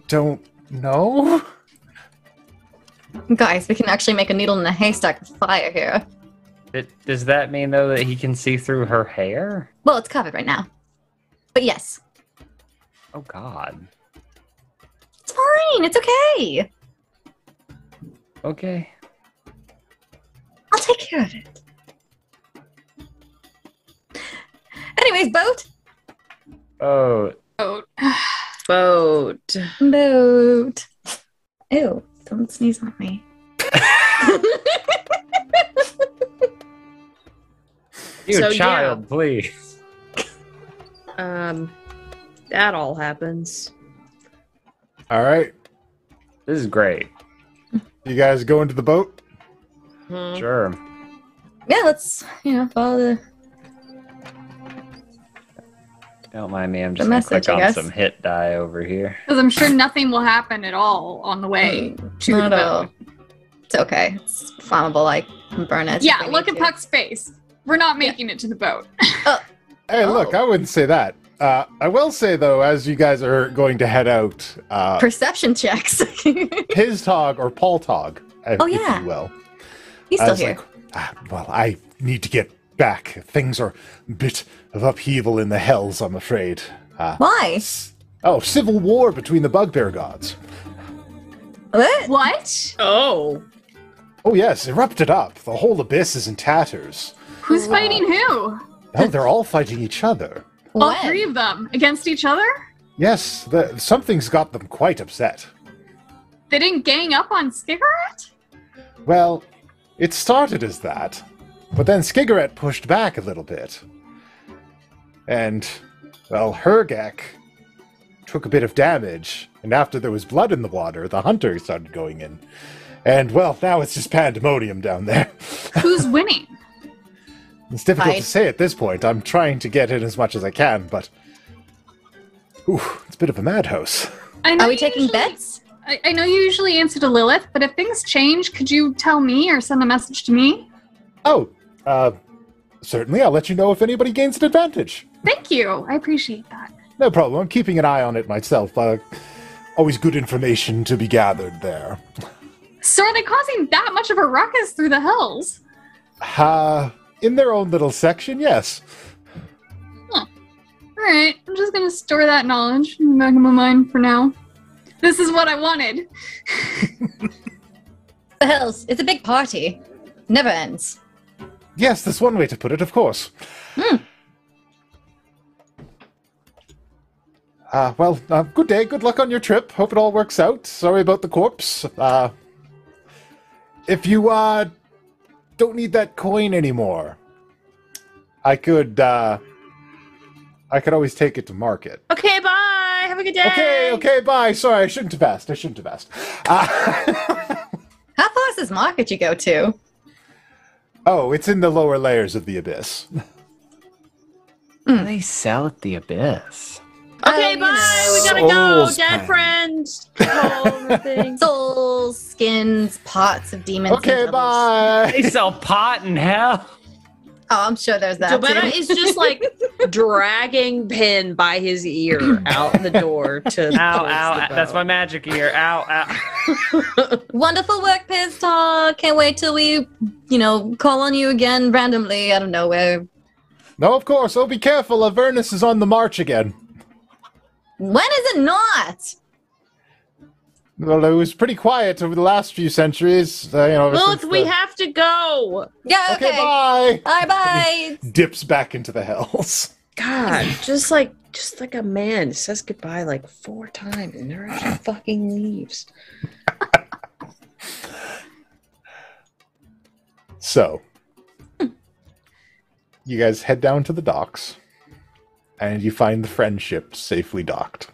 [SPEAKER 1] don't know.
[SPEAKER 4] Guys, we can actually make a needle in a haystack with fire here.
[SPEAKER 5] It, does that mean though that he can see through her hair?
[SPEAKER 4] Well, it's covered right now. But yes,
[SPEAKER 5] Oh God.
[SPEAKER 4] it's fine. It's okay.
[SPEAKER 5] Okay.
[SPEAKER 4] I'll take care of it. Anyways, boat.
[SPEAKER 5] Oh,
[SPEAKER 2] Oh,
[SPEAKER 7] Boat.
[SPEAKER 4] Boat. Ew, don't sneeze on me.
[SPEAKER 5] you
[SPEAKER 7] So, yeah.
[SPEAKER 5] child, please.
[SPEAKER 7] Um, that all happens.
[SPEAKER 1] All right,
[SPEAKER 5] This is great.
[SPEAKER 1] you guys go into the boat.
[SPEAKER 4] Mm-hmm.
[SPEAKER 7] Hmm.
[SPEAKER 5] Sure.
[SPEAKER 4] Yeah, let's, you know, follow the.
[SPEAKER 5] Don't mind me. I'm
[SPEAKER 4] The
[SPEAKER 5] just gonna
[SPEAKER 4] message,
[SPEAKER 5] click on
[SPEAKER 4] I guess.
[SPEAKER 5] some hit die over here.
[SPEAKER 2] because I'm sure nothing will happen at all on the way to
[SPEAKER 4] Not
[SPEAKER 2] the
[SPEAKER 4] at all.
[SPEAKER 2] boat.
[SPEAKER 4] It's okay. It's flammable. Like can burn it. if
[SPEAKER 2] Yeah,
[SPEAKER 4] we
[SPEAKER 2] look
[SPEAKER 4] need
[SPEAKER 2] at
[SPEAKER 4] to.
[SPEAKER 2] Puck's face. We're not making it to the boat.
[SPEAKER 1] Hey,
[SPEAKER 4] Oh.
[SPEAKER 1] look, I wouldn't say that. Uh, I will say though, as you guys are going to head out,
[SPEAKER 4] [LAUGHS]
[SPEAKER 1] uh,
[SPEAKER 4] [LAUGHS] Perception checks. He's
[SPEAKER 1] his tog or Paul tog, if,
[SPEAKER 4] Oh,
[SPEAKER 1] if
[SPEAKER 4] yeah.
[SPEAKER 1] you will. I
[SPEAKER 4] still
[SPEAKER 1] was
[SPEAKER 4] here.
[SPEAKER 1] like, "Ah, well, I need to get back. Things are a bit of upheaval in the hells, I'm afraid. Uh,
[SPEAKER 4] Why?
[SPEAKER 1] s- oh, civil war between the bugbear gods.
[SPEAKER 4] What?
[SPEAKER 2] What?
[SPEAKER 7] Oh,
[SPEAKER 1] Oh yes, erupted up. The whole abyss is in tatters.
[SPEAKER 2] Who's fighting who?
[SPEAKER 1] Oh, they're all fighting each other.
[SPEAKER 2] All
[SPEAKER 4] When?
[SPEAKER 2] three of them against each other?
[SPEAKER 1] Yes, the, something's got them quite upset.
[SPEAKER 2] They didn't gang up on
[SPEAKER 4] [LAUGHS]
[SPEAKER 2] Skiggerat?
[SPEAKER 1] Well, it started as that, but then Skigaret pushed back a little bit. And, well, Hergek took a bit of damage, and after there was blood in the water, the hunter started going in. And, well, now it's just pandemonium down there. [LAUGHS]
[SPEAKER 2] Who's winning?
[SPEAKER 1] It's difficult
[SPEAKER 4] Right.
[SPEAKER 1] to say at this point. I'm trying to get in as much as I can, but. Ooh, it's a bit of a madhouse.
[SPEAKER 2] I know
[SPEAKER 4] Are we
[SPEAKER 2] you
[SPEAKER 4] taking
[SPEAKER 2] usually-
[SPEAKER 4] bets?
[SPEAKER 2] I, I know you usually answer to Lilith, but if things change, could you tell me or send a message to me?
[SPEAKER 1] Oh, uh, certainly I'll let you know if anybody gains an advantage.
[SPEAKER 2] Thank you. I appreciate that.
[SPEAKER 1] No problem. I'm keeping an eye on it myself. Uh, always good information to be gathered there.
[SPEAKER 2] So are they causing that much of a ruckus through the hills?
[SPEAKER 1] Uh, in their own little section, yes.
[SPEAKER 2] All right, I'm just gonna store that knowledge in the back of my mind for now. This is what I wanted.
[SPEAKER 4] The hells. It's a big party. Never ends.
[SPEAKER 1] Yes, that's one way to put it, of course. Uh, well, uh, good day. Good luck on your trip. Hope it all works out. Sorry about the corpse. Uh, if you uh, don't need that coin anymore, I could uh, I could always take it to market.
[SPEAKER 7] okay. Bye. Have a good day.
[SPEAKER 1] Okay, okay, bye. Sorry, I shouldn't have asked. I shouldn't have asked. Uh, [LAUGHS]
[SPEAKER 4] How far is this market you go to?
[SPEAKER 1] oh, it's in the lower layers of the abyss.
[SPEAKER 4] Hmm.
[SPEAKER 5] They sell at the abyss.
[SPEAKER 7] Okay,
[SPEAKER 4] Oh, you
[SPEAKER 5] um,
[SPEAKER 7] bye.
[SPEAKER 4] know.
[SPEAKER 7] We gotta go.
[SPEAKER 3] Souls
[SPEAKER 7] Dead
[SPEAKER 3] pack.
[SPEAKER 5] [LAUGHS]
[SPEAKER 7] friends. Oh, things.
[SPEAKER 4] Souls, skins, parts of demons. Oh, and
[SPEAKER 1] Okay,
[SPEAKER 4] devils.
[SPEAKER 1] bye.
[SPEAKER 5] They sell pot
[SPEAKER 4] [LAUGHS]
[SPEAKER 5] in hell.
[SPEAKER 4] Oh, I'm sure there's that.
[SPEAKER 7] Dobetta
[SPEAKER 4] too.
[SPEAKER 7] is
[SPEAKER 5] [LAUGHS]
[SPEAKER 7] just like dragging Pin by his ear out
[SPEAKER 5] [LAUGHS]
[SPEAKER 7] the door to.
[SPEAKER 5] Ow,
[SPEAKER 7] towards
[SPEAKER 5] ow.
[SPEAKER 7] the
[SPEAKER 5] That's
[SPEAKER 7] boat.
[SPEAKER 5] my magic ear. Ow, ow.
[SPEAKER 4] Wonderful work, Piz Talk. Can't wait till we, you know, call on you again randomly out of nowhere.
[SPEAKER 1] No, of course. Oh, be careful. Avernus is on the march again.
[SPEAKER 4] When is it not?
[SPEAKER 1] Well, it was pretty quiet over the last few centuries. Uh, you know, ever
[SPEAKER 7] Lilith,
[SPEAKER 1] since
[SPEAKER 7] we
[SPEAKER 1] the-
[SPEAKER 7] have to go.
[SPEAKER 4] Yeah, okay.
[SPEAKER 1] Okay, bye.
[SPEAKER 4] Bye bye. [SIGHS]
[SPEAKER 1] Dips back into the hells. [LAUGHS]
[SPEAKER 5] [LAUGHS]
[SPEAKER 7] God, just like just like a man says goodbye like four times and never actually fucking leaves.
[SPEAKER 1] So,
[SPEAKER 7] Hmm.
[SPEAKER 1] you guys head down to the docks, and you find the friendship safely docked.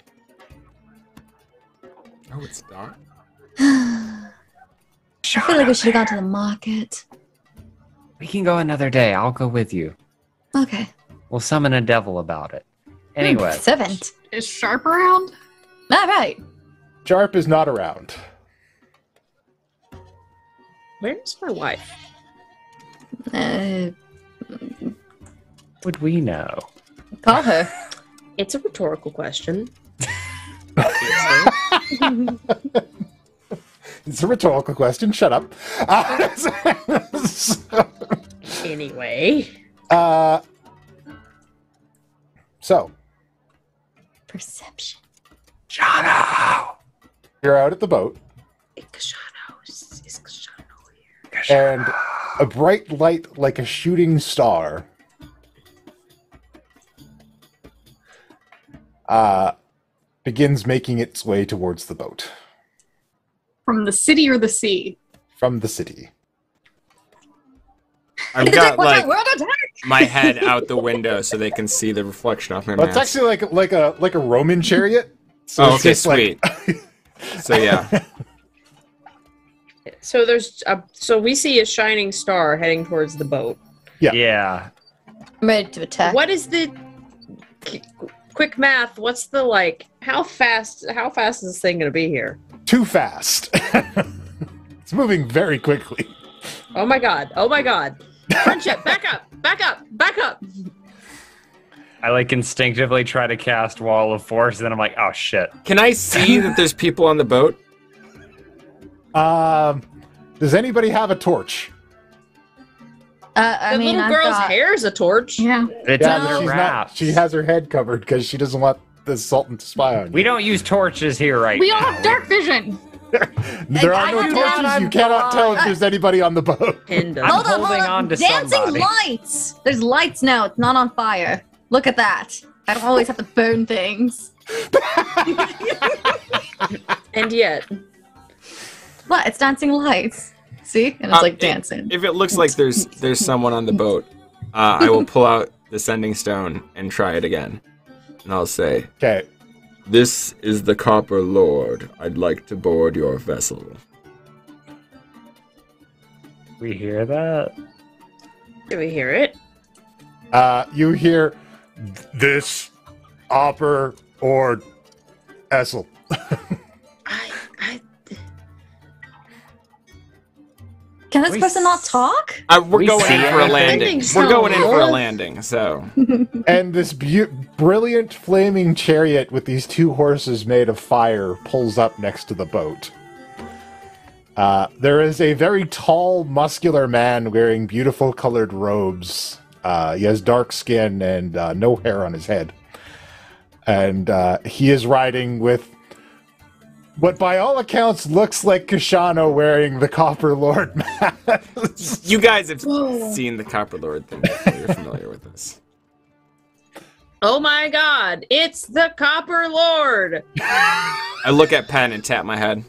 [SPEAKER 3] Oh, it's dark.
[SPEAKER 4] I feel like we should have gone to the market.
[SPEAKER 5] We can go another day. I'll go with you.
[SPEAKER 4] Okay.
[SPEAKER 5] We'll summon a devil about it.
[SPEAKER 4] Hmm.
[SPEAKER 5] Anyway.
[SPEAKER 4] Seventh.
[SPEAKER 2] Is Sharp around?
[SPEAKER 4] All right.
[SPEAKER 1] Jarp is not around.
[SPEAKER 7] Where's my wife?
[SPEAKER 4] Uh,
[SPEAKER 5] Would we know?
[SPEAKER 4] call her.
[SPEAKER 7] [SIGHS] It's a rhetorical question.
[SPEAKER 1] It's a rhetorical question. Shut up. Uh, so-
[SPEAKER 7] Anyway,
[SPEAKER 1] uh, [LAUGHS] so
[SPEAKER 4] Perception.
[SPEAKER 1] you're out at the boat,
[SPEAKER 7] Kashano is is Kashano here.
[SPEAKER 1] and a bright light like a shooting star uh, begins making its way towards the boat
[SPEAKER 2] From the city or the sea?
[SPEAKER 1] from the city.
[SPEAKER 3] I've got
[SPEAKER 4] Watch out,
[SPEAKER 3] like
[SPEAKER 4] we're under attack!
[SPEAKER 3] my head
[SPEAKER 4] [LAUGHS]
[SPEAKER 3] out the window so they can see the reflection off my
[SPEAKER 1] Well, it's
[SPEAKER 3] mask.
[SPEAKER 1] actually like like a like a Roman chariot. So
[SPEAKER 3] oh,
[SPEAKER 1] it's
[SPEAKER 3] okay,
[SPEAKER 1] just like-
[SPEAKER 3] sweet.
[SPEAKER 1] [LAUGHS]
[SPEAKER 3] so yeah,
[SPEAKER 7] So there's a, so we see a shining star heading towards the boat.
[SPEAKER 1] Yeah.
[SPEAKER 5] Yeah.
[SPEAKER 4] I'm ready to attack.
[SPEAKER 7] What is the qu- quick math? What's the like? How fast? How fast is this thing gonna be here?
[SPEAKER 1] too fast. [LAUGHS] it's moving very quickly.
[SPEAKER 7] Oh my god! Oh my god! Friendship, back up! Back up! Back up!
[SPEAKER 5] I like instinctively try to cast Wall of Force, and then I'm like, oh shit.
[SPEAKER 3] can I see that there's people on the boat?
[SPEAKER 1] Um, does anybody have a torch?
[SPEAKER 4] Uh, [LAUGHS] I
[SPEAKER 7] the
[SPEAKER 4] mean,
[SPEAKER 7] little
[SPEAKER 4] I've
[SPEAKER 7] girl's
[SPEAKER 4] got-
[SPEAKER 7] hair is a torch.
[SPEAKER 2] Yeah.
[SPEAKER 5] It's
[SPEAKER 1] Yeah,
[SPEAKER 5] on
[SPEAKER 1] but
[SPEAKER 5] the
[SPEAKER 1] she's
[SPEAKER 5] wrap.
[SPEAKER 1] not. She has her head covered because she doesn't want the Sultan to spy on you.
[SPEAKER 5] We don't use torches here, right?
[SPEAKER 2] We
[SPEAKER 5] now.
[SPEAKER 2] all have dark vision.
[SPEAKER 1] There are
[SPEAKER 4] I- I
[SPEAKER 1] no
[SPEAKER 4] got
[SPEAKER 1] torches.
[SPEAKER 4] down, I'm
[SPEAKER 1] you cannot tell if there's anybody on the boat. [LAUGHS]
[SPEAKER 7] End of.
[SPEAKER 5] I'm
[SPEAKER 4] Hold on, hold
[SPEAKER 5] holding
[SPEAKER 4] on.
[SPEAKER 5] on to
[SPEAKER 4] Dancing
[SPEAKER 5] somebody.
[SPEAKER 4] lights! There's lights now, it's not on fire. Look at that. I don't always have to burn things.
[SPEAKER 7] And yet,
[SPEAKER 4] What? It's dancing lights. See? And it's
[SPEAKER 3] Uh,
[SPEAKER 4] like
[SPEAKER 3] it-
[SPEAKER 4] dancing.
[SPEAKER 3] If it looks like there's there's someone on the boat, uh, I will pull out the sending stone and try it again, and I'll say,
[SPEAKER 1] Okay.
[SPEAKER 3] "This is the Copper Lord. I'd like to board your vessel."
[SPEAKER 5] We hear that?
[SPEAKER 7] do we hear it?
[SPEAKER 1] Uh, you hear this opper or Essel.
[SPEAKER 7] I, I,
[SPEAKER 4] Can this
[SPEAKER 5] We
[SPEAKER 4] person not
[SPEAKER 5] s-
[SPEAKER 4] talk?
[SPEAKER 3] Uh, we're
[SPEAKER 5] We
[SPEAKER 3] going
[SPEAKER 5] see
[SPEAKER 3] in
[SPEAKER 5] it.
[SPEAKER 3] for a landing.
[SPEAKER 7] Landing
[SPEAKER 3] We're
[SPEAKER 7] stone,
[SPEAKER 3] going in for a
[SPEAKER 7] Lord.
[SPEAKER 3] landing. So
[SPEAKER 1] and this bu- brilliant flaming chariot with these two horses made of fire pulls up next to the boat. Uh, there is a very tall, muscular man wearing beautiful colored robes. Uh, he has dark skin and uh, no hair on his head. And uh, he is riding with what, by all accounts, looks like Kashano wearing the Copper Lord [LAUGHS] mask.
[SPEAKER 3] you guys have seen the Copper Lord thing. Before. You're familiar with this.
[SPEAKER 7] oh my god! It's the Copper Lord.
[SPEAKER 3] I look at Penn and tap my head.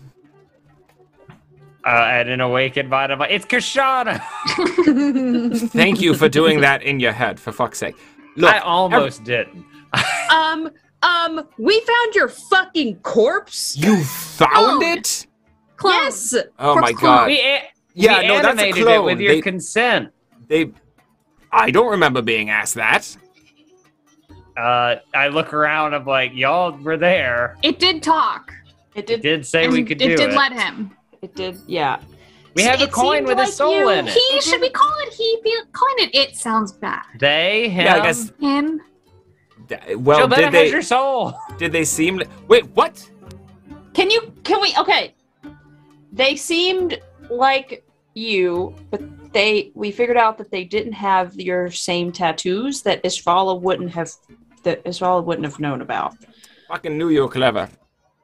[SPEAKER 5] Uh, and an awakened mind, I'm like,
[SPEAKER 3] [LAUGHS]
[SPEAKER 5] it's Kashana.
[SPEAKER 3] Thank you for doing that in your head. For fuck's sake. Look,
[SPEAKER 5] I almost didn't.
[SPEAKER 7] Um, um, we found your fucking corpse.
[SPEAKER 3] you found
[SPEAKER 5] Oh.
[SPEAKER 3] it.
[SPEAKER 2] Clone.
[SPEAKER 7] Yes.
[SPEAKER 3] Oh my
[SPEAKER 2] Corpse clone.
[SPEAKER 3] god.
[SPEAKER 5] We, a-
[SPEAKER 3] Yeah,
[SPEAKER 5] we
[SPEAKER 3] no, that's a
[SPEAKER 5] animated it
[SPEAKER 3] clone.
[SPEAKER 5] with your
[SPEAKER 3] They-
[SPEAKER 5] consent.
[SPEAKER 3] They. I don't remember being asked that.
[SPEAKER 5] Uh, I look around, I'm like, y'all were there.
[SPEAKER 2] It did talk.
[SPEAKER 6] It
[SPEAKER 5] It
[SPEAKER 6] did.
[SPEAKER 5] did say
[SPEAKER 2] and
[SPEAKER 5] we could
[SPEAKER 2] it
[SPEAKER 5] do
[SPEAKER 2] did
[SPEAKER 5] it.
[SPEAKER 2] let him.
[SPEAKER 6] It did. Yeah.
[SPEAKER 5] we have a
[SPEAKER 6] it
[SPEAKER 5] coin
[SPEAKER 6] seemed
[SPEAKER 5] with
[SPEAKER 6] like
[SPEAKER 5] a soul
[SPEAKER 6] you-
[SPEAKER 5] in it.
[SPEAKER 2] He should we call it he be calling it it sounds bad.
[SPEAKER 5] They, him.
[SPEAKER 3] Yeah, I guess.
[SPEAKER 2] Him.
[SPEAKER 3] th- Well,
[SPEAKER 5] Gilberta
[SPEAKER 3] did they?
[SPEAKER 5] has your soul.
[SPEAKER 3] Did they seem? Wait, what?
[SPEAKER 6] Can you? Can we? Okay. They seemed like you, but they. We figured out that they didn't have your same tattoos that Ishvala wouldn't have. That Ishvala wouldn't have known about.
[SPEAKER 3] Fucking knew you were clever.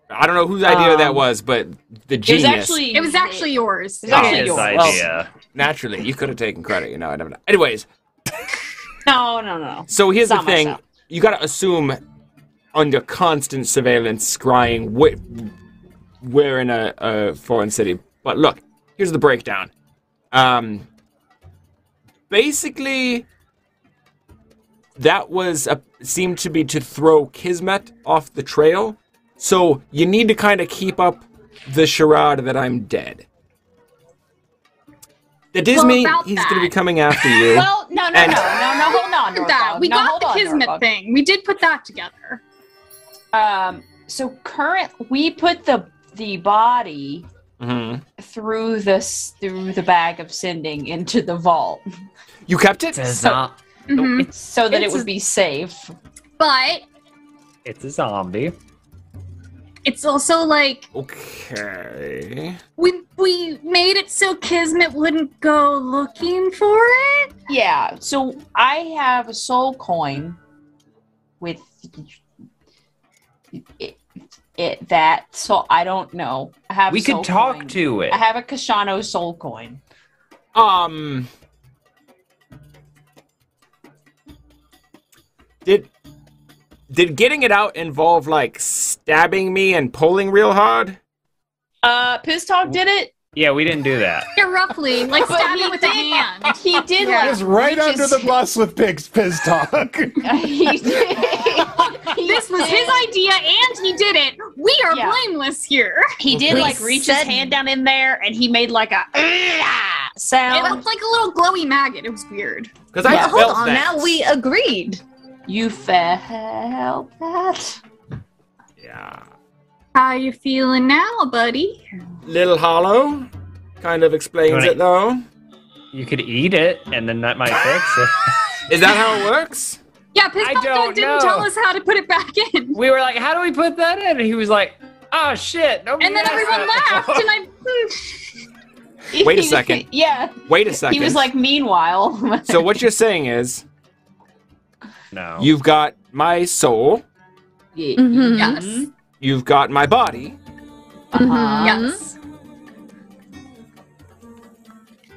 [SPEAKER 3] I don't know whose idea that
[SPEAKER 6] Um,
[SPEAKER 3] was, but the
[SPEAKER 6] It was
[SPEAKER 3] genius.
[SPEAKER 6] actually.
[SPEAKER 2] It was actually yours.
[SPEAKER 6] It's actually
[SPEAKER 5] His
[SPEAKER 6] yours.
[SPEAKER 5] idea.
[SPEAKER 3] Naturally, you could have taken credit. You know, I never know. Anyways,
[SPEAKER 6] No, no, no. no.
[SPEAKER 3] so here's
[SPEAKER 6] It's
[SPEAKER 3] the
[SPEAKER 6] not
[SPEAKER 3] thing:
[SPEAKER 6] myself.
[SPEAKER 3] you gotta assume under constant surveillance, scrying. We're, we're in a, a foreign city, but look, here's the breakdown. Um, basically, that was a, seemed to be to throw Kismet off the trail. So you need to kind of keep up the charade that I'm dead. That does
[SPEAKER 2] Well,
[SPEAKER 3] mean
[SPEAKER 2] about
[SPEAKER 3] he's going to be
[SPEAKER 2] that.
[SPEAKER 3] coming after
[SPEAKER 2] [LAUGHS]
[SPEAKER 3] you.
[SPEAKER 6] Well, no, no,
[SPEAKER 3] And-
[SPEAKER 6] no, no, no. Hold on.
[SPEAKER 2] Look at that.
[SPEAKER 6] Northbog.
[SPEAKER 2] We
[SPEAKER 6] No,
[SPEAKER 2] got
[SPEAKER 6] hold
[SPEAKER 2] the
[SPEAKER 6] on,
[SPEAKER 2] kismet
[SPEAKER 6] Northbog.
[SPEAKER 2] thing. We did put that together.
[SPEAKER 6] Um. So current, we put the the body
[SPEAKER 3] Mm-hmm.
[SPEAKER 6] through this through the bag of sending into the vault
[SPEAKER 3] You kept it?
[SPEAKER 5] It's
[SPEAKER 6] So-
[SPEAKER 5] a,
[SPEAKER 2] Mhm.
[SPEAKER 6] so that
[SPEAKER 2] It's
[SPEAKER 6] it would be safe.
[SPEAKER 2] But
[SPEAKER 5] it's a zombie.
[SPEAKER 2] it's also like
[SPEAKER 3] Okay.
[SPEAKER 2] we we made it so Kismet wouldn't go looking for it.
[SPEAKER 6] Yeah. So I have a soul coin with it, it that so I don't know. I have
[SPEAKER 5] We
[SPEAKER 6] soul
[SPEAKER 5] could talk
[SPEAKER 6] coin.
[SPEAKER 5] to it.
[SPEAKER 6] I have a Kashano soul coin.
[SPEAKER 3] Um. Did did getting it out involve like stabbing me and pulling real hard?
[SPEAKER 6] Uh Piz Talk did it.
[SPEAKER 5] yeah, we didn't do that.
[SPEAKER 2] Yeah,
[SPEAKER 6] [LAUGHS]
[SPEAKER 2] roughly, like
[SPEAKER 6] But
[SPEAKER 2] stab
[SPEAKER 6] he
[SPEAKER 2] it with a
[SPEAKER 6] did.
[SPEAKER 2] hand.
[SPEAKER 6] He did
[SPEAKER 2] Yeah.
[SPEAKER 1] It
[SPEAKER 6] like
[SPEAKER 1] is right
[SPEAKER 6] reach
[SPEAKER 1] under
[SPEAKER 6] his-
[SPEAKER 1] the bus with Pig's Piz Talk.
[SPEAKER 6] he did. [LAUGHS] He
[SPEAKER 2] This was his
[SPEAKER 6] did-
[SPEAKER 2] idea, and he did it. We are
[SPEAKER 6] Yeah.
[SPEAKER 2] blameless here.
[SPEAKER 6] He did
[SPEAKER 4] We
[SPEAKER 6] like reach his
[SPEAKER 4] said-
[SPEAKER 6] hand down in there and he made like a "Ah!"
[SPEAKER 2] It
[SPEAKER 6] sound.
[SPEAKER 2] looked like a little glowy maggot. It was weird.
[SPEAKER 3] Because I
[SPEAKER 6] Yeah,
[SPEAKER 4] Hold
[SPEAKER 3] felt
[SPEAKER 4] on,
[SPEAKER 3] that.
[SPEAKER 4] now we agreed.
[SPEAKER 6] You felt that.
[SPEAKER 3] Yeah.
[SPEAKER 2] How you feeling now, buddy?
[SPEAKER 3] Little hollow. Kind of explains
[SPEAKER 5] Tony.
[SPEAKER 3] it though.
[SPEAKER 5] You could eat it, and then that might
[SPEAKER 1] [LAUGHS]
[SPEAKER 5] fix it.
[SPEAKER 3] Is that how it works?
[SPEAKER 2] Yeah, Piz
[SPEAKER 5] I
[SPEAKER 2] Talk
[SPEAKER 5] don't
[SPEAKER 2] didn't
[SPEAKER 5] know.
[SPEAKER 2] tell us how to put it back in.
[SPEAKER 5] We were like, "How do we put that in?" And he was like, "Oh shit!" Nobody
[SPEAKER 2] And then
[SPEAKER 5] asked [LAUGHS]
[SPEAKER 2] everyone
[SPEAKER 5] that
[SPEAKER 2] laughed,
[SPEAKER 5] before."
[SPEAKER 2] and [LAUGHS] I.
[SPEAKER 3] Wait a second.
[SPEAKER 6] yeah.
[SPEAKER 3] Wait a second.
[SPEAKER 6] He was like, meanwhile. [LAUGHS]
[SPEAKER 3] So what you're saying is
[SPEAKER 5] No.
[SPEAKER 3] you've got my soul, Mm-hmm.
[SPEAKER 4] Mhm.
[SPEAKER 2] Yes.
[SPEAKER 3] you've got my body,
[SPEAKER 2] Mm-hmm.
[SPEAKER 6] Uh-huh.
[SPEAKER 2] Yes.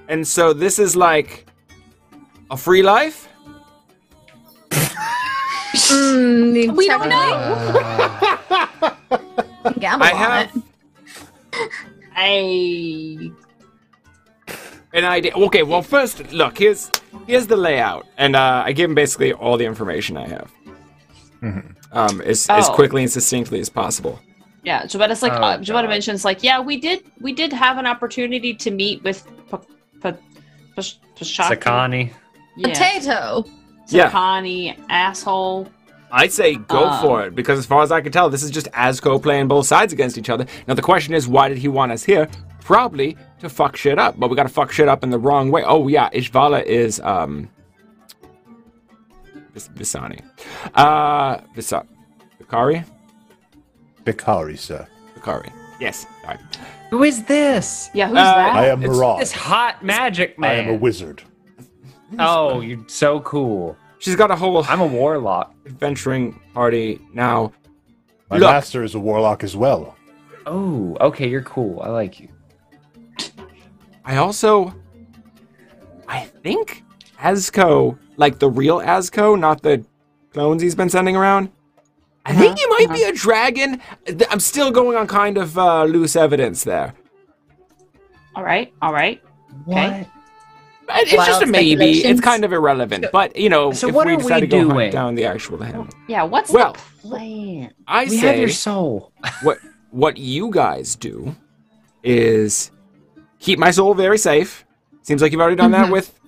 [SPEAKER 3] and so this is like a free life?
[SPEAKER 4] Mm,
[SPEAKER 2] We don't
[SPEAKER 4] [LAUGHS]
[SPEAKER 2] know.
[SPEAKER 4] Gamble
[SPEAKER 3] I
[SPEAKER 4] on
[SPEAKER 3] have
[SPEAKER 4] it.
[SPEAKER 6] I.
[SPEAKER 3] an idea. Okay, well, first, look here's here's the layout, and uh, I give him basically all the information I have,
[SPEAKER 1] Mhm.
[SPEAKER 3] um, as as
[SPEAKER 6] Oh.
[SPEAKER 3] quickly and succinctly as possible.
[SPEAKER 6] Yeah, Jobetta's like,
[SPEAKER 5] Oh,
[SPEAKER 6] uh, Jobetta
[SPEAKER 5] God.
[SPEAKER 6] mentions, like, yeah, we did we did have an opportunity to meet with P- P- P- Pashaki.
[SPEAKER 5] Sakani.
[SPEAKER 6] Yeah.
[SPEAKER 4] Potato.
[SPEAKER 3] Yeah.
[SPEAKER 6] Sakani, asshole.
[SPEAKER 3] I'd say go
[SPEAKER 6] Um.
[SPEAKER 3] for it because, as far as I can tell, this is just Asco playing both sides against each other. Now the question is, why did he want us here? Probably to fuck shit up, but we gotta fuck shit up in the wrong way. Oh yeah, Ishvala is um, Vis- Visani, uh, Visa- Vikari,
[SPEAKER 1] [LAUGHS] Bikari, sir.
[SPEAKER 3] Vikari. Yes, sorry.
[SPEAKER 5] Who is this?
[SPEAKER 6] Yeah, who's
[SPEAKER 3] Uh,
[SPEAKER 6] that?
[SPEAKER 1] I am
[SPEAKER 3] It's-
[SPEAKER 1] Mirage.
[SPEAKER 5] This hot magic
[SPEAKER 1] I
[SPEAKER 5] man.
[SPEAKER 1] am a wizard.
[SPEAKER 5] Oh, you're so cool.
[SPEAKER 3] She's got a whole
[SPEAKER 5] I'm a warlock.
[SPEAKER 3] adventuring party now.
[SPEAKER 1] My
[SPEAKER 3] Look.
[SPEAKER 1] master is a warlock as [LAUGHS] well.
[SPEAKER 5] Oh, okay, you're cool. I like you.
[SPEAKER 3] I also, I think Asco, like the real Asco, not the clones he's been sending around. I think he might be a dragon. Th- I'm still going on kind of uh, loose evidence there.
[SPEAKER 6] all right, all right. Okay.
[SPEAKER 3] But It's
[SPEAKER 4] Wild
[SPEAKER 3] just a maybe. It's
[SPEAKER 4] speculations.
[SPEAKER 3] kind of irrelevant, but you know,
[SPEAKER 5] so
[SPEAKER 3] if
[SPEAKER 5] what
[SPEAKER 3] we
[SPEAKER 5] are
[SPEAKER 3] decide
[SPEAKER 5] we
[SPEAKER 3] to go
[SPEAKER 5] doing?
[SPEAKER 3] hunt down the actual him,
[SPEAKER 6] Yeah, what's
[SPEAKER 3] Well,
[SPEAKER 6] the plan?
[SPEAKER 3] I
[SPEAKER 5] We
[SPEAKER 3] say
[SPEAKER 5] have your soul.
[SPEAKER 3] what what you guys do is keep my soul very safe. Seems like you've already done
[SPEAKER 4] Mm-hmm.
[SPEAKER 3] that with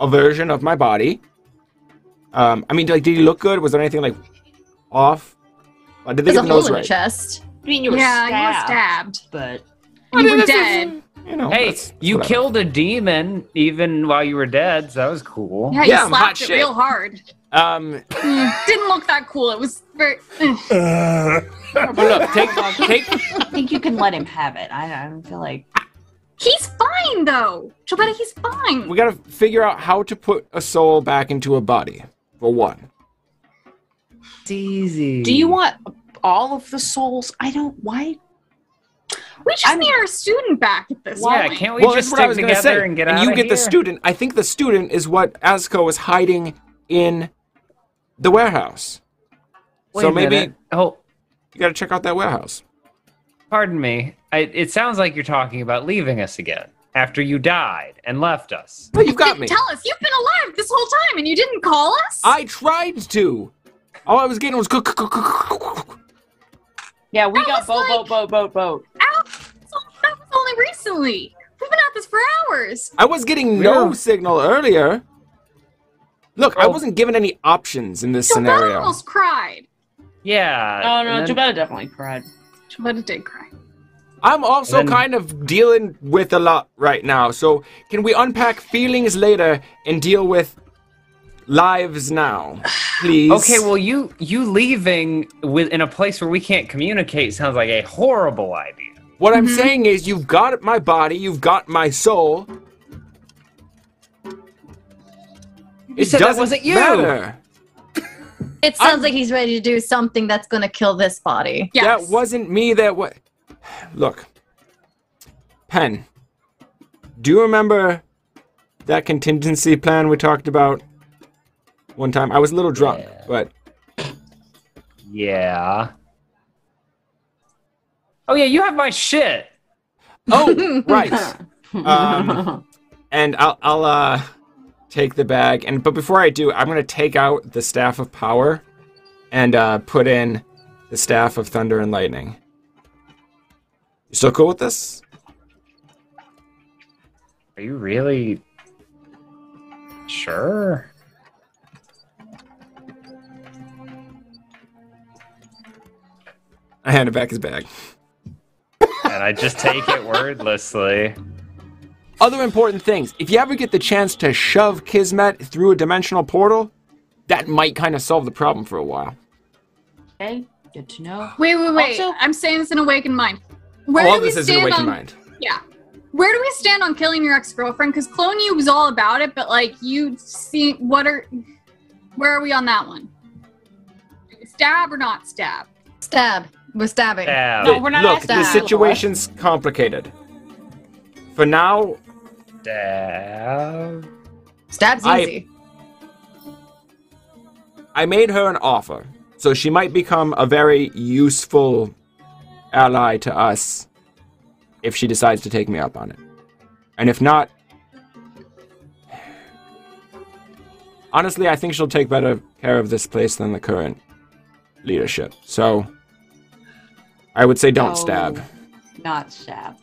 [SPEAKER 3] a version of my body. Um, I mean, like, did he look good? Was there anything like off? Uh, did they
[SPEAKER 4] There's
[SPEAKER 3] get
[SPEAKER 4] a
[SPEAKER 3] the
[SPEAKER 4] hole
[SPEAKER 3] nose
[SPEAKER 4] in the
[SPEAKER 3] right?
[SPEAKER 4] chest.
[SPEAKER 6] I mean, you were
[SPEAKER 2] Yeah, you were
[SPEAKER 6] stabbed,
[SPEAKER 2] stabbed.
[SPEAKER 6] but
[SPEAKER 3] I
[SPEAKER 2] You
[SPEAKER 3] mean,
[SPEAKER 2] were
[SPEAKER 3] this is,
[SPEAKER 2] dead.
[SPEAKER 3] You know,
[SPEAKER 5] Hey,
[SPEAKER 3] Oh, that's- that's
[SPEAKER 5] you
[SPEAKER 3] whatever.
[SPEAKER 5] killed a demon even while you were dead, so that was cool.
[SPEAKER 2] Yeah,
[SPEAKER 3] Yeah,
[SPEAKER 2] you
[SPEAKER 3] I'm hot
[SPEAKER 2] slapped it
[SPEAKER 3] shit.
[SPEAKER 2] real hard.
[SPEAKER 3] Um,
[SPEAKER 2] Mm, Didn't look that cool. It was very. mm.
[SPEAKER 1] Uh,
[SPEAKER 3] but look,
[SPEAKER 5] [LAUGHS]
[SPEAKER 3] take, take.
[SPEAKER 6] I think you can let him have it. I, I don't feel like.
[SPEAKER 2] [SIGHS] He's fine though, Chobetta. He's fine.
[SPEAKER 3] We gotta figure out how to put a soul back into a body. For one,
[SPEAKER 5] It's easy.
[SPEAKER 6] Do you want all of the souls? I don't. Why?
[SPEAKER 2] We just
[SPEAKER 6] I'm-
[SPEAKER 2] need our student back at this
[SPEAKER 5] Yeah,
[SPEAKER 2] point.
[SPEAKER 5] can't we
[SPEAKER 3] well, that's
[SPEAKER 5] just
[SPEAKER 3] what I
[SPEAKER 5] stick
[SPEAKER 3] was
[SPEAKER 5] together
[SPEAKER 3] gonna say.
[SPEAKER 5] and get out
[SPEAKER 3] you
[SPEAKER 5] of
[SPEAKER 3] get the
[SPEAKER 5] here?
[SPEAKER 3] student. I think the student is what Asco is hiding in the warehouse.
[SPEAKER 5] Wait
[SPEAKER 3] so
[SPEAKER 5] a
[SPEAKER 3] maybe
[SPEAKER 5] minute. Oh,
[SPEAKER 3] you got to check out that warehouse.
[SPEAKER 5] pardon me. I, it sounds like you're talking about leaving us again after you died and left us.
[SPEAKER 3] Well, you've got
[SPEAKER 2] Didn't
[SPEAKER 3] me.
[SPEAKER 2] Tell us you've been alive this whole time and you didn't call us.
[SPEAKER 3] I tried to. All I was getting was cook, cook, cook, cook, cook, cook.
[SPEAKER 6] Yeah, we
[SPEAKER 2] That
[SPEAKER 6] got
[SPEAKER 2] was
[SPEAKER 6] boat, boat,
[SPEAKER 2] like-
[SPEAKER 6] boat, boat, boat.
[SPEAKER 2] Ow! That was only recently. We've been at this for hours.
[SPEAKER 3] I was getting no
[SPEAKER 5] Yeah.
[SPEAKER 3] signal earlier. Look, I
[SPEAKER 5] Oh.
[SPEAKER 3] wasn't given any options in this
[SPEAKER 2] Chobetta
[SPEAKER 3] scenario.
[SPEAKER 2] almost cried.
[SPEAKER 5] Yeah.
[SPEAKER 6] Oh no,
[SPEAKER 5] and then-
[SPEAKER 6] Jobetta definitely cried.
[SPEAKER 2] Chobetta did cry.
[SPEAKER 3] I'm also
[SPEAKER 5] And then-
[SPEAKER 3] kind of dealing with a lot right now. So can we unpack feelings later and deal with lives
[SPEAKER 5] [SIGHS]
[SPEAKER 3] now, please?
[SPEAKER 5] Okay, well you you leaving with in a place where we can't communicate sounds like a horrible idea.
[SPEAKER 3] What
[SPEAKER 5] mm-hmm.
[SPEAKER 3] I'm saying is, you've got my body, you've got my soul. It
[SPEAKER 5] said that
[SPEAKER 3] doesn't
[SPEAKER 5] wasn't you.
[SPEAKER 3] matter.
[SPEAKER 4] It sounds like he's ready to do something that's going to kill this body.
[SPEAKER 2] Yes.
[SPEAKER 3] That wasn't me. That was. Look, Pen. Do you remember that contingency plan we talked about one time? I was a little drunk, but
[SPEAKER 5] Yeah. Oh yeah, you have my shit.
[SPEAKER 3] oh,
[SPEAKER 2] [LAUGHS]
[SPEAKER 3] right. Um, and I'll I'll uh, take the bag. And but before I do, I'm gonna take out the staff of power, and uh, put in the staff of thunder and lightning. You still cool with this?
[SPEAKER 5] Are you really sure?
[SPEAKER 3] I handed back his bag.
[SPEAKER 5] And I just take [LAUGHS] it wordlessly.
[SPEAKER 3] Other important things. If you ever get the chance to shove Kismet through a dimensional portal, that might kind of solve the problem for a while.
[SPEAKER 6] Okay, good to know.
[SPEAKER 2] Wait, wait, wait.
[SPEAKER 6] Also-
[SPEAKER 2] I'm saying this in awakened mind. Where
[SPEAKER 3] All
[SPEAKER 2] do we
[SPEAKER 3] this is an
[SPEAKER 2] stand
[SPEAKER 3] awakened
[SPEAKER 2] on,
[SPEAKER 3] mind.
[SPEAKER 2] Yeah. Where do we stand on killing your ex girlfriend? Because clone you was all about it, but like you see, what are, where are we on that one? Do we Stab or not stab?
[SPEAKER 4] Stab. We're stabbing.
[SPEAKER 5] Stab.
[SPEAKER 6] No, we're not
[SPEAKER 3] Look,
[SPEAKER 6] asking
[SPEAKER 3] the
[SPEAKER 6] that.
[SPEAKER 3] situation's complicated. For now,
[SPEAKER 5] Stab.
[SPEAKER 4] Stab's
[SPEAKER 3] I-
[SPEAKER 4] easy.
[SPEAKER 3] I made her an offer, so she might become a very useful ally to us if she decides to take me up on it. And if not, honestly, I think she'll take better care of this place than the current leadership. So I would say don't
[SPEAKER 6] No.
[SPEAKER 3] stab.
[SPEAKER 6] Oh, Not stab.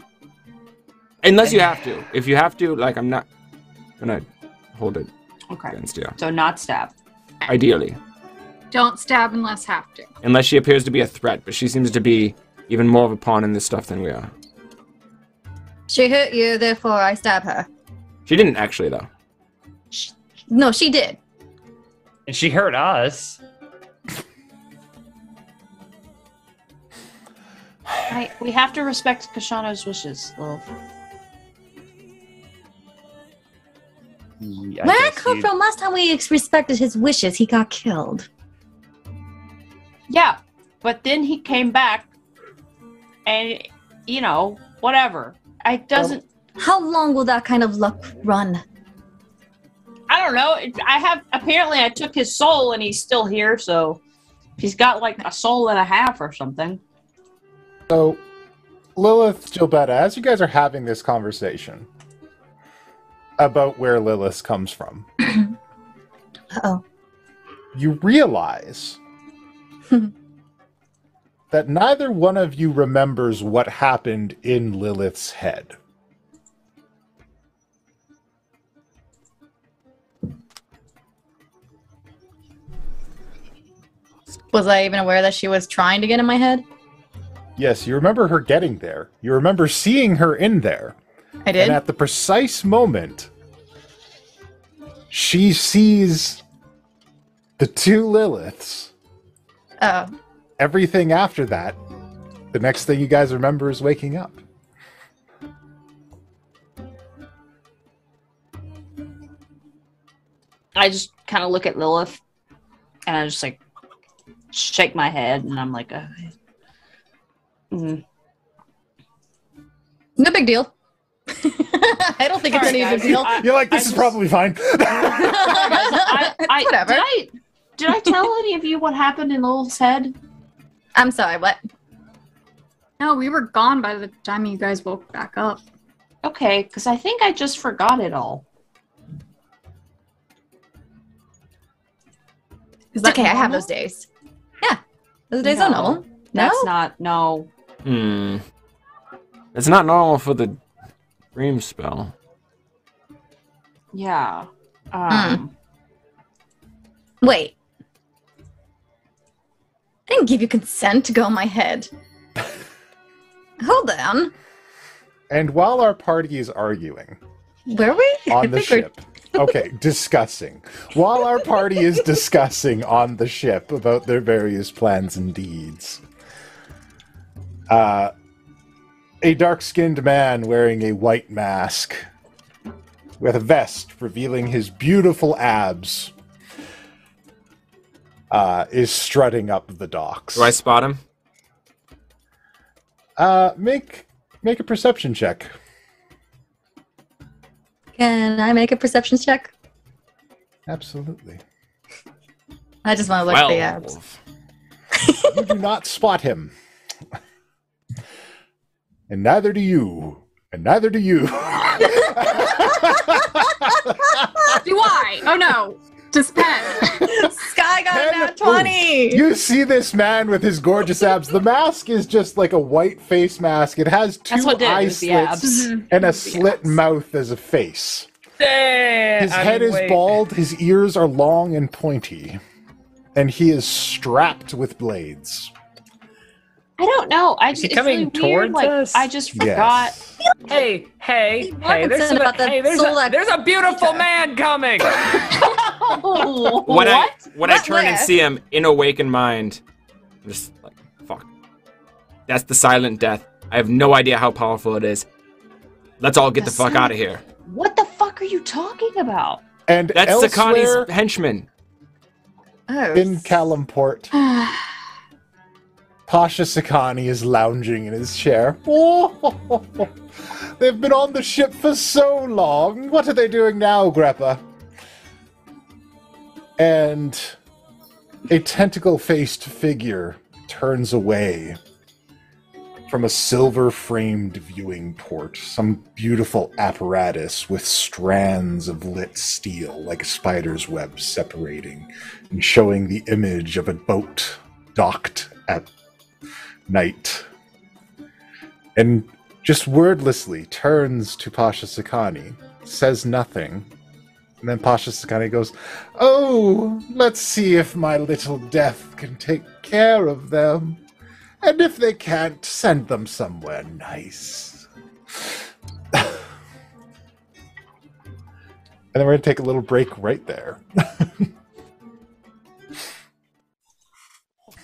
[SPEAKER 3] Unless you have to. If you have to, like, I'm not gonna hold it
[SPEAKER 6] Okay.
[SPEAKER 3] against you.
[SPEAKER 6] So not stab.
[SPEAKER 3] Ideally.
[SPEAKER 2] Don't stab unless have to.
[SPEAKER 3] unless she appears to be a threat, but she seems to be even more of a pawn in this stuff than we are.
[SPEAKER 4] She hurt you, therefore I stab her.
[SPEAKER 3] She didn't actually, though.
[SPEAKER 4] No, she did.
[SPEAKER 5] And she hurt us.
[SPEAKER 6] I, we have to respect Kashana's wishes, love.
[SPEAKER 5] Ye- I
[SPEAKER 4] Where I
[SPEAKER 5] guess
[SPEAKER 4] come
[SPEAKER 5] you-
[SPEAKER 4] from, last time we ex- respected his wishes, he got killed.
[SPEAKER 6] Yeah, but then he came back, and you know, whatever. I doesn't.
[SPEAKER 4] How long will that kind of luck run?
[SPEAKER 6] I don't know. It- I have apparently I took his soul, and he's still here. So he's got like a soul and a half or something.
[SPEAKER 1] So, Lilith, Gilbetta, as you guys are having this conversation about where Lilith comes
[SPEAKER 3] [CLEARS THROAT]
[SPEAKER 1] from,
[SPEAKER 4] oh.
[SPEAKER 1] you realize that neither one of you remembers what happened in Lilith's head.
[SPEAKER 4] Was I even aware that she was trying to get in my head?
[SPEAKER 1] Yes, you remember her getting there. You remember seeing her in there.
[SPEAKER 4] I did.
[SPEAKER 1] And at the precise moment, she sees the two Liliths.
[SPEAKER 4] oh.
[SPEAKER 1] Everything after that, the next thing you guys remember is waking up.
[SPEAKER 6] I just kind of look at Lilith, and I just like shake my head, and I'm like, uh, mm.
[SPEAKER 4] No big deal. [LAUGHS] I don't think it's
[SPEAKER 6] Sorry,
[SPEAKER 4] any big
[SPEAKER 6] guys.
[SPEAKER 4] deal.
[SPEAKER 6] I-
[SPEAKER 1] You're like,
[SPEAKER 6] I
[SPEAKER 1] this is
[SPEAKER 6] just-
[SPEAKER 1] probably fine.
[SPEAKER 4] [LAUGHS]
[SPEAKER 6] I, I,
[SPEAKER 4] Whatever.
[SPEAKER 6] Did I, did I tell any of you what happened in Lilith's head?
[SPEAKER 4] I'm sorry, what?
[SPEAKER 2] No, we were gone by the time you guys woke back up.
[SPEAKER 6] Okay, because I think I just forgot it all.
[SPEAKER 2] Is
[SPEAKER 4] It's okay, I have
[SPEAKER 2] normal?
[SPEAKER 4] those days. Yeah. Those days are
[SPEAKER 6] No,
[SPEAKER 4] normal.
[SPEAKER 6] That's
[SPEAKER 4] no?
[SPEAKER 6] not no.
[SPEAKER 3] Hmm. It's not normal for the dream spell.
[SPEAKER 6] Yeah.
[SPEAKER 4] Hmm.
[SPEAKER 6] Um,
[SPEAKER 4] Wait.
[SPEAKER 1] [LAUGHS]
[SPEAKER 4] I didn't give you consent to go in my head. Hold on.
[SPEAKER 1] [LAUGHS] And while our party is arguing
[SPEAKER 4] Were we? [LAUGHS] I
[SPEAKER 1] on the
[SPEAKER 4] think we're-
[SPEAKER 1] ship, okay,
[SPEAKER 4] [LAUGHS]
[SPEAKER 1] discussing, while our party is discussing on the ship about their various plans and deeds, uh, a dark skinned man wearing a white mask with a vest revealing his beautiful abs uh, is strutting up the docks.
[SPEAKER 3] Do I spot him?
[SPEAKER 1] Uh, make make a perception check.
[SPEAKER 4] Can I make a perception check?
[SPEAKER 1] Absolutely.
[SPEAKER 4] I just want to look at the abs.
[SPEAKER 1] You do not spot him. And neither do you. And neither do you.
[SPEAKER 2] Do I? Oh no. Just
[SPEAKER 3] [LAUGHS]
[SPEAKER 2] pen.
[SPEAKER 1] [LAUGHS]
[SPEAKER 4] Sky got a
[SPEAKER 1] Ten-
[SPEAKER 4] nat 20.
[SPEAKER 1] oh, you see this man with his gorgeous abs. The mask is just like a white face mask. It has two
[SPEAKER 6] That's what did it,
[SPEAKER 1] eye
[SPEAKER 6] was the
[SPEAKER 1] slits
[SPEAKER 6] abs.
[SPEAKER 1] and a slit mouth as a face. His head is bald, his ears are long and pointy, and he is strapped with blades.
[SPEAKER 6] I don't know. I
[SPEAKER 5] Is
[SPEAKER 6] just
[SPEAKER 5] he
[SPEAKER 6] it's
[SPEAKER 5] coming
[SPEAKER 6] really weird.
[SPEAKER 5] towards
[SPEAKER 6] like,
[SPEAKER 5] us?
[SPEAKER 6] I just forgot.
[SPEAKER 5] Hey, hey,
[SPEAKER 4] More
[SPEAKER 5] hey! There's,
[SPEAKER 4] concerned
[SPEAKER 5] about
[SPEAKER 4] about the
[SPEAKER 5] hey, there's, a,
[SPEAKER 4] Solak-
[SPEAKER 5] there's a beautiful man [LAUGHS] coming.
[SPEAKER 6] Oh,
[SPEAKER 3] When
[SPEAKER 6] what?
[SPEAKER 3] I when I
[SPEAKER 4] What?
[SPEAKER 3] turn and
[SPEAKER 4] Where?
[SPEAKER 3] see him in awakened mind, I'm just like fuck. That's the silent death. I have no idea how powerful it is. Let's all get the,
[SPEAKER 6] The
[SPEAKER 3] fuck
[SPEAKER 6] silent-
[SPEAKER 3] out of here.
[SPEAKER 6] What the fuck are you talking about?
[SPEAKER 1] And
[SPEAKER 3] That's
[SPEAKER 1] elsewhere
[SPEAKER 3] Sakani's henchman.
[SPEAKER 4] Oh,
[SPEAKER 1] in Calumport,
[SPEAKER 2] I
[SPEAKER 1] Pasha Sakani is lounging in his chair. [LAUGHS] Oh, they've been on the ship for so long. What are they doing now, Greppa? And a tentacle faced figure turns away from a silver framed viewing port, some beautiful apparatus with strands of lit steel like a spider's web separating and showing the image of a boat docked at night. And just wordlessly turns to Pasha Sakani, says nothing. And then Pasha Sakani goes, Oh, let's see if my little death can take care of them. And if they can't, send them somewhere nice. [SIGHS] and then we're going to take a little break right there.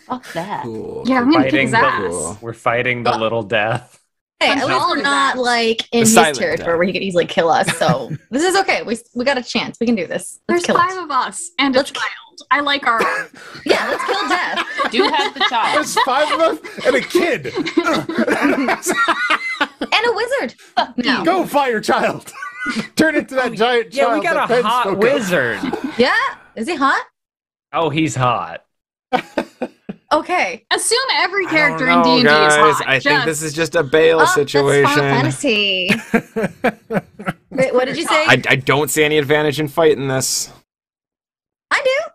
[SPEAKER 6] Fuck that.
[SPEAKER 3] Cool.
[SPEAKER 2] Yeah, I'm gonna kick
[SPEAKER 5] Fighting
[SPEAKER 2] his
[SPEAKER 5] the-
[SPEAKER 2] ass.
[SPEAKER 5] We're fighting the little death.
[SPEAKER 4] Hey, at least we're not like in his
[SPEAKER 3] silent
[SPEAKER 4] territory
[SPEAKER 3] death.
[SPEAKER 4] where he could easily kill us.
[SPEAKER 3] [LAUGHS]
[SPEAKER 4] So this is okay. We we got a chance. We can do this.
[SPEAKER 2] There's
[SPEAKER 4] Let's kill
[SPEAKER 2] five
[SPEAKER 4] it.
[SPEAKER 2] of us and a child. I like
[SPEAKER 4] [LAUGHS]
[SPEAKER 2] our
[SPEAKER 4] Yeah, let's
[SPEAKER 2] [LAUGHS]
[SPEAKER 4] kill death.
[SPEAKER 6] Do have the child.
[SPEAKER 1] There's five of us and a kid.
[SPEAKER 4] and a wizard. No.
[SPEAKER 1] Go fire child. Turn into that giant
[SPEAKER 5] Oh, Yeah,
[SPEAKER 1] child.
[SPEAKER 5] we got
[SPEAKER 1] that
[SPEAKER 5] a
[SPEAKER 1] Ben
[SPEAKER 5] hot
[SPEAKER 1] spoke of.
[SPEAKER 5] wizard.
[SPEAKER 4] Yeah. Is he hot?
[SPEAKER 5] Oh, he's hot.
[SPEAKER 4] Okay.
[SPEAKER 2] assume every
[SPEAKER 3] I
[SPEAKER 2] character
[SPEAKER 3] don't know,
[SPEAKER 2] in D&D is
[SPEAKER 3] guys.
[SPEAKER 2] hot.
[SPEAKER 3] I think
[SPEAKER 2] Just-
[SPEAKER 3] this is just a bail
[SPEAKER 4] Oh, that's Final
[SPEAKER 3] situation. [LAUGHS]
[SPEAKER 4] Fantasy. Wait, what did you say?
[SPEAKER 3] I, I don't see any advantage in fighting this.
[SPEAKER 4] I do.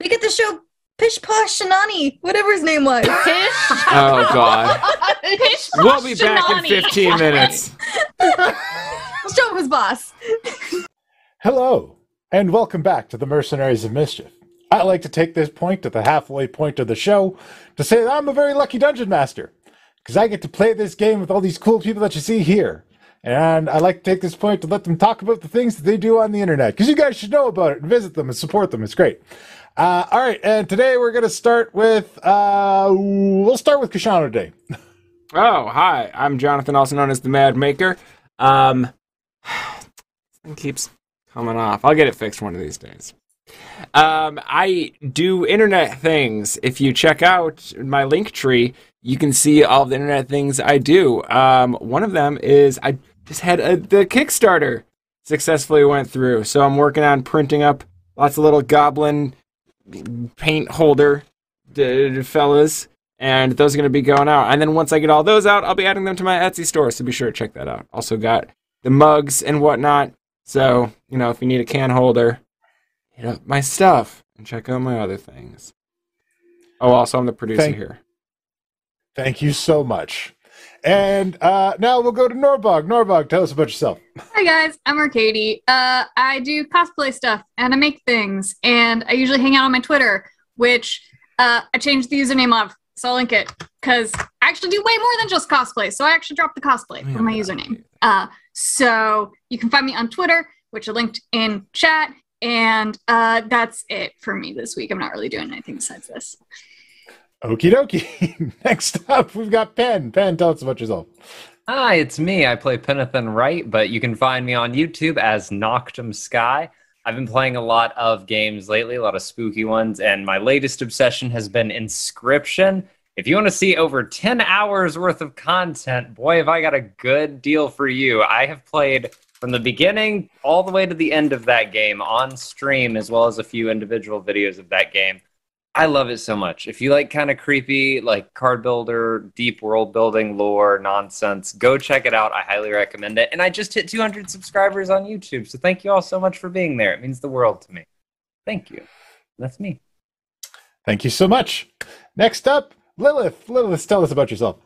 [SPEAKER 4] We get to show Pish Posh Shanani, whatever his name was.
[SPEAKER 6] Pish.
[SPEAKER 3] Oh god.
[SPEAKER 2] Pish
[SPEAKER 3] We'll be back in
[SPEAKER 2] Pashtanani.
[SPEAKER 3] 15 minutes.
[SPEAKER 4] Let's show him who's boss.
[SPEAKER 1] Hello, and welcome back to the Mercenaries of Mischief. I like to take this point at the halfway point of the show to say that I'm a very lucky dungeon master because I get to play this game with all these cool people that you see here. And I like to take this point to let them talk about the things that they do on the internet because you guys should know about it and visit them and support them. It's great. Uh, all right, and today we're going to start with uh, we'll start with Kashana today.
[SPEAKER 3] Oh, hi. I'm Jonathan, also known as the Mad Maker. Um, [SIGHS] it keeps coming off. I'll get it fixed one of these days. Um, I do internet things. If you check out my link tree, you can see all the internet things I do. Um, one of them is I just had a, the Kickstarter successfully went through. So I'm working on printing up lots of little goblin paint holder d- d- fellas and those are going to be going out. And then once I get all those out, I'll be adding them to my Etsy store, so be sure to check that out. Also got the mugs and whatnot. So, you know, if you need a can holder, hit up my stuff and check out my other things. Oh, also, I'm the producer
[SPEAKER 1] Thank-
[SPEAKER 3] here.
[SPEAKER 1] Thank you so much. And uh, now we'll go to Norbog. Norbog, tell us about yourself.
[SPEAKER 2] Hi guys, I'm Arcady. Uh, I do cosplay stuff and I make things, and I usually hang out on my Twitter, which uh, I changed the username of, so I'll link it because I I actually do way more than just cosplay, so I actually dropped the cosplay for my username. Uh, so you can find me on Twitter, which are linked in chat. And uh, that's it for me this week. I'm not really doing anything besides this.
[SPEAKER 1] Okie dokie. [LAUGHS] Next up, we've got Pen. Pen, tell us about yourself.
[SPEAKER 5] Hi, it's me. I play Penathan Wright, but you can find me on YouTube as Noctum Sky. I've been playing a lot of games lately, a lot of spooky ones, and my latest obsession has been Inscription. If you want to see over 10 hours worth of content, boy, have I got a good deal for you. I have played from the beginning all the way to the end of that game on stream, as well as a few individual videos of that game. I love it so much. If you like kind of creepy, like card builder, deep world building lore nonsense, go check it out. I highly recommend it. And I just hit 200 subscribers on YouTube. So thank you all so much for being there. It means the world to me. Thank you. That's me.
[SPEAKER 1] Thank you so much. Next up, Lilith. Lilith, tell us about yourself.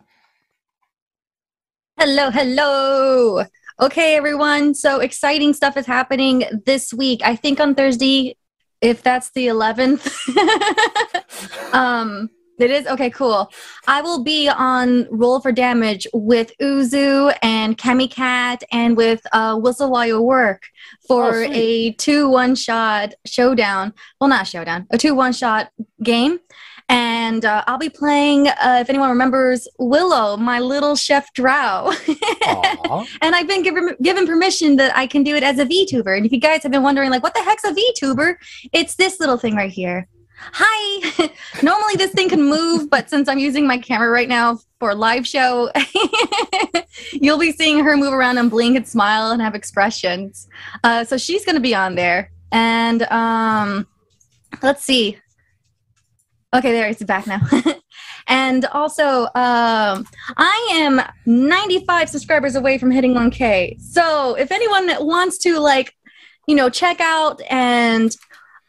[SPEAKER 4] Hello, hello. Okay, everyone. So exciting stuff is happening this week. I think on Thursday, if that's the 11th. [LAUGHS] um, it is? Okay, cool. I will be on Roll for Damage with Uzu and Kemi Cat and with uh, Whistle While You Work
[SPEAKER 1] Oh,
[SPEAKER 4] for
[SPEAKER 1] sweet.
[SPEAKER 4] a two one shot showdown. Well, not showdown, a two one shot game. And uh, I'll be playing, uh, if anyone remembers, Willow, my little chef drow.
[SPEAKER 1] [LAUGHS]
[SPEAKER 4] [LAUGHS]
[SPEAKER 1] Aw.
[SPEAKER 4] And I've been given, given permission that I can do it as a VTuber. And if you guys have been wondering, like, what the heck's a VTuber? It's this little thing right here. Hi! [LAUGHS] Normally this thing can move, but since I'm using my camera right now for a live show, [LAUGHS] you'll be seeing her move around and blink and smile and have expressions. Uh, so she's going to be on there. And um, let's see. Okay, there, it's back now. [LAUGHS] and also, um, I am 95 subscribers away from hitting 1K. So if anyone wants to, like, you know, check out and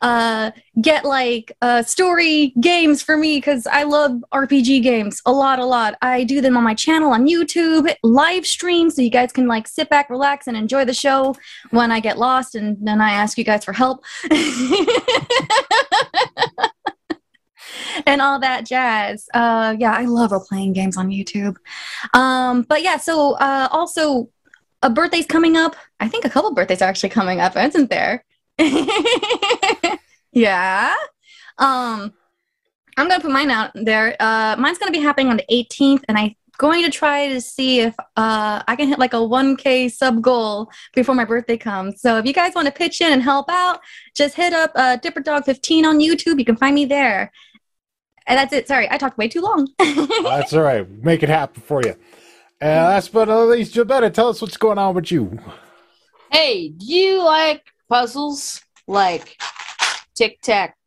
[SPEAKER 4] uh, get like uh, story games for me because I love RPG games a lot, a lot. I do them on my channel on YouTube, live stream, so you guys can like sit back, relax, and enjoy the show when I get lost and then I ask you guys for help. [LAUGHS] and all that jazz. Uh, yeah, I love playing games on YouTube. Um, but yeah, so uh, also a birthday's coming up. I think a couple birthdays are actually coming up, isn't there? [LAUGHS] yeah. Um, I'm gonna put mine out there. Uh, mine's gonna be happening on the 18th, and I'm going to try to see if uh, I can hit like a 1K sub goal before my birthday comes. So if you guys want to pitch in and help out, just hit up uh, Dipper Dog 15 on YouTube. You can find me there. And that's it. Sorry, I talked way too long. [LAUGHS]
[SPEAKER 1] That's all right. Make it happen for you. And last but not least, Jabetta, tell us what's going on with you.
[SPEAKER 6] Hey, do you like puzzles like tic tac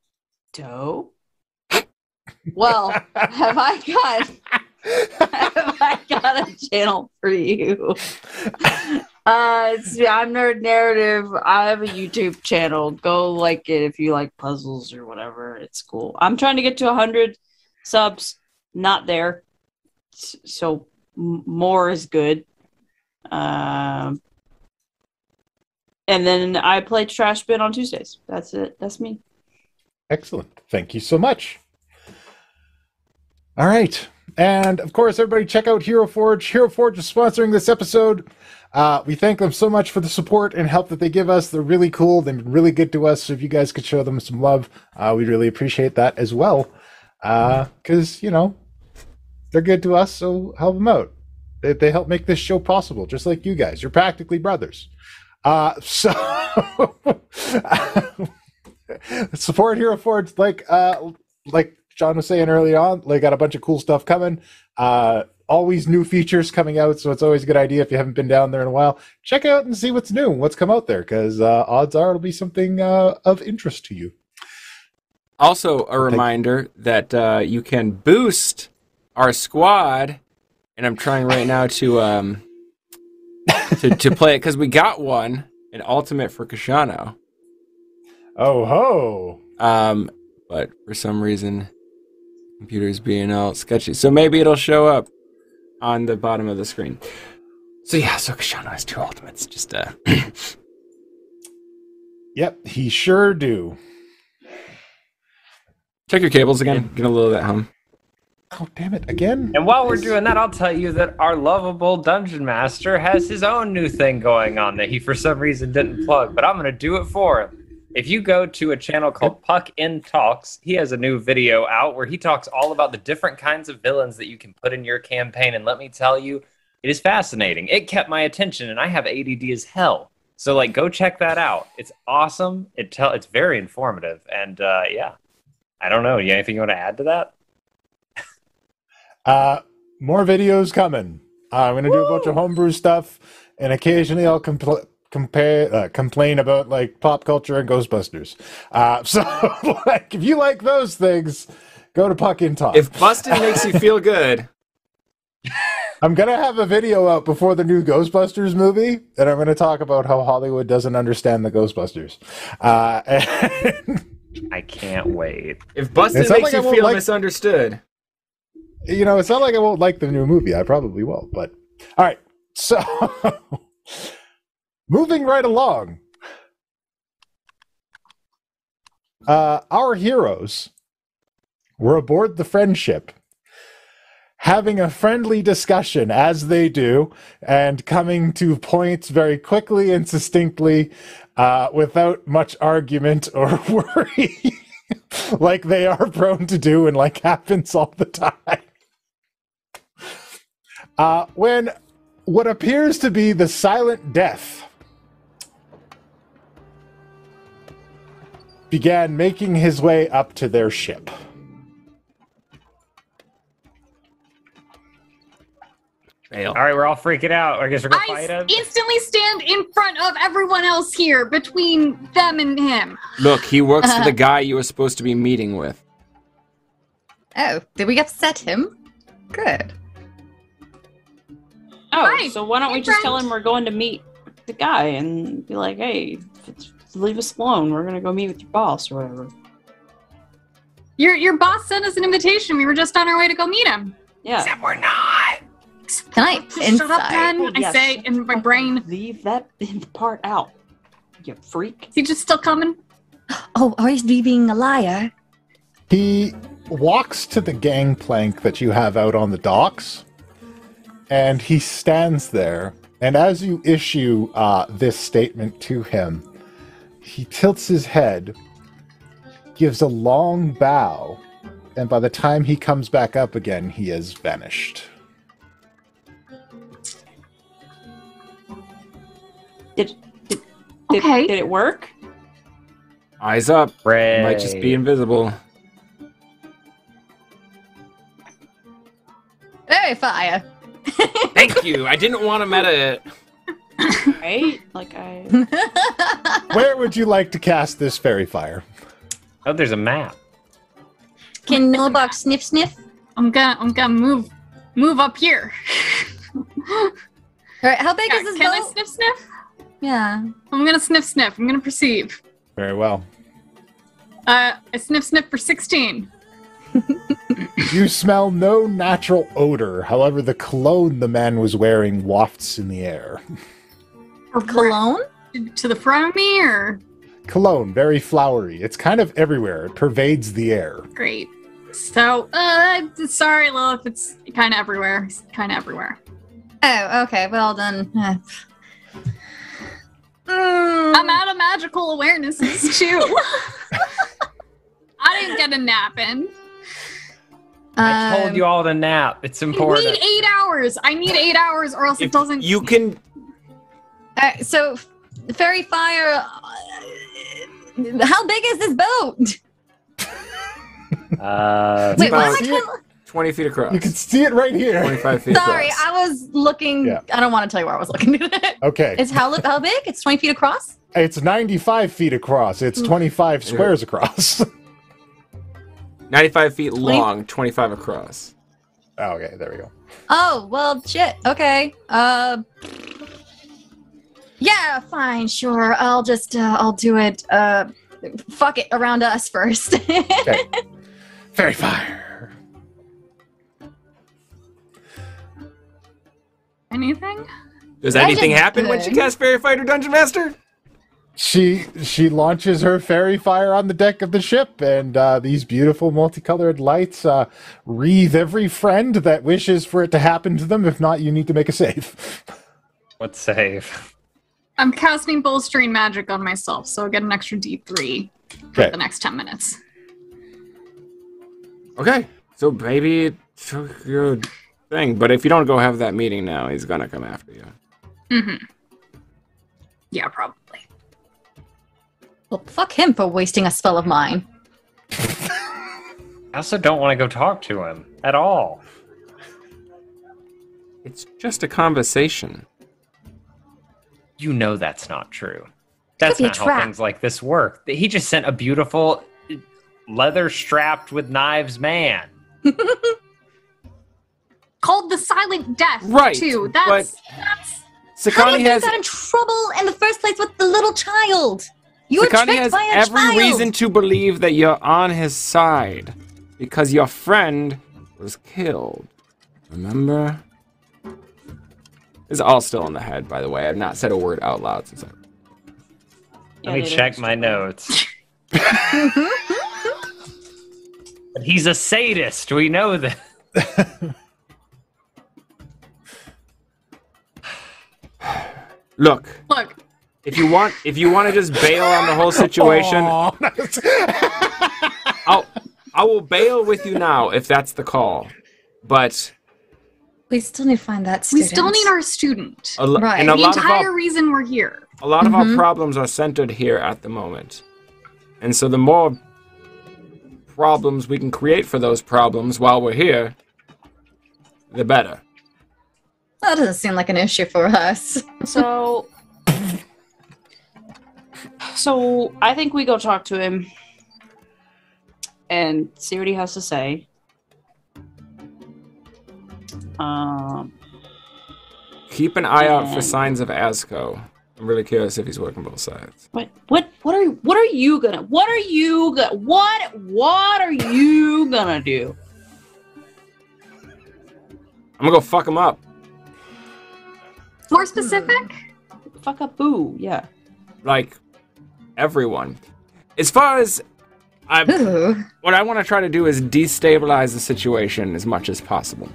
[SPEAKER 6] toe? Well, have I got have I got a channel for you? Uh, it's, I'm Nerd Narrative. I have a YouTube channel. Go like it if you like puzzles or whatever. It's cool. I'm trying to get to 100 subs. Not there. S- So m- more is good. Um, and then I play Trash Bin on Tuesdays. That's it. That's me.
[SPEAKER 1] Excellent. Thank you so much. All right. And of course, everybody check out Hero Forge. Hero Forge is sponsoring this episode. Uh, we thank them so much for the support and help that they give us. They're really cool. They've been really good to us. So if you guys could show them some love, uh, we'd really appreciate that as well. Because, you know, they're good to us. So help them out. They, they help make this show possible, just like you guys. You're practically brothers. Uh, [LAUGHS] so. support Hero Forge, like uh, like John was saying early on, they got a bunch of cool stuff coming. Uh, always new features coming out, so it's always a good idea if you haven't been down there in a while, check out and see what's new, what's come out there, because uh, odds are it'll be something uh, of interest to you.
[SPEAKER 3] Also, a reminder that uh, you can boost our squad, and I'm trying right now to um to, to play it because we got one an ultimate for Kashano.
[SPEAKER 1] Oh ho!
[SPEAKER 3] Um, but for some reason, computer's being all sketchy. So maybe it'll show up on the bottom of the screen. So yeah, so Kashano has two ultimates. Just uh, [CLEARS THROAT]
[SPEAKER 1] Yep, he sure do.
[SPEAKER 3] check your cables again. Get a little of that home.
[SPEAKER 1] Oh, damn it. Again?
[SPEAKER 5] And while we're doing that, I'll tell you that our lovable dungeon master has his own new thing going on that he for some reason didn't plug, but I'm going to do it for him. If you go to a channel called Puck in Talks, he has a new video out where he talks all about the different kinds of villains that you can put in your campaign. And let me tell you, it is fascinating. It kept my attention, and I have ADD as hell. So, like, go check that out. It's awesome. It tell it's very informative, and uh, yeah, I don't know. You anything you want to add to that?
[SPEAKER 1] Uh, more videos coming. Uh, I'm gonna do a bunch of homebrew stuff, and occasionally I'll compl- compare uh, complain about like pop culture and Ghostbusters. Uh, [LAUGHS] so like if you like those things, go to Puck and Talk.
[SPEAKER 3] If busted makes you feel good,
[SPEAKER 1] I'm gonna have a video out before the new Ghostbusters movie, and I'm gonna talk about how Hollywood doesn't understand the Ghostbusters. Uh, [LAUGHS] and,
[SPEAKER 5] I can't wait.
[SPEAKER 3] if busted
[SPEAKER 1] It sounds
[SPEAKER 3] makes
[SPEAKER 1] like I
[SPEAKER 3] you
[SPEAKER 1] won't
[SPEAKER 3] feel
[SPEAKER 1] like-
[SPEAKER 3] misunderstood,
[SPEAKER 1] you know, it's not like I won't like the new movie. I probably will, but all right. So [LAUGHS] moving right along. Uh, our heroes were aboard the friendship, having a friendly discussion as they do, and coming to points very quickly and succinctly uh, without much argument or [LAUGHS] worry, like they are prone to do and like happens all the time. Uh, when what appears to be the silent death began making his way up to their ship.
[SPEAKER 3] fail.
[SPEAKER 5] All right, we're all freaking out. I guess we're gonna
[SPEAKER 2] I
[SPEAKER 5] fight
[SPEAKER 2] s-
[SPEAKER 5] him.
[SPEAKER 2] instantly stand in front of everyone else here between them and him.
[SPEAKER 3] Look, he works
[SPEAKER 4] [LAUGHS]
[SPEAKER 3] for the guy you were supposed to be meeting with.
[SPEAKER 4] Oh, did we upset him? Good.
[SPEAKER 6] Oh,
[SPEAKER 2] Hi,
[SPEAKER 6] so why don't we
[SPEAKER 2] hey,
[SPEAKER 6] just tell
[SPEAKER 2] friend.
[SPEAKER 6] him we're going to meet the guy and be like, hey, f- leave us alone. We're going to go meet with your boss or whatever.
[SPEAKER 2] Your your boss sent us an invitation. We were just on our way to go meet him.
[SPEAKER 6] Yeah.
[SPEAKER 5] We're not.
[SPEAKER 4] Can I
[SPEAKER 2] Just shut up,
[SPEAKER 4] inside? Oh,
[SPEAKER 2] Pen. I
[SPEAKER 6] Yes.
[SPEAKER 2] say in my brain.
[SPEAKER 6] Leave that [LAUGHS] part out, you freak.
[SPEAKER 2] Is he just still coming?
[SPEAKER 4] Oh, are you being a liar?
[SPEAKER 1] He walks to the gangplank that you have out on the docks, and he stands there. And as you issue uh, this statement to him, he tilts his head, gives a long bow, and by the time he comes back up again, he has vanished.
[SPEAKER 6] Did, did, did,
[SPEAKER 2] Okay.
[SPEAKER 6] did it work?
[SPEAKER 3] Eyes up.
[SPEAKER 5] Ray.
[SPEAKER 3] Might just be invisible.
[SPEAKER 4] Very Oh, fire. [LAUGHS]
[SPEAKER 3] Thank you. I didn't want him at a.
[SPEAKER 6] Right? Like,
[SPEAKER 5] [LAUGHS]
[SPEAKER 6] I.
[SPEAKER 1] Where would you like to cast this fairy fire?
[SPEAKER 5] Oh, there's a map.
[SPEAKER 4] Can Nilbok sniff sniff?
[SPEAKER 2] I'm gonna I'm gonna move move up here. [LAUGHS]
[SPEAKER 4] All right, how big
[SPEAKER 2] Yeah,
[SPEAKER 4] is this
[SPEAKER 2] can I
[SPEAKER 4] boat?
[SPEAKER 2] sniff sniff?
[SPEAKER 4] yeah.
[SPEAKER 2] I'm gonna sniff sniff. I'm gonna perceive.
[SPEAKER 1] Very well.
[SPEAKER 2] Uh, I sniff sniff for 16.
[SPEAKER 1] You smell no natural odor. However, the cologne the man was wearing wafts in the air.
[SPEAKER 4] Cologne?
[SPEAKER 2] To the front of me or
[SPEAKER 1] Cologne, very flowery. It's kind of everywhere. It pervades the air.
[SPEAKER 2] great. So, uh, sorry, Lilith. It's kind of everywhere. It's kind of everywhere.
[SPEAKER 4] Oh, okay. Well done. Uh, Mm.
[SPEAKER 2] I'm out of magical awarenesses
[SPEAKER 4] [LAUGHS]
[SPEAKER 2] too. I didn't get a nap in.
[SPEAKER 4] Um,
[SPEAKER 5] I told you all to nap. It's
[SPEAKER 2] I
[SPEAKER 5] important.
[SPEAKER 2] need eight hours. I need eight hours, or else it
[SPEAKER 3] If
[SPEAKER 2] doesn't.
[SPEAKER 3] you can.
[SPEAKER 4] All right, uh, so f- fairy fire. uh, How big is this boat?
[SPEAKER 5] Uh,
[SPEAKER 4] Wait,
[SPEAKER 3] about-
[SPEAKER 4] what am I
[SPEAKER 1] See
[SPEAKER 4] trying-
[SPEAKER 3] 20 feet across.
[SPEAKER 1] You can see it right here.
[SPEAKER 3] 25 feet
[SPEAKER 4] Sorry,
[SPEAKER 3] across.
[SPEAKER 4] I was looking.
[SPEAKER 1] Yeah.
[SPEAKER 4] I don't want to tell you where I was looking. [LAUGHS]
[SPEAKER 1] Okay.
[SPEAKER 4] it's how li- how big? It's twenty feet across.
[SPEAKER 1] It's 95 feet across. It's 25 squares across. [LAUGHS]
[SPEAKER 3] 95 feet long, 25 across.
[SPEAKER 1] okay, there we go.
[SPEAKER 4] Oh well, shit. Okay. Uh. Yeah, fine, sure. I'll just uh, I'll do it. Uh, fuck it around us first. [LAUGHS]
[SPEAKER 1] Fairy fire.
[SPEAKER 2] anything.
[SPEAKER 3] Does
[SPEAKER 4] That
[SPEAKER 3] anything
[SPEAKER 4] is
[SPEAKER 3] happen when she
[SPEAKER 4] good.
[SPEAKER 3] casts Fairy Fighter Dungeon Master?
[SPEAKER 1] she she launches her fairy fire on the deck of the ship, and uh, these beautiful multicolored lights uh, wreathe every friend that wishes for it to happen to them. If not, you need to make a save.
[SPEAKER 5] Let's save.
[SPEAKER 2] I'm casting bolstering magic on myself, so I'll get an extra D3 for
[SPEAKER 1] Okay.
[SPEAKER 2] the next 10 minutes.
[SPEAKER 3] Okay. So baby, it's a good thing. But if you don't go have that meeting now, he's gonna come after you.
[SPEAKER 2] hmm Yeah, probably.
[SPEAKER 4] Well, fuck him for wasting a spell of mine.
[SPEAKER 5] I also don't want to go talk to him at all.
[SPEAKER 3] It's just a conversation.
[SPEAKER 5] You know that's not true. That's
[SPEAKER 4] be a
[SPEAKER 5] not how
[SPEAKER 4] trap.
[SPEAKER 5] things like this work. He just sent a beautiful leather strapped with knives man.
[SPEAKER 2] Called the Silent Death,
[SPEAKER 3] Right,
[SPEAKER 2] too. That's, that's
[SPEAKER 4] How do
[SPEAKER 3] Sakani
[SPEAKER 4] you get
[SPEAKER 3] has
[SPEAKER 4] got in trouble in the first place with the little child? You were
[SPEAKER 3] Sakani
[SPEAKER 4] tricked
[SPEAKER 3] has
[SPEAKER 4] by a
[SPEAKER 3] every
[SPEAKER 4] child.
[SPEAKER 3] reason to believe that you're on his side because your friend was killed. Remember? It's all still in the head, by the way. I've not said a word out loud since I.
[SPEAKER 6] Yeah,
[SPEAKER 5] Let me
[SPEAKER 6] they don't
[SPEAKER 5] check my
[SPEAKER 6] stop.
[SPEAKER 5] notes. But he's a sadist. We know that.
[SPEAKER 3] Look,
[SPEAKER 2] look.
[SPEAKER 3] if you want, if you want to just bail on the whole
[SPEAKER 5] [LAUGHS]
[SPEAKER 3] situation, I'll, I will bail with you now if that's the call. But
[SPEAKER 4] We still need to find that
[SPEAKER 2] We
[SPEAKER 4] student.
[SPEAKER 2] still need our student.
[SPEAKER 3] a lo-
[SPEAKER 4] Right.
[SPEAKER 3] and a
[SPEAKER 2] the
[SPEAKER 3] lot of our
[SPEAKER 2] entire reason we're here.
[SPEAKER 3] a lot of our
[SPEAKER 4] Mhm.
[SPEAKER 3] problems are centered here at the moment. And so the more problems we can create for those problems while we're here, the better.
[SPEAKER 4] That doesn't seem like an issue for us.
[SPEAKER 6] So, so I think we go talk to him and see what he has to say. Um,
[SPEAKER 3] Keep an eye out
[SPEAKER 6] Yeah.
[SPEAKER 3] for signs of ASCO. I'm really curious if he's working both sides.
[SPEAKER 6] what, what, what are, what are you gonna, what are you gonna, what, what are you gonna do?
[SPEAKER 3] I'm gonna go fuck him up.
[SPEAKER 2] More specific?
[SPEAKER 6] Fuck up, boo, yeah.
[SPEAKER 3] Like everyone. As far as I
[SPEAKER 4] Ooh.
[SPEAKER 3] what I want to try to do is destabilize the situation as much as possible.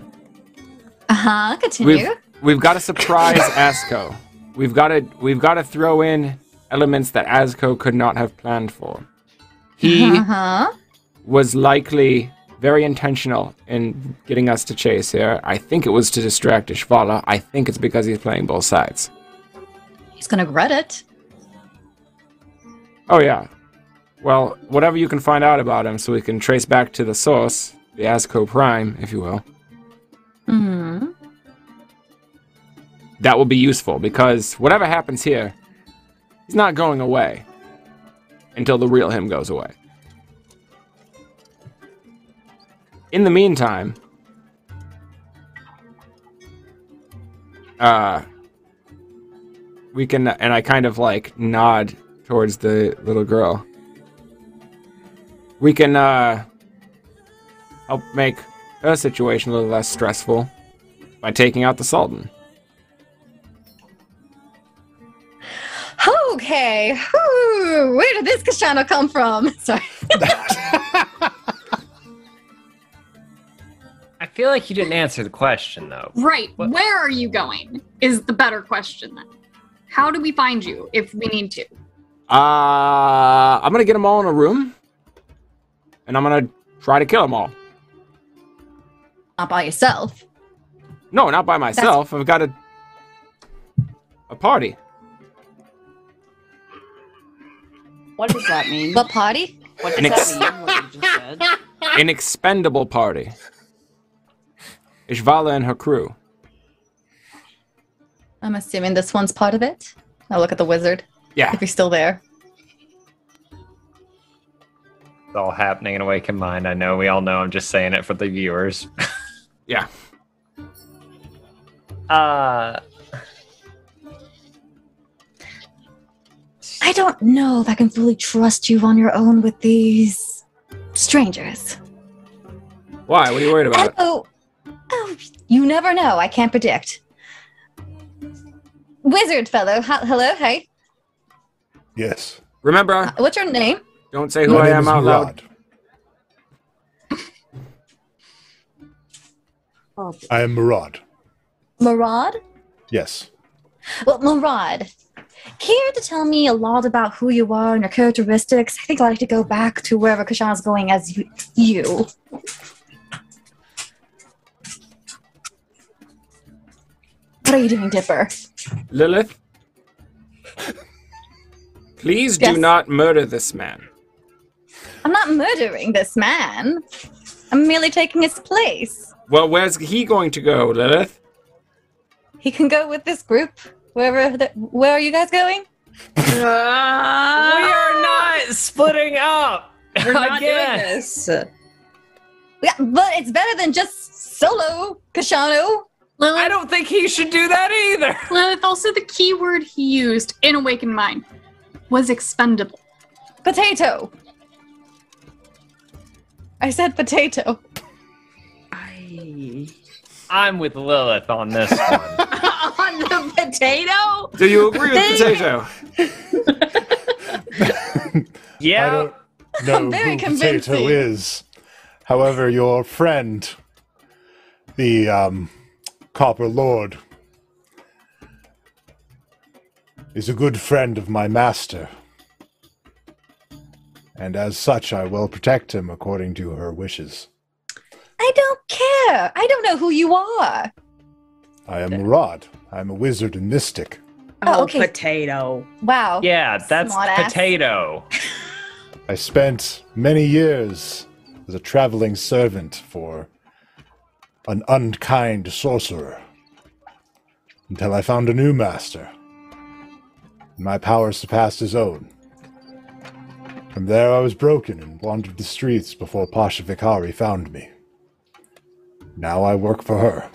[SPEAKER 4] Uh huh. Continue.
[SPEAKER 3] We've, we've got to surprise Asco. We've got to we've got to throw in elements that Asco could not have planned for. He
[SPEAKER 4] Uh huh.
[SPEAKER 3] was likely very intentional in getting us to chase here. I think it was to distract Ishvala. I think it's because he's playing both sides.
[SPEAKER 4] He's gonna regret it.
[SPEAKER 3] Oh yeah. Well, whatever you can find out about him, so we can trace back to the source, the Asco Prime, if you will.
[SPEAKER 4] Hmm.
[SPEAKER 3] That will be useful because whatever happens here, he's not going away until the real him goes away. In the meantime, uh, we can, and I kind of like nod towards the little girl. We can uh, help make her situation a little less stressful by taking out the Sultan.
[SPEAKER 4] Okay. Whew. Where did this Kashano come from? [LAUGHS] Sorry.
[SPEAKER 5] I feel like you didn't answer the question though.
[SPEAKER 2] Right.
[SPEAKER 5] What-
[SPEAKER 2] Where are you going? Is the better question then. How do we find you if we need to?
[SPEAKER 3] Uh, I'm gonna get them all in a room, and I'm gonna try to kill them all.
[SPEAKER 4] Not by yourself.
[SPEAKER 3] No, not by myself. I've got a a party.
[SPEAKER 6] What does that mean?
[SPEAKER 4] But party?
[SPEAKER 6] What
[SPEAKER 3] An
[SPEAKER 6] does
[SPEAKER 3] ex-
[SPEAKER 6] that mean? What you just said?
[SPEAKER 3] An expendable party. Ishvala and her crew.
[SPEAKER 4] I'm assuming this one's part of it. I'll look at the wizard
[SPEAKER 3] Yeah.
[SPEAKER 4] if he's still there.
[SPEAKER 5] It's all happening in Awakened Mind. I know we all know. I'm just saying it for the viewers. [LAUGHS]
[SPEAKER 3] Yeah.
[SPEAKER 5] Uh,
[SPEAKER 4] I don't know if I can fully trust you on your own with these strangers.
[SPEAKER 3] Why? What are you worried about?
[SPEAKER 4] Oh, oh, you never know. I can't predict. Wizard fellow, ha- hello, hey.
[SPEAKER 1] [LAUGHS] Yes.
[SPEAKER 3] Remember,
[SPEAKER 4] What's your name?
[SPEAKER 3] don't say who
[SPEAKER 1] My
[SPEAKER 3] I
[SPEAKER 1] name
[SPEAKER 3] am
[SPEAKER 1] is
[SPEAKER 3] out loud.
[SPEAKER 1] Murad.
[SPEAKER 6] Oh,
[SPEAKER 1] I am Murad.
[SPEAKER 4] Marad?
[SPEAKER 1] Yes.
[SPEAKER 4] Well, Marad, care to tell me a lot about who you are and your characteristics? I think I'd like to go back to wherever Kashana's going as you. you. What are you doing, Dipper?
[SPEAKER 3] Lilith, please
[SPEAKER 4] Yes.
[SPEAKER 3] do not murder this man.
[SPEAKER 4] I'm not murdering this man. I'm merely taking his place.
[SPEAKER 3] Well, where's he going to go, Lilith?
[SPEAKER 4] He can go with this group. Wherever the, where are you guys going?
[SPEAKER 5] we are not splitting [LAUGHS] up.
[SPEAKER 7] We're not
[SPEAKER 5] Again.
[SPEAKER 7] doing this.
[SPEAKER 4] Yeah, but it's better than just solo, Kashano.
[SPEAKER 5] I
[SPEAKER 2] Lilith,
[SPEAKER 5] don't think he should do that either.
[SPEAKER 2] Lilith, also the key word he used in Awakened Mind was expendable.
[SPEAKER 4] Potato. I said potato.
[SPEAKER 6] I...
[SPEAKER 5] I'm with Lilith on this one.
[SPEAKER 1] [LAUGHS]
[SPEAKER 6] On the potato?
[SPEAKER 3] Do you agree with Potato?
[SPEAKER 1] I
[SPEAKER 5] Yeah.
[SPEAKER 1] don't know
[SPEAKER 4] Very
[SPEAKER 1] who Potato
[SPEAKER 4] convincing.
[SPEAKER 1] is. However, your friend, the um, Copper Lord, is a good friend of my master. And as such, I will protect him according to her wishes.
[SPEAKER 4] I don't care. I don't know who you are.
[SPEAKER 1] I am Murad. I'm a wizard and mystic.
[SPEAKER 4] Oh, okay.
[SPEAKER 6] potato.
[SPEAKER 4] Wow.
[SPEAKER 5] Yeah, that's
[SPEAKER 4] Smartass.
[SPEAKER 5] potato.
[SPEAKER 1] I spent many years as a traveling servant for an unkind sorcerer until I found a new master. My power surpassed his own. From there, I was broken and wandered the streets before Pasha Vikari found me. Now I work for her.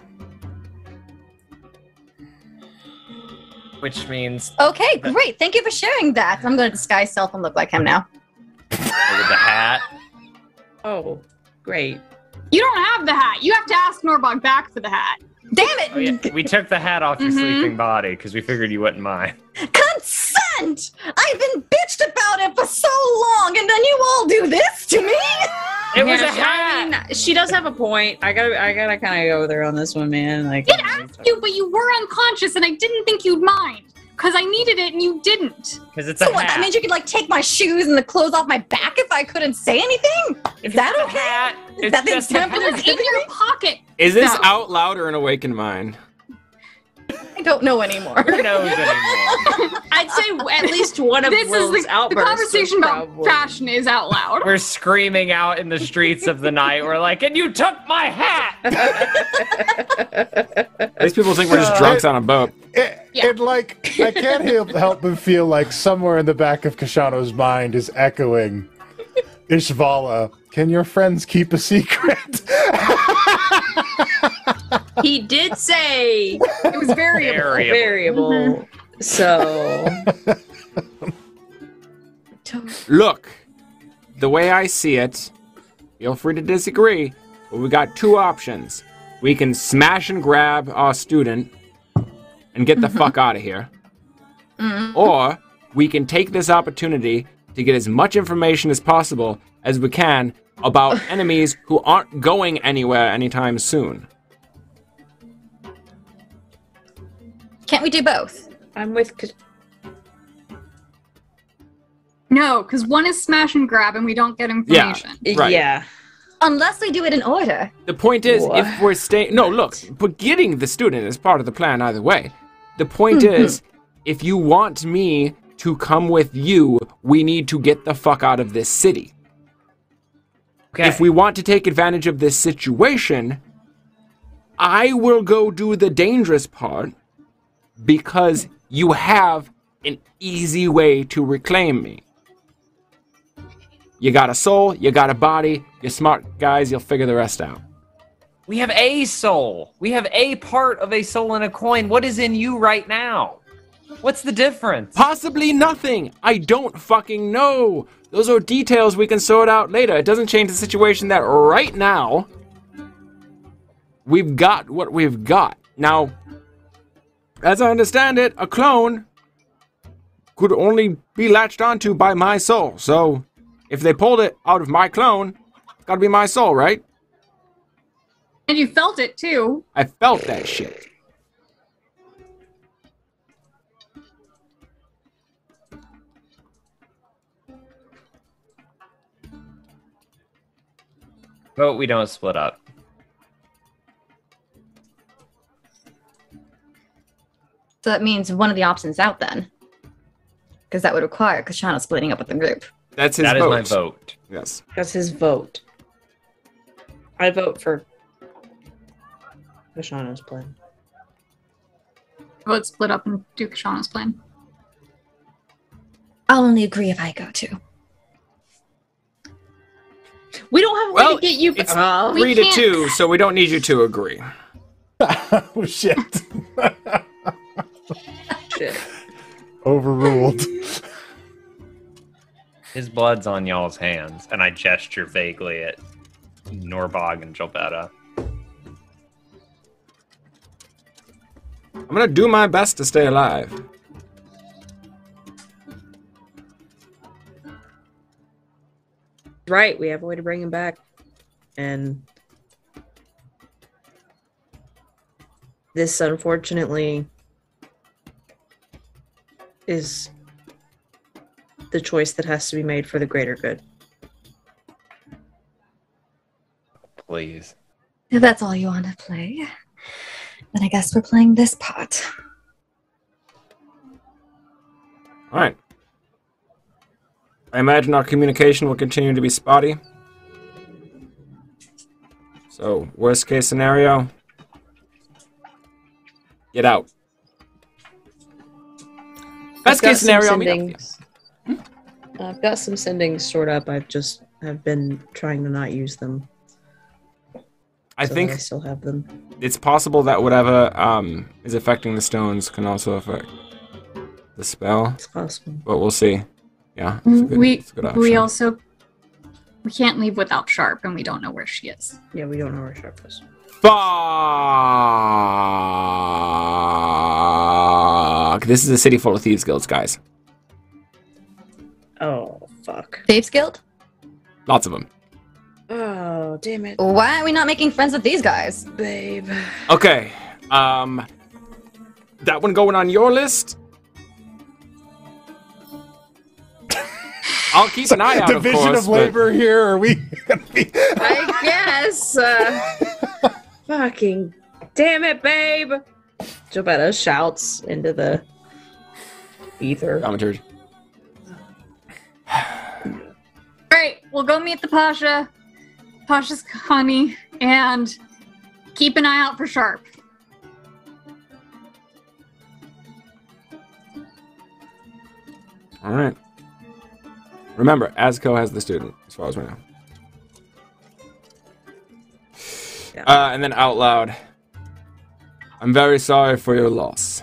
[SPEAKER 5] Which means
[SPEAKER 4] Okay, great. Thank you for sharing that. I'm going to disguise self and look like him now.
[SPEAKER 5] with the hat.
[SPEAKER 7] Oh, great.
[SPEAKER 2] You don't have the hat. You have to ask Norbog back for the hat.
[SPEAKER 4] Damn it!
[SPEAKER 5] Oh, yeah. We took the hat off your
[SPEAKER 2] Mhm.
[SPEAKER 5] sleeping body because we figured you wouldn't mind.
[SPEAKER 4] Consent! I've been bitched about it for so long, and then you all do this to me?
[SPEAKER 5] It
[SPEAKER 4] [LAUGHS]
[SPEAKER 5] was
[SPEAKER 7] Yeah,
[SPEAKER 5] a
[SPEAKER 7] she-
[SPEAKER 5] hat.
[SPEAKER 7] I mean, she does have a point. I gotta, I gotta kind of go with her on this one, man. Like,
[SPEAKER 2] It asked you, but you were unconscious, and I didn't think you'd mind because I needed it and you didn't.
[SPEAKER 5] Because it's a
[SPEAKER 4] So what?
[SPEAKER 5] hat.
[SPEAKER 4] That means you could like take my shoes and the clothes off my back if I couldn't say anything? Is that
[SPEAKER 5] It's a
[SPEAKER 4] okay?
[SPEAKER 5] hat. It's
[SPEAKER 4] that the
[SPEAKER 5] just a
[SPEAKER 4] example
[SPEAKER 2] It was
[SPEAKER 5] hat.
[SPEAKER 2] in your pocket.
[SPEAKER 3] Is this
[SPEAKER 2] No.
[SPEAKER 3] out loud or an awakened mind?
[SPEAKER 4] I don't know anymore. [LAUGHS]
[SPEAKER 5] Who knows anymore?
[SPEAKER 7] [LAUGHS] I'd say at least one of
[SPEAKER 2] This is
[SPEAKER 7] Will's
[SPEAKER 2] the, the
[SPEAKER 7] outbursts was
[SPEAKER 2] conversation about
[SPEAKER 7] probably-
[SPEAKER 2] fashion is out loud.
[SPEAKER 5] We're screaming out in the streets of the night. We're like, and you took my hat.
[SPEAKER 3] These people think we're just drunks on a boat.
[SPEAKER 1] It,
[SPEAKER 2] Yeah.
[SPEAKER 1] it like I can't help help but feel like somewhere in the back of Kashano's mind is echoing Ishvala. Can your friends keep a secret? [LAUGHS]
[SPEAKER 7] He
[SPEAKER 5] [LAUGHS]
[SPEAKER 7] did say
[SPEAKER 2] It was
[SPEAKER 3] [LAUGHS]
[SPEAKER 2] variable.
[SPEAKER 5] Variable.
[SPEAKER 7] variable, so
[SPEAKER 3] Look, the way I see it, feel free to disagree, but we got two options. We can smash and grab our student and get the fuck out of here. Or we can take this opportunity to get as much information as possible as we can about enemies who aren't going anywhere anytime soon.
[SPEAKER 4] Can't we do both?
[SPEAKER 7] I'm with. K-
[SPEAKER 2] No, because one is smash and grab, and we don't get information.
[SPEAKER 3] Right.
[SPEAKER 7] Yeah,
[SPEAKER 4] Unless we do it in order.
[SPEAKER 3] The point is, if
[SPEAKER 7] What?
[SPEAKER 3] we're staying, no, look, but getting the student is part of the plan either way. The point is, if you want me to come with you, we need to get the fuck out of this city.
[SPEAKER 5] Okay.
[SPEAKER 3] If we want to take advantage of this situation, I will go do the dangerous part because you have an easy way to reclaim me. You got a soul, you got a body, you're smart guys, you'll figure the rest out.
[SPEAKER 5] we have a soul. We have a part of a soul in a coin. What is in you right now? What's the difference?
[SPEAKER 3] Possibly nothing. I don't fucking know. Those are details we can sort out later. It doesn't change the situation that right now we've got what we've got. Now, as I understand it, a clone could only be latched onto by my soul. So, if they pulled it out of my clone, gotta be my soul, right?
[SPEAKER 2] And you felt it too.
[SPEAKER 3] I felt that shit.
[SPEAKER 5] But we don't split up.
[SPEAKER 4] So that means one of the options out then. Because that would require Kashana splitting up with the group.
[SPEAKER 3] That's his
[SPEAKER 5] That is
[SPEAKER 3] vote.
[SPEAKER 5] my vote.
[SPEAKER 3] Yes.
[SPEAKER 7] That's his vote. I vote for Kashana's plan.
[SPEAKER 2] I would split up and do Kashana's plan.
[SPEAKER 4] I'll only agree if I go to.
[SPEAKER 7] We don't have a way
[SPEAKER 3] Well,
[SPEAKER 7] to get you.
[SPEAKER 3] it's-
[SPEAKER 7] Oh.
[SPEAKER 2] we
[SPEAKER 3] Three to
[SPEAKER 2] can't-
[SPEAKER 3] two, so we don't need you to agree.
[SPEAKER 1] oh shit!
[SPEAKER 7] Shit.
[SPEAKER 1] Overruled.
[SPEAKER 5] His blood's on y'all's hands, and I gesture vaguely at Norbog and Jolbetta.
[SPEAKER 3] I'm gonna do my best to stay alive.
[SPEAKER 7] Right, we have a way to bring him back. And this unfortunately is the choice that has to be made for the greater good.
[SPEAKER 5] Please.
[SPEAKER 4] If that's all you want to play, then I guess we're playing this part.
[SPEAKER 3] All right. I imagine our communication will continue to be spotty. So, worst case scenario, get out. Best case scenario, meet up. Hmm?
[SPEAKER 7] Uh, I've got some sendings stored up. I've just I've been trying to not use them.
[SPEAKER 3] I
[SPEAKER 7] so that
[SPEAKER 3] think
[SPEAKER 7] I still have them.
[SPEAKER 3] it's possible that whatever um, is affecting the stones can also affect the spell,
[SPEAKER 7] It's possible.
[SPEAKER 3] but we'll see. Yeah, it's a
[SPEAKER 2] Mm,
[SPEAKER 3] good,
[SPEAKER 2] We
[SPEAKER 3] it's a good option.
[SPEAKER 2] we also we can't leave without Sharp, and we don't know where she is.
[SPEAKER 7] Yeah, we don't know where Sharp is.
[SPEAKER 3] Fuck! This is a city full of thieves guilds, guys.
[SPEAKER 7] Oh fuck.
[SPEAKER 4] Thieves Guild?
[SPEAKER 3] Lots of them.
[SPEAKER 7] Oh damn it,
[SPEAKER 4] Why are we not making friends with these guys?
[SPEAKER 7] babe.
[SPEAKER 3] Okay. Um, that one going on your
[SPEAKER 1] [LAUGHS]
[SPEAKER 3] list. I'll keep an eye out.
[SPEAKER 1] Division
[SPEAKER 3] of,
[SPEAKER 1] of,
[SPEAKER 3] course, but-
[SPEAKER 1] labor here. Are we gonna be?
[SPEAKER 7] I guess. Uh, fucking damn it, babe. Gilberto shouts into the ether.
[SPEAKER 3] Commentary.
[SPEAKER 2] All right, we'll go meet the Pasha, Pasha's Connie, and keep an eye out for Sharp.
[SPEAKER 1] [LAUGHS]
[SPEAKER 3] All right. Remember, Azco has the student, as far as we know.
[SPEAKER 7] Yeah.
[SPEAKER 3] Uh, and then out loud, I'm very sorry for your loss.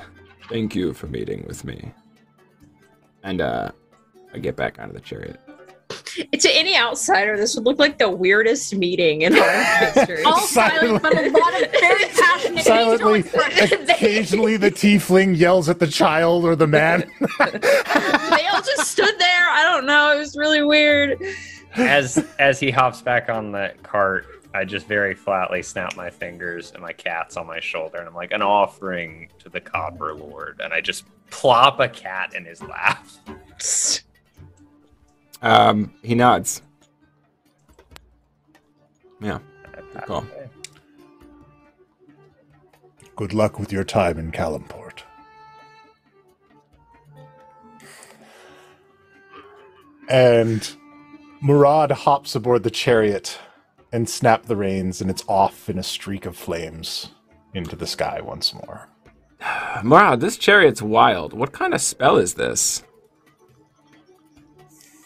[SPEAKER 3] Thank you for meeting with me. And uh, I get back onto the chariot.
[SPEAKER 7] To any outsider, this would look like the weirdest meeting in
[SPEAKER 5] [LAUGHS]
[SPEAKER 7] all of history.
[SPEAKER 5] Oh,
[SPEAKER 2] All silent, but a lot of very passionate facial
[SPEAKER 1] Silently,
[SPEAKER 2] expressions. [LAUGHS]
[SPEAKER 1] occasionally the tiefling yells at the child or the man.
[SPEAKER 7] they all just stood there. I don't know. It was really weird.
[SPEAKER 5] As as he hops back on the cart, I just very flatly snap my fingers and my cat's on my shoulder, and I'm like, an offering to the Copper Lord, and I just plop a cat in his lap.
[SPEAKER 3] Um, he nods. Yeah. Good call.
[SPEAKER 1] Good luck with your time in Calumport. And Murad hops aboard the chariot and snap the reins, and it's off in a streak of flames into the sky once more.
[SPEAKER 3] Wow, this chariot's wild. What kind of spell is this?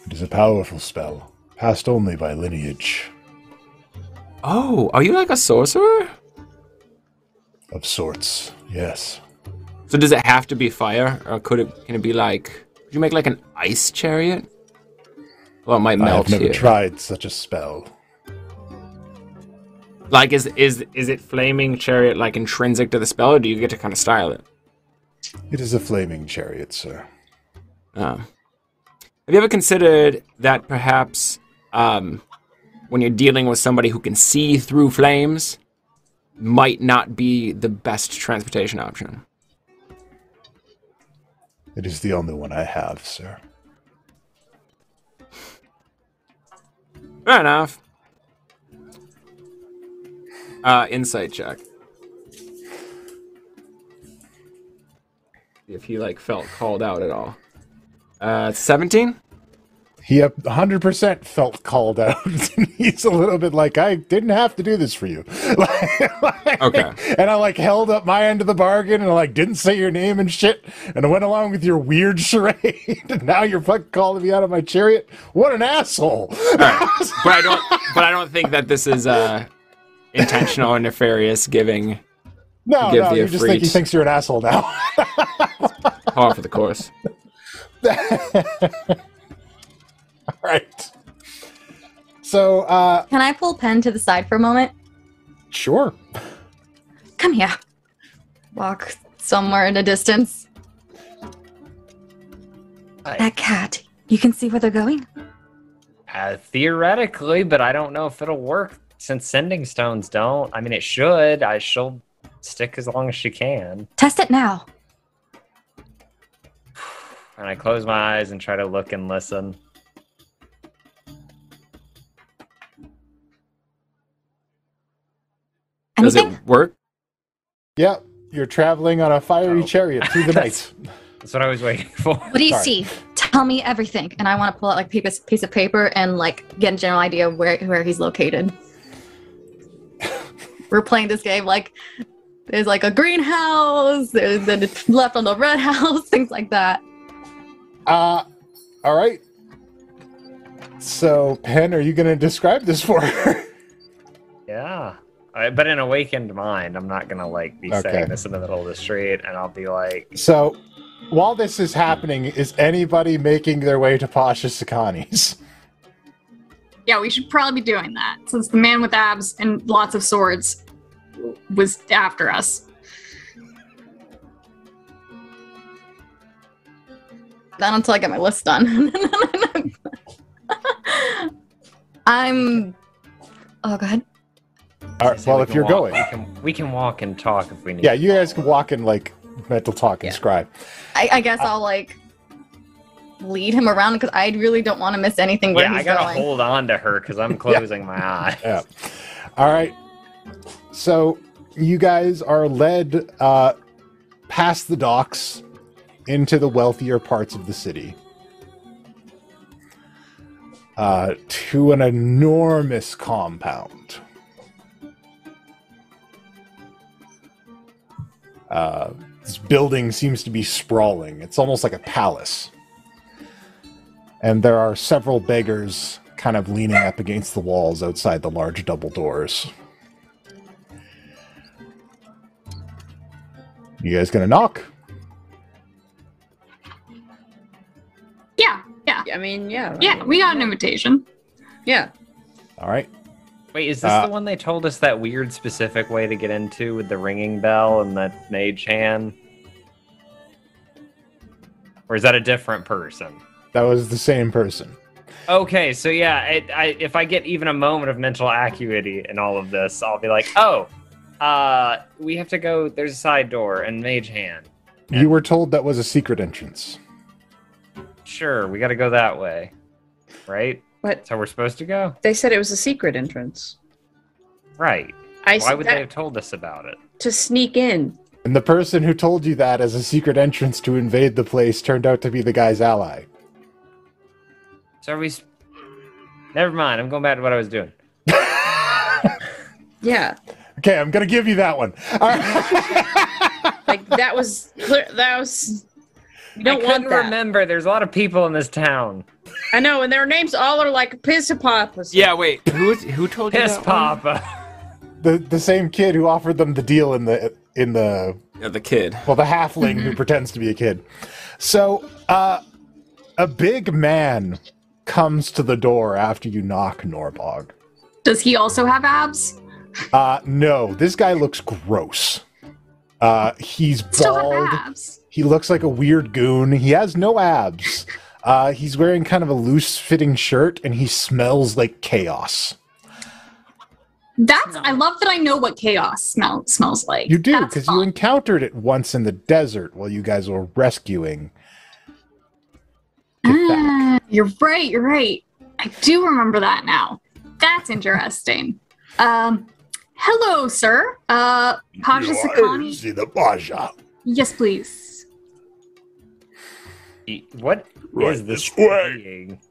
[SPEAKER 1] It is a powerful spell, passed only by lineage
[SPEAKER 3] Oh, are you like a sorcerer?
[SPEAKER 1] of sorts. Yes.
[SPEAKER 3] So does it have to be fire, or could it? Can it be like? Could you make like an ice chariot? Well, it might
[SPEAKER 1] I
[SPEAKER 3] melt
[SPEAKER 1] have never
[SPEAKER 3] here.
[SPEAKER 1] tried such a spell.
[SPEAKER 3] like, is is is it flaming chariot like intrinsic to the spell, or do you get to kind of style it?
[SPEAKER 1] It is a flaming chariot, sir.
[SPEAKER 3] Um, have you ever considered that perhaps um, when you're dealing with somebody who can see through flames, might not be the best transportation option?
[SPEAKER 1] It is the only one I have, sir.
[SPEAKER 3] Fair enough. Uh, insight check. If he like felt called out at all. Uh, seventeen.
[SPEAKER 1] He up 100% felt called out. [LAUGHS] He's a little bit like, I didn't have to do this for you. [LAUGHS] Like- like-
[SPEAKER 3] Okay.
[SPEAKER 1] And I like held up my end of the bargain and like didn't say your name and shit. And I went along with your weird [LAUGHS] charade. and now you're fucking calling me out of my chariot. What an asshole.
[SPEAKER 3] Uh, But I don't. but I don't think that this is uh, intentional or nefarious giving
[SPEAKER 1] [LAUGHS] no,
[SPEAKER 3] give
[SPEAKER 1] no,
[SPEAKER 3] the
[SPEAKER 1] you just think he
[SPEAKER 3] Efreet-
[SPEAKER 1] thinks you're an asshole now. [LAUGHS]
[SPEAKER 3] par for the course.
[SPEAKER 1] All right. So, uh,
[SPEAKER 4] Can I pull Pen to the side for a moment?
[SPEAKER 1] sure.
[SPEAKER 4] Come here. Walk somewhere in a distance.
[SPEAKER 5] Hi.
[SPEAKER 4] That cat. You can see where they're going.
[SPEAKER 5] Uh, theoretically, but I don't know if it'll work since sending stones don't. I mean, it should. I she'll stick as long as she can.
[SPEAKER 4] Test it now.
[SPEAKER 5] And I close my eyes and try to look and listen.
[SPEAKER 3] Does
[SPEAKER 4] Anything?
[SPEAKER 3] it work?
[SPEAKER 1] Yep, you're traveling on a fiery
[SPEAKER 5] Oh.
[SPEAKER 1] chariot
[SPEAKER 3] [LAUGHS]
[SPEAKER 1] through the night.
[SPEAKER 5] That's- That's what I was waiting [LAUGHS] for.
[SPEAKER 4] What do you
[SPEAKER 1] Sorry.
[SPEAKER 4] see? Tell me everything. And I want to pull out like a piece piece of paper and like get a general idea of where, where he's
[SPEAKER 5] [LAUGHS]
[SPEAKER 4] located. We're playing this game like there's like a greenhouse, there's the left on the red [LAUGHS] house, things like that.
[SPEAKER 1] Uh, all right. So, Pen, are you going to describe this for her? [LAUGHS]
[SPEAKER 5] Yeah. I, but in awakened mind, I'm not gonna like be
[SPEAKER 1] Okay.
[SPEAKER 5] saying this in the middle of the street, and I'll be like,
[SPEAKER 1] so, while this is happening, is anybody making their way to Pasha Sakani's?
[SPEAKER 2] Yeah, we should probably be doing that since the man with abs and lots of swords was after us.
[SPEAKER 4] Not until I get my list done. [LAUGHS] I'm. Oh god.
[SPEAKER 1] All right,
[SPEAKER 5] "Say
[SPEAKER 1] well,
[SPEAKER 5] we
[SPEAKER 1] if
[SPEAKER 5] can
[SPEAKER 1] you're
[SPEAKER 5] walk-
[SPEAKER 1] going.
[SPEAKER 5] we can, we can walk and talk if we need.
[SPEAKER 1] Yeah, you guys can walk in like mental talk and
[SPEAKER 4] Yeah.
[SPEAKER 1] scribe.
[SPEAKER 4] I, I
[SPEAKER 5] Uh,
[SPEAKER 4] guess I'll like lead him around because I really don't want to miss anything. Where
[SPEAKER 5] Yeah,
[SPEAKER 4] he's
[SPEAKER 5] I gotta
[SPEAKER 4] going.
[SPEAKER 5] hold on to
[SPEAKER 1] [LAUGHS]
[SPEAKER 5] her because I'm closing my eye.
[SPEAKER 1] Yeah. All right. So you guys are led uh, past the docks into the wealthier parts of the city. Uh, to an enormous compound. Uh, this building seems to be sprawling. It's almost like a palace. And there are several beggars kind of leaning up against the walls outside the large double doors. You guys gonna knock?
[SPEAKER 2] Yeah, yeah.
[SPEAKER 7] I mean, yeah. I
[SPEAKER 2] Yeah,
[SPEAKER 7] mean,
[SPEAKER 2] we got an invitation.
[SPEAKER 7] Yeah.
[SPEAKER 1] All right.
[SPEAKER 5] Wait, is this
[SPEAKER 1] Uh,
[SPEAKER 5] the one they told us that weird specific way to get into with the ringing bell and that mage hand? Or is that a different person?
[SPEAKER 1] That was the same person.
[SPEAKER 5] Okay, so yeah, it, I, if I get even a moment of mental acuity in all of this, I'll be like, oh, uh, we have to go. There's a side door and mage hand.
[SPEAKER 1] You were told that was a secret entrance.
[SPEAKER 5] Sure, we got to go that way, right?
[SPEAKER 7] But
[SPEAKER 5] That's how we're supposed to go.
[SPEAKER 7] they said it was a secret entrance.
[SPEAKER 5] Right.
[SPEAKER 7] I
[SPEAKER 5] Why
[SPEAKER 7] said
[SPEAKER 5] would
[SPEAKER 7] that
[SPEAKER 5] they have told us about it?
[SPEAKER 7] to sneak in.
[SPEAKER 1] And the person who told you that as a secret entrance to invade the place turned out to be the guy's ally.
[SPEAKER 5] So are we? s- Never mind. I'm going back to what I was doing.
[SPEAKER 7] Yeah.
[SPEAKER 1] Okay, I'm gonna give you that one. [LAUGHS] All right. [LAUGHS]
[SPEAKER 7] Like that was clear. That was. You
[SPEAKER 5] I
[SPEAKER 7] don't
[SPEAKER 5] couldn't
[SPEAKER 7] want that.
[SPEAKER 5] remember. There's a lot of people in this town.
[SPEAKER 7] I know, and their names all are like Pisapopus.
[SPEAKER 3] Yeah. Wait. Who who told you?
[SPEAKER 5] Piss
[SPEAKER 3] that one?
[SPEAKER 5] [LAUGHS] Papa.
[SPEAKER 1] the the same kid who offered them the deal in the in the
[SPEAKER 3] Yeah, the kid.
[SPEAKER 1] Well, the halfling
[SPEAKER 2] [LAUGHS]
[SPEAKER 1] who pretends to be a kid. So, uh, a big man comes to the door after you knock, Norbog.
[SPEAKER 2] Does he also have abs?
[SPEAKER 1] Uh, no, this guy looks gross. Uh, he's
[SPEAKER 2] Still have
[SPEAKER 1] bald.
[SPEAKER 2] abs.
[SPEAKER 1] He looks like a weird goon. He has no abs. Uh, he's wearing kind of a loose fitting shirt and he smells like chaos.
[SPEAKER 2] That's I love that I know what chaos smell, smells like.
[SPEAKER 1] You do,
[SPEAKER 2] That's
[SPEAKER 1] because you
[SPEAKER 2] fun.
[SPEAKER 1] encountered it once in the desert while you guys were rescuing. Get back.
[SPEAKER 2] Ah, you're right. You're right. I do remember that now. That's interesting. Um, hello, sir. Uh, Pasha Sakani.
[SPEAKER 1] the Pasha.
[SPEAKER 2] Yes, please.
[SPEAKER 5] E, What is
[SPEAKER 1] Right
[SPEAKER 5] this
[SPEAKER 1] this way.
[SPEAKER 5] being?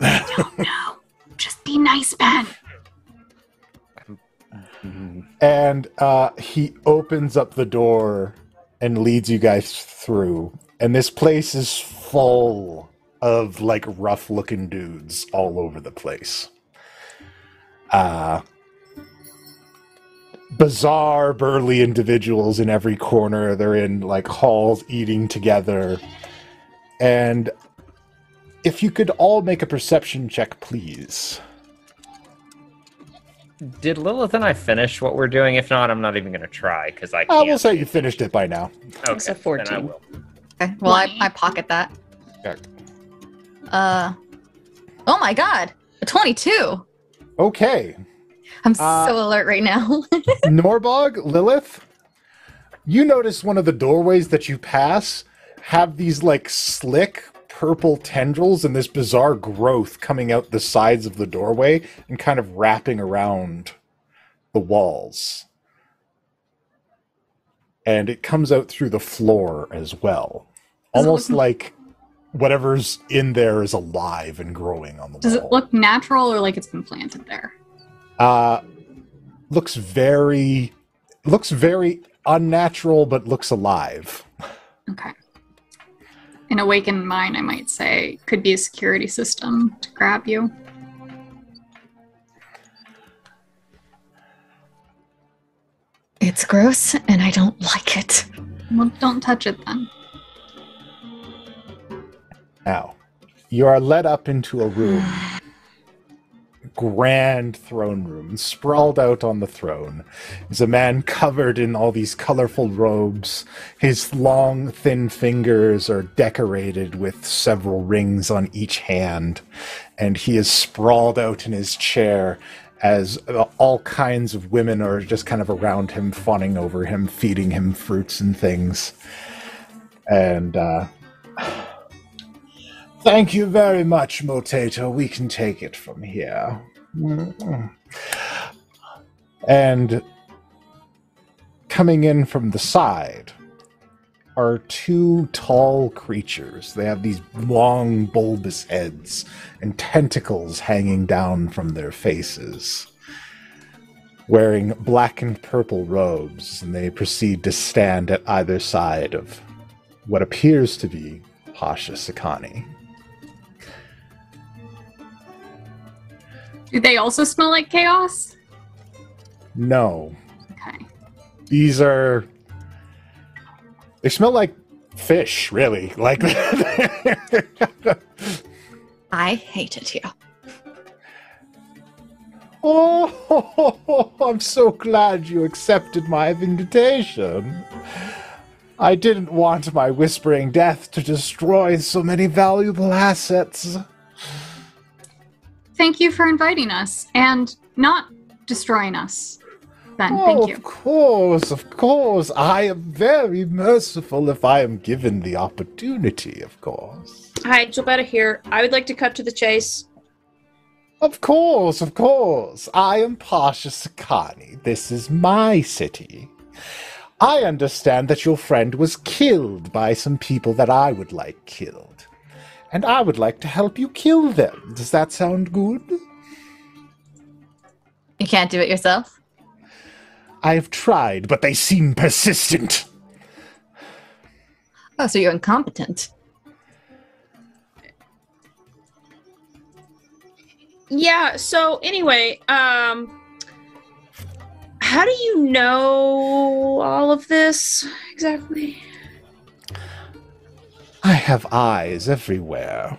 [SPEAKER 2] No, just be nice, man.
[SPEAKER 1] And uh, he opens up the door and leads you guys through. And this place is full of like rough looking dudes all over the place. Uh, bizarre, burly individuals in every corner. They're in like halls eating together. And if you could all make a perception check, please.
[SPEAKER 5] Did Lilith and I finish what we're doing? If not, I'm not even going to try because I
[SPEAKER 1] I
[SPEAKER 5] can't.
[SPEAKER 1] will say you finished it by now.
[SPEAKER 5] okay,
[SPEAKER 7] It's a
[SPEAKER 5] Then I
[SPEAKER 7] 14.
[SPEAKER 5] will.
[SPEAKER 4] Okay. Well, I,
[SPEAKER 2] Twenty.
[SPEAKER 4] I pocket that.
[SPEAKER 1] Okay.
[SPEAKER 4] Uh, oh my god, a twenty-two.
[SPEAKER 1] Okay.
[SPEAKER 4] I'm
[SPEAKER 1] Uh,
[SPEAKER 4] so alert right now. [LAUGHS]
[SPEAKER 1] Norbog, Lilith, you notice one of the doorways that you pass have these like slick purple tendrils and this bizarre growth coming out the sides of the doorway and kind of wrapping around the walls. And it comes out through the floor as well.
[SPEAKER 2] Does it
[SPEAKER 1] Almost
[SPEAKER 2] look-
[SPEAKER 1] like whatever's in there is alive and growing on the
[SPEAKER 2] Does
[SPEAKER 1] wall.
[SPEAKER 2] it look natural or like it's been planted there?
[SPEAKER 1] uh, looks very looks very unnatural but looks alive
[SPEAKER 2] Okay. An awakened mind, I might say, could be a security system to grab you.
[SPEAKER 4] it's gross, and I don't like it.
[SPEAKER 2] Well, don't touch it then.
[SPEAKER 1] now you are led up into a room grand throne room and sprawled out on the throne is a man covered in all these colorful robes his long thin fingers are decorated with several rings on each hand and he is sprawled out in his chair as uh, all kinds of women are just kind of around him fawning over him feeding him fruits and things and uh Thank you very much, Motato. We can take it from here. And coming in from the side are two tall creatures. They have these long, bulbous heads and tentacles hanging down from their faces. Wearing black and purple robes, and they proceed to stand at either side of what appears to be Pasha Sakani.
[SPEAKER 2] Do they also smell like chaos?
[SPEAKER 1] No,
[SPEAKER 2] Okay.
[SPEAKER 1] these are. They smell like fish, really. Like, [LAUGHS]
[SPEAKER 4] I hated you.
[SPEAKER 1] oh, I'm so glad you accepted my invitation. I didn't want my whispering death to destroy so many valuable assets.
[SPEAKER 2] Thank you for inviting us and not destroying us. Then,
[SPEAKER 1] oh,
[SPEAKER 2] thank you.
[SPEAKER 1] of course, of course. I am very merciful if I am given the opportunity, of course.
[SPEAKER 7] Hi, Gilberta here. I would like to cut to the chase.
[SPEAKER 1] Of course, of course. I am Pasha Sakani. This is my city. I understand that your friend was killed by some people that I would like killed. And I would like to help you kill them. Does that sound good?
[SPEAKER 4] You can't do it yourself.
[SPEAKER 1] I have tried, but they seem persistent.
[SPEAKER 4] Oh, so you're incompetent.
[SPEAKER 7] Yeah, so anyway, um how do you know all of this exactly?
[SPEAKER 1] I have eyes everywhere.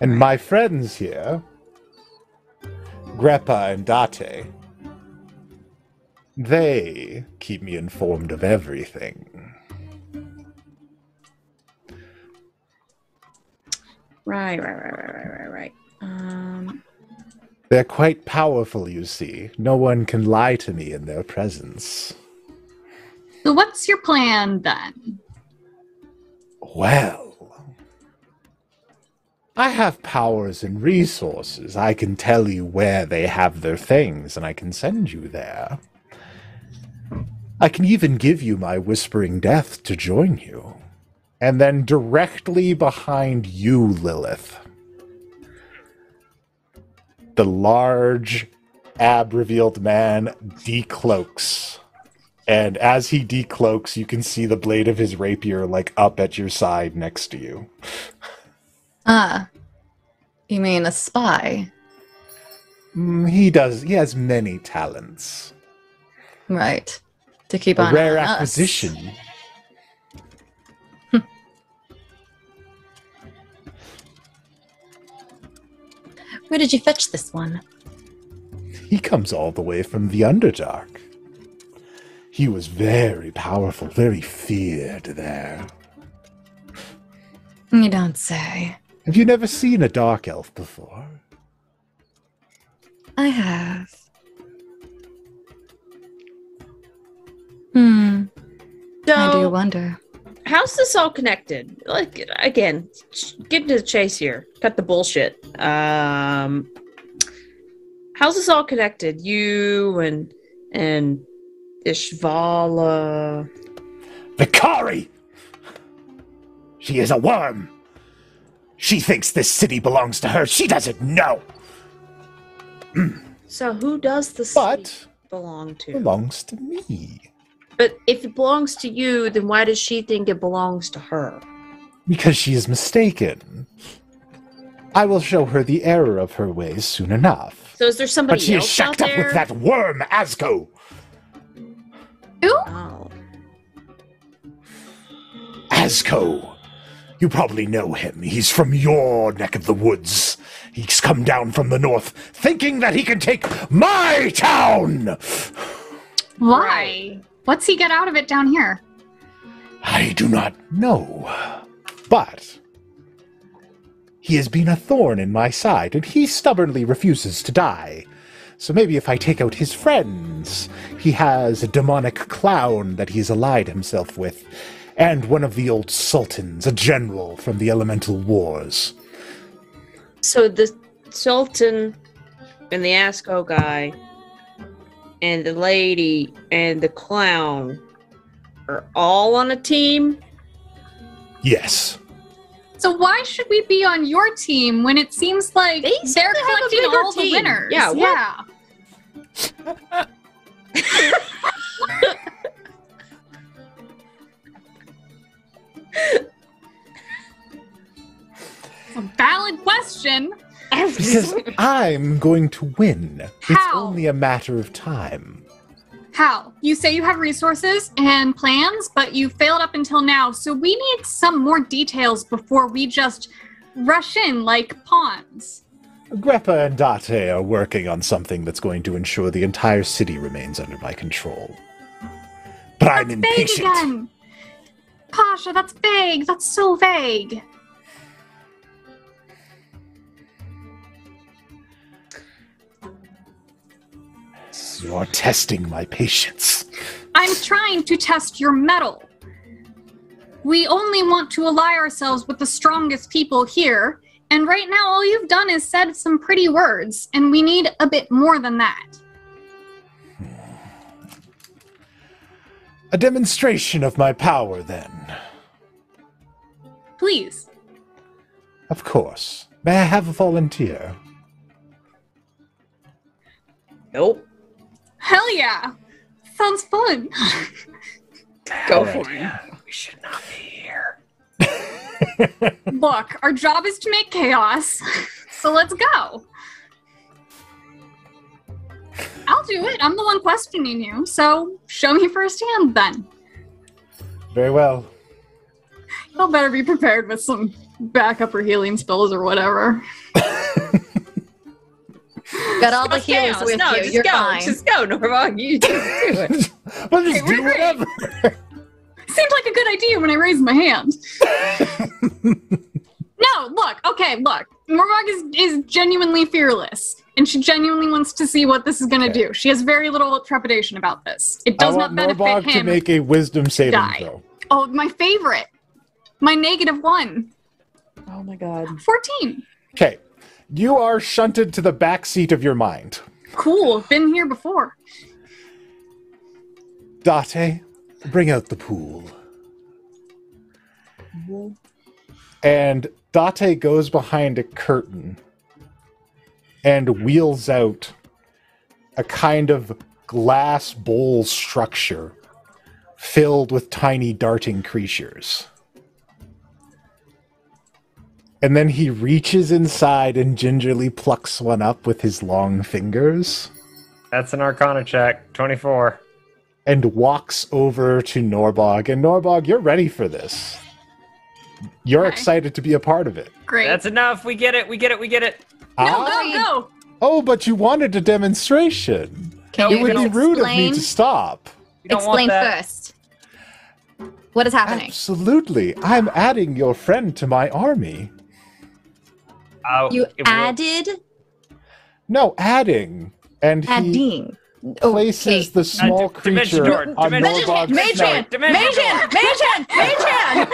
[SPEAKER 1] And my friends here, Greppa and Date, They keep me informed of everything.
[SPEAKER 7] Right, right, right, right, right, right, right. Um,
[SPEAKER 1] They're quite powerful, you see. No one can lie to me in their presence.
[SPEAKER 2] So what's your plan then?
[SPEAKER 1] Well, I have powers and resources. I can tell you where they have their things, and I can send you there. I can even give you my Whispering Death to join you. And then directly behind you, Lilith, the large, ab revealed man decloaks. And as he decloaks, you can see the blade of his rapier like up at your side next to you.
[SPEAKER 4] Ah. You mean a spy?
[SPEAKER 1] Mm, he does. He has many talents.
[SPEAKER 4] Right. To keep
[SPEAKER 1] A
[SPEAKER 4] on
[SPEAKER 1] rare
[SPEAKER 4] on us.
[SPEAKER 1] acquisition.
[SPEAKER 4] Where did you fetch this one?
[SPEAKER 1] He comes all the way from the Underdark. He was very powerful, very feared there.
[SPEAKER 4] You don't say.
[SPEAKER 1] Have you never seen a dark elf before?
[SPEAKER 4] I have. Hmm. I do
[SPEAKER 7] so,
[SPEAKER 4] wonder.
[SPEAKER 7] how's this all connected? Like, again, sh- get to the chase here. Cut the bullshit. Um, how's this all connected? You and and Ishvala.
[SPEAKER 1] Vicari! She is a worm! She thinks this city belongs to her. She doesn't know!
[SPEAKER 7] So, who does the city
[SPEAKER 1] But
[SPEAKER 7] belong to?
[SPEAKER 1] belongs to me.
[SPEAKER 7] But if it belongs to you, then why does she think it belongs to her?
[SPEAKER 1] Because she is mistaken. I will show her the error of her ways soon enough.
[SPEAKER 7] So is there somebody
[SPEAKER 1] But she is
[SPEAKER 7] else out
[SPEAKER 1] shacked up
[SPEAKER 7] there?
[SPEAKER 1] with that worm, Asgo!
[SPEAKER 2] Who?
[SPEAKER 7] Oh,
[SPEAKER 1] Asco. You probably know him. He's from your neck of the woods. He's come down from the north, thinking that he can take my town!
[SPEAKER 2] Why?
[SPEAKER 7] Right.
[SPEAKER 2] What's he get out of it down here?
[SPEAKER 1] I do not know. But he has been a thorn in my side, and he stubbornly refuses to die. So maybe if I take out his friends, he has a demonic clown that he's allied himself with, and one of the old sultans, a general from the elemental wars.
[SPEAKER 7] so the Sultan and the Asco guy and the lady and the clown are all on a team.
[SPEAKER 1] Yes.
[SPEAKER 2] So why should we be on your team when it seems like
[SPEAKER 7] They seem
[SPEAKER 2] they are
[SPEAKER 7] to have a
[SPEAKER 2] collecting
[SPEAKER 7] bigger
[SPEAKER 2] all the
[SPEAKER 7] team.
[SPEAKER 2] winners?
[SPEAKER 7] Yeah, what-
[SPEAKER 2] yeah.
[SPEAKER 7] [LAUGHS]
[SPEAKER 2] It's a valid question.
[SPEAKER 1] Because I'm going to win. It's
[SPEAKER 2] How?
[SPEAKER 1] only a matter of time.
[SPEAKER 2] How? You say you have resources and plans, but you failed up until now. So we need some more details before we just rush in like pawns.
[SPEAKER 1] Greppa and Date are working on something that's going to ensure the entire city remains under my control. But I'm
[SPEAKER 2] Vague
[SPEAKER 1] impatient.
[SPEAKER 2] again. Pasha, that's vague. That's so vague.
[SPEAKER 1] You're testing my patience.
[SPEAKER 2] I'm trying to test your metal. We only want to ally ourselves with the strongest people here, and right now all you've done is said some pretty words, and we need a bit more than that.
[SPEAKER 1] A demonstration of my power, then.
[SPEAKER 2] Please.
[SPEAKER 1] Of course. May I have a volunteer?
[SPEAKER 7] Nope.
[SPEAKER 2] Hell yeah. Sounds fun. [LAUGHS]
[SPEAKER 7] Go
[SPEAKER 1] Alright.
[SPEAKER 7] for it.
[SPEAKER 5] We should not be here.
[SPEAKER 2] Look, our job is to make chaos, so let's go. I'll do it. I'm the one questioning you, so show me firsthand then.
[SPEAKER 1] Very well. [LAUGHS]
[SPEAKER 2] Y'all better be prepared with some backup or healing spells or whatever.
[SPEAKER 4] Got all the
[SPEAKER 7] Just chaos.
[SPEAKER 4] healers with
[SPEAKER 7] no,
[SPEAKER 4] you.
[SPEAKER 7] Just
[SPEAKER 4] You're
[SPEAKER 7] go.
[SPEAKER 4] fine.
[SPEAKER 7] Just go, Norma. You just do it.
[SPEAKER 1] Well, just do whatever.
[SPEAKER 2] Seemed like a good idea when I raised
[SPEAKER 1] [LAUGHS]
[SPEAKER 2] my hand. no, look, okay, look. Mormog is, is genuinely fearless, and she genuinely wants to see what this is going to do. She has very little trepidation about this. It
[SPEAKER 1] I
[SPEAKER 2] does not
[SPEAKER 1] want
[SPEAKER 2] benefit
[SPEAKER 1] Norbog to
[SPEAKER 2] him.
[SPEAKER 1] make a wisdom saving
[SPEAKER 2] die.
[SPEAKER 1] throw.
[SPEAKER 2] oh, my favorite. My negative one.
[SPEAKER 7] [LAUGHS] Oh my god.
[SPEAKER 2] 14.
[SPEAKER 1] Okay. You are shunted to the back seat of your mind.
[SPEAKER 2] Cool. Been here before.
[SPEAKER 1] Date, bring out the pool. And Date goes behind a curtain and wheels out a kind of glass bowl structure filled with tiny darting creatures. And then he reaches inside and gingerly plucks one up with his long fingers
[SPEAKER 5] That's an Arcana check. 24.
[SPEAKER 1] and walks over to Norbog. And Norbog, you're ready for this. You're
[SPEAKER 2] Okay.
[SPEAKER 1] excited to be a part of it.
[SPEAKER 2] Great.
[SPEAKER 5] That's enough. We get it. We get it. We get it.
[SPEAKER 2] no,
[SPEAKER 1] Ah?
[SPEAKER 2] go, go.
[SPEAKER 1] Oh, but you wanted a demonstration.
[SPEAKER 4] Can
[SPEAKER 1] It would be
[SPEAKER 4] just
[SPEAKER 1] rude of me
[SPEAKER 4] Oh, explain,
[SPEAKER 1] to stop.
[SPEAKER 5] You don't
[SPEAKER 4] explain
[SPEAKER 5] want that.
[SPEAKER 4] first. What is happening?
[SPEAKER 1] Absolutely. I'm adding your friend to my army.
[SPEAKER 3] Oh,
[SPEAKER 5] Uh,
[SPEAKER 4] You
[SPEAKER 5] it will-
[SPEAKER 4] added
[SPEAKER 1] No, adding. And he
[SPEAKER 4] adding. Oh,
[SPEAKER 1] places
[SPEAKER 4] Okay.
[SPEAKER 1] the small
[SPEAKER 5] d- dimension
[SPEAKER 1] creature
[SPEAKER 5] door,
[SPEAKER 1] on
[SPEAKER 5] dimension-
[SPEAKER 1] Norbog's
[SPEAKER 4] Magechan!
[SPEAKER 1] snout,
[SPEAKER 5] Dimension
[SPEAKER 4] Magechan! Magechan!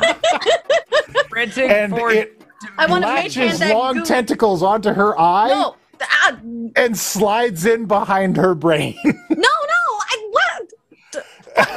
[SPEAKER 4] Magechan!
[SPEAKER 5] Printing
[SPEAKER 1] And
[SPEAKER 5] for
[SPEAKER 1] it
[SPEAKER 4] I want to Magechan
[SPEAKER 1] latches
[SPEAKER 4] that
[SPEAKER 1] long
[SPEAKER 4] goo-
[SPEAKER 1] tentacles onto her eye
[SPEAKER 4] No! Ah,
[SPEAKER 1] and slides in behind her
[SPEAKER 4] [LAUGHS]
[SPEAKER 1] brain.
[SPEAKER 4] no, no! I what?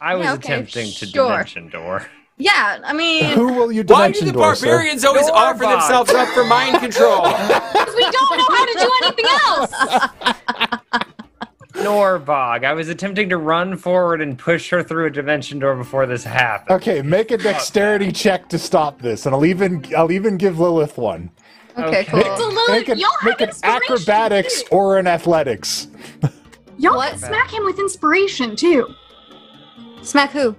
[SPEAKER 5] I was
[SPEAKER 4] Yeah, okay,
[SPEAKER 5] attempting to
[SPEAKER 4] sure.
[SPEAKER 5] dimension door.
[SPEAKER 4] Yeah,
[SPEAKER 1] [LAUGHS]
[SPEAKER 4] I mean,
[SPEAKER 1] Who will you
[SPEAKER 3] Why do
[SPEAKER 1] dimension
[SPEAKER 3] the
[SPEAKER 1] door, sir?
[SPEAKER 3] barbarians always
[SPEAKER 5] Door
[SPEAKER 3] offer
[SPEAKER 5] box.
[SPEAKER 3] themselves up for mind
[SPEAKER 4] [LAUGHS]
[SPEAKER 3] control?
[SPEAKER 2] 'Cause we don't know how to do anything else.
[SPEAKER 1] [LAUGHS]
[SPEAKER 5] Norbog. I was attempting to run forward and push her through a dimension door before this happened.
[SPEAKER 1] Okay, make a dexterity check to stop this, and I'll even I'll even give Lilith one.
[SPEAKER 4] okay,
[SPEAKER 5] Okay.
[SPEAKER 1] Make,
[SPEAKER 4] cool.
[SPEAKER 1] make an,
[SPEAKER 2] y'all have
[SPEAKER 1] make an
[SPEAKER 2] inspiration.
[SPEAKER 1] acrobatics or an athletics.
[SPEAKER 2] Y'all
[SPEAKER 4] What?
[SPEAKER 2] can smack him with inspiration, too.
[SPEAKER 4] Smack who?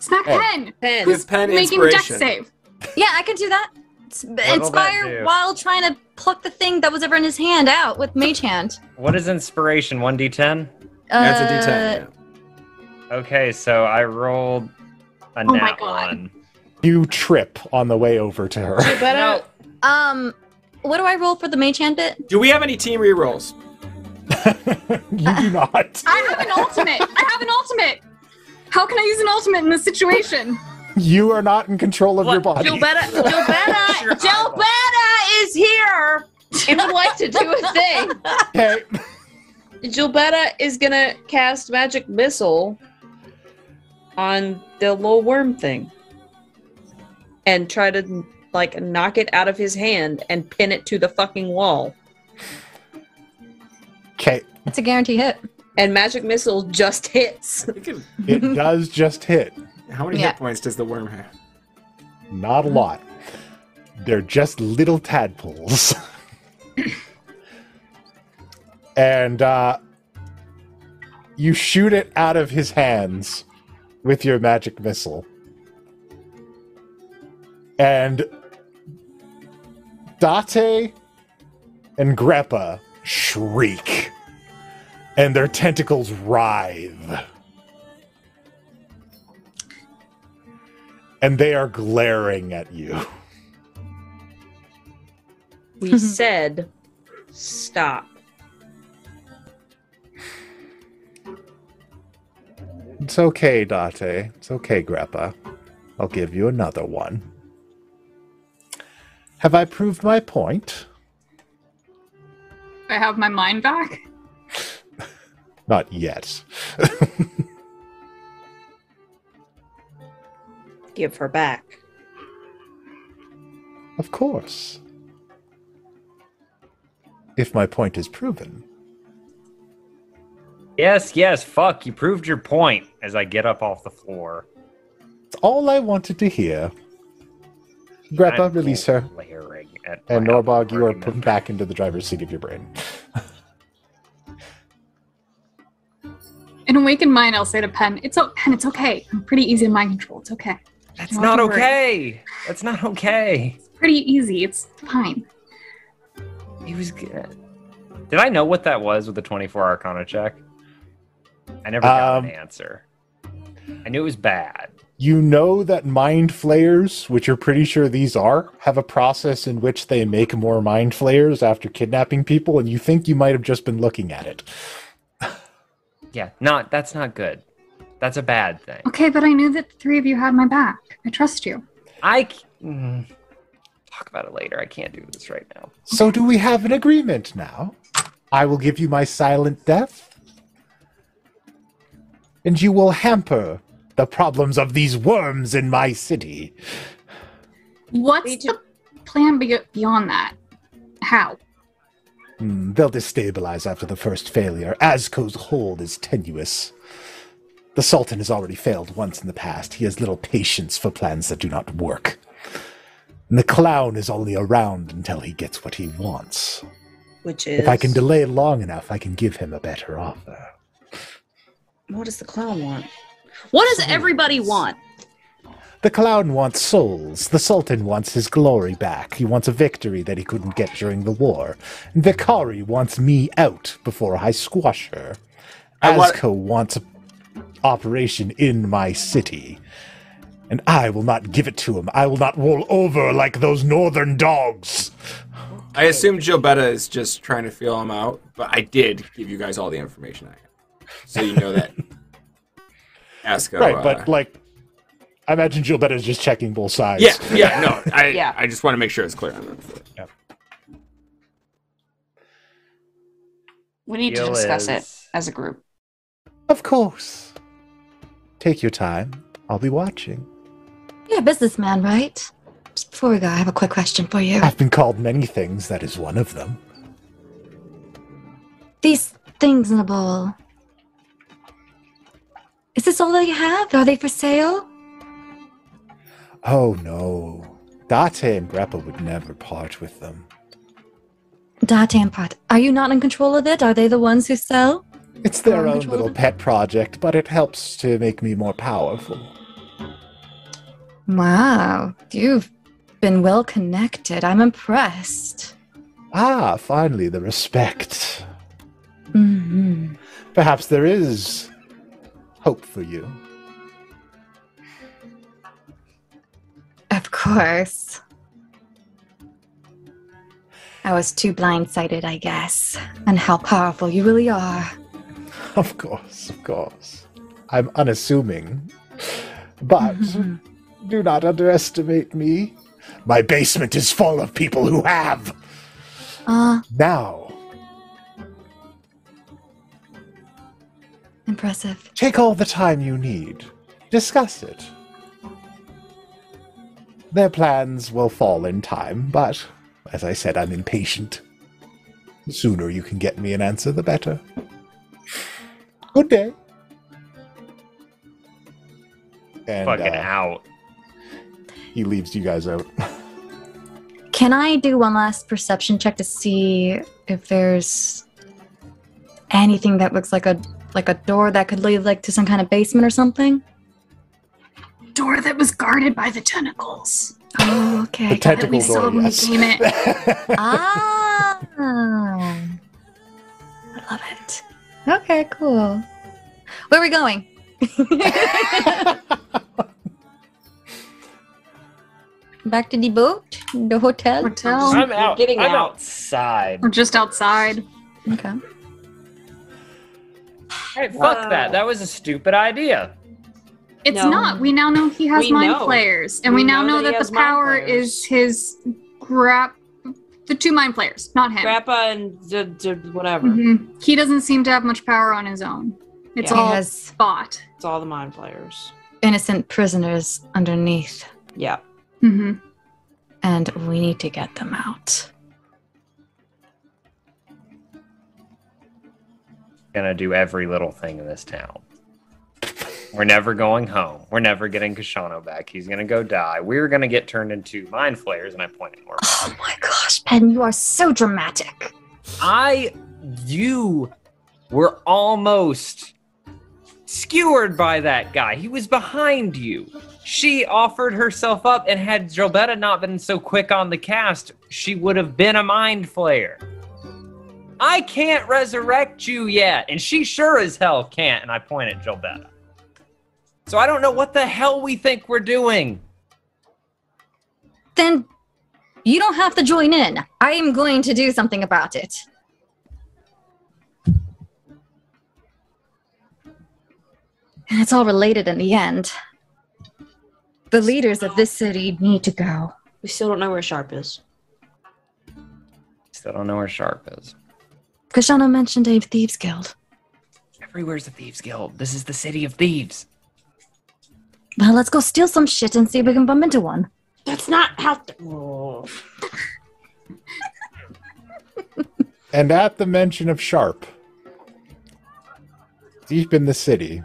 [SPEAKER 2] Smack
[SPEAKER 1] Hey.
[SPEAKER 2] Pen.
[SPEAKER 7] Pen.
[SPEAKER 2] Who's
[SPEAKER 3] Give Pen
[SPEAKER 2] making deck
[SPEAKER 3] inspiration.
[SPEAKER 2] save.
[SPEAKER 4] Yeah, I can do that. S-
[SPEAKER 5] that
[SPEAKER 4] Inspire
[SPEAKER 5] do?
[SPEAKER 4] while trying to pluck the thing that was ever in his hand out with mage hand.
[SPEAKER 5] What is inspiration? 1d10?
[SPEAKER 3] That's a
[SPEAKER 4] Uh,
[SPEAKER 3] D10. yeah.
[SPEAKER 5] Okay, so I rolled a
[SPEAKER 2] my
[SPEAKER 5] nat
[SPEAKER 2] God.
[SPEAKER 5] one.
[SPEAKER 1] You trip on the way over to her.
[SPEAKER 7] But uh,
[SPEAKER 4] Um, what do I roll for the mage hand bit?
[SPEAKER 3] Do we have any team rerolls?
[SPEAKER 1] [LAUGHS] you do not.
[SPEAKER 2] I have an ultimate. I have an ultimate. How can I use an ultimate in this situation?
[SPEAKER 1] You are not in control of your
[SPEAKER 5] What?
[SPEAKER 1] body.
[SPEAKER 7] Gilberta, Gilberta, Gilberta is here and would like to do a [LAUGHS] thing.
[SPEAKER 1] Okay.
[SPEAKER 7] Gilberta is gonna cast magic missile on the little worm thing and try to like knock it out of his hand and pin it to the fucking wall.
[SPEAKER 1] Okay.
[SPEAKER 4] It's a guarantee hit.
[SPEAKER 7] And magic missile [LAUGHS] just hits.
[SPEAKER 3] You could-
[SPEAKER 2] [LAUGHS]
[SPEAKER 1] It does just hit.
[SPEAKER 3] How many
[SPEAKER 4] Yeah.
[SPEAKER 3] hit points does the worm have?
[SPEAKER 1] Not a lot. They're just little tadpoles. [LAUGHS] and uh, you shoot it out of his hands with your magic missile. And Date and Greppa shriek, and their tentacles writhe. And they are glaring at you. [LAUGHS]
[SPEAKER 7] We said stop.
[SPEAKER 1] It's okay, Date. It's okay, Greppa. I'll give you another one. Have I proved my point?
[SPEAKER 2] I have my mind back.
[SPEAKER 1] Not yet.
[SPEAKER 7] [LAUGHS] Give her back.
[SPEAKER 1] Of course. If my point is proven.
[SPEAKER 5] Yes, yes, fuck, you proved your point as I get up off the floor.
[SPEAKER 1] It's all I wanted to hear. Greppa,
[SPEAKER 5] I'm
[SPEAKER 1] release her.
[SPEAKER 5] glaring at
[SPEAKER 1] And
[SPEAKER 5] my
[SPEAKER 1] Norbog, you are
[SPEAKER 5] argument.
[SPEAKER 1] put back into the driver's seat of your brain.
[SPEAKER 2] In awakened mind, I'll say to Pen, "It's o- Pen, it's okay. I'm pretty easy in mind control. It's okay.
[SPEAKER 5] That's
[SPEAKER 2] Don't
[SPEAKER 5] not
[SPEAKER 2] worry.
[SPEAKER 5] okay. That's not okay.
[SPEAKER 2] It's pretty easy. It's fine."
[SPEAKER 5] He was good. Did I know what that was with the 24 Arcana check? I never got
[SPEAKER 1] Um,
[SPEAKER 5] an answer. I knew it was bad.
[SPEAKER 1] You know that mind flayers, which you're pretty sure these are, have a process in which they make more mind flayers after kidnapping people, and you think you might have just been looking at it.
[SPEAKER 5] Yeah, not that's not good. That's a bad thing.
[SPEAKER 2] Okay, but I knew that the three of you had my back. I trust you.
[SPEAKER 5] I c- mm, talk about it later. I can't do this right now.
[SPEAKER 1] So, do we have an agreement now? I will give you my silent death, and you will hamper the problems of these worms in my city.
[SPEAKER 2] What's
[SPEAKER 6] Me too.
[SPEAKER 2] the plan be- beyond that? How?
[SPEAKER 1] Hmm, they'll destabilize after the first failure. Azko's hold is tenuous. The Sultan has already failed once in the past. He has little patience for plans that do not work. And the clown is only around until he gets what he wants.
[SPEAKER 6] Which is
[SPEAKER 1] If I can delay long enough, I can give him a better offer.
[SPEAKER 6] what does the clown want? What does everybody want?
[SPEAKER 1] The clown wants souls. The Sultan wants his glory back. He wants a victory that he couldn't get during the war. And Vikari wants me out before I squash her.
[SPEAKER 3] I want-
[SPEAKER 1] Azko wants a operation in my city. And I will not give it to him. I will not roll over like those northern dogs.
[SPEAKER 3] I assume Gilbetta is just trying to feel him out, but I did give you guys all the information I have, so you know that. Ask her,
[SPEAKER 1] right,
[SPEAKER 3] uh,
[SPEAKER 1] but like, I imagine Gilbert is just checking both sides.
[SPEAKER 3] yeah, yeah, no, I,
[SPEAKER 6] Yeah.
[SPEAKER 3] I just want to make sure it's clear. on that before.
[SPEAKER 6] We need to
[SPEAKER 5] Deal
[SPEAKER 6] discuss it
[SPEAKER 5] is-
[SPEAKER 6] as a group.
[SPEAKER 1] Of course. Take your time. I'll be watching.
[SPEAKER 4] You're a businessman, right? Just before we go, I have a quick question for you.
[SPEAKER 1] I've been called many things. That is one of them.
[SPEAKER 4] These things in a bowl. Is this all they have? Are they for sale?
[SPEAKER 1] Oh no. Date and Grappa would never part with them.
[SPEAKER 4] Date and Pot, are you not in control of it? Are they the ones who sell?
[SPEAKER 1] It's their
[SPEAKER 4] Um,
[SPEAKER 1] own
[SPEAKER 4] which one
[SPEAKER 1] little
[SPEAKER 4] was it?
[SPEAKER 1] pet project, but it helps to make me more powerful.
[SPEAKER 4] Wow, you've been well connected. I'm impressed.
[SPEAKER 1] Ah, finally, the respect.
[SPEAKER 4] hmm
[SPEAKER 1] Perhaps there is hope for you. [LAUGHS]
[SPEAKER 4] Of course. I was too blindsided, I guess, and how powerful you really are.
[SPEAKER 1] Of course, of course. I'm unassuming.
[SPEAKER 4] [LAUGHS]
[SPEAKER 1] But do not underestimate me. My basement is full of people who have.
[SPEAKER 4] Ah,
[SPEAKER 1] Now,
[SPEAKER 4] impressive.
[SPEAKER 1] Take all the time you need. Discuss it. Their plans will fall in time, but as I said, I'm impatient. The sooner you can get me an answer, the better. Good day. And
[SPEAKER 5] Fucking
[SPEAKER 1] uh,
[SPEAKER 5] out.
[SPEAKER 1] he leaves you guys out.
[SPEAKER 4] Can I do one last perception check to see if there's anything that looks like a like a door that could lead like to some kind of basement or something?
[SPEAKER 2] Door that was guarded by the tentacles.
[SPEAKER 4] Oh,
[SPEAKER 1] [LAUGHS] The
[SPEAKER 4] okay.
[SPEAKER 2] that
[SPEAKER 1] tentacle
[SPEAKER 2] we saw
[SPEAKER 1] door,
[SPEAKER 2] when
[SPEAKER 1] yes.
[SPEAKER 2] we came in.
[SPEAKER 4] ah, I love it. Okay, cool. Where are we going?
[SPEAKER 1] [LAUGHS]
[SPEAKER 4] Back to the boat, the hotel.
[SPEAKER 2] Hotel.
[SPEAKER 5] I'm out.
[SPEAKER 6] getting
[SPEAKER 5] I'm
[SPEAKER 6] out.
[SPEAKER 5] outside.
[SPEAKER 2] We're just outside.
[SPEAKER 4] Okay.
[SPEAKER 5] Hey, fuck
[SPEAKER 6] Wow.
[SPEAKER 5] that. That was a stupid idea.
[SPEAKER 2] It's
[SPEAKER 6] No.
[SPEAKER 2] not. We now know he has
[SPEAKER 6] We
[SPEAKER 2] mind
[SPEAKER 6] know.
[SPEAKER 2] flayers, and
[SPEAKER 6] We
[SPEAKER 2] we, now know
[SPEAKER 6] know that he
[SPEAKER 2] that,
[SPEAKER 6] has
[SPEAKER 2] the
[SPEAKER 6] mind
[SPEAKER 2] power
[SPEAKER 6] flayers.
[SPEAKER 2] is his grab. The two mind players, not him.
[SPEAKER 6] Grappa and d- d- whatever.
[SPEAKER 7] Mm-hmm.
[SPEAKER 2] Mhm. He doesn't seem to have much power on his own. It's
[SPEAKER 6] Yeah.
[SPEAKER 4] He
[SPEAKER 2] all
[SPEAKER 4] has
[SPEAKER 2] bought.
[SPEAKER 6] It's all the mind players.
[SPEAKER 4] innocent prisoners underneath,
[SPEAKER 6] Yeah.
[SPEAKER 2] hmm
[SPEAKER 4] and we need to get them out.
[SPEAKER 5] Gonna do every little thing in this town. We're never going home. We're never getting Kashano back. He's gonna go die. We're gonna get turned into mind flayers, and I point at Norman.
[SPEAKER 4] Oh my gosh, Ben, you are so dramatic.
[SPEAKER 5] I, you were almost skewered by that guy. He was behind you. She offered herself up, and had Drobetta not been so quick on the cast, she would have been a mind flayer. I can't resurrect you yet. And she sure as hell can't. And I point at Jobetta. So I don't know what the hell we think we're doing.
[SPEAKER 4] Then you don't have to join in. I am going to do something about it. And it's all related in the end. The leaders of this city need to go.
[SPEAKER 6] We still don't know where Sharp is.
[SPEAKER 5] Still don't know where Sharp is.
[SPEAKER 4] Kashana mentioned a thieves guild.
[SPEAKER 5] Everywhere's a thieves guild. This is the city of thieves.
[SPEAKER 4] Well, let's go steal some shit and see if we can bump into one.
[SPEAKER 6] That's not how. th- Oh.
[SPEAKER 1] And at the mention of Sharp, deep in the city,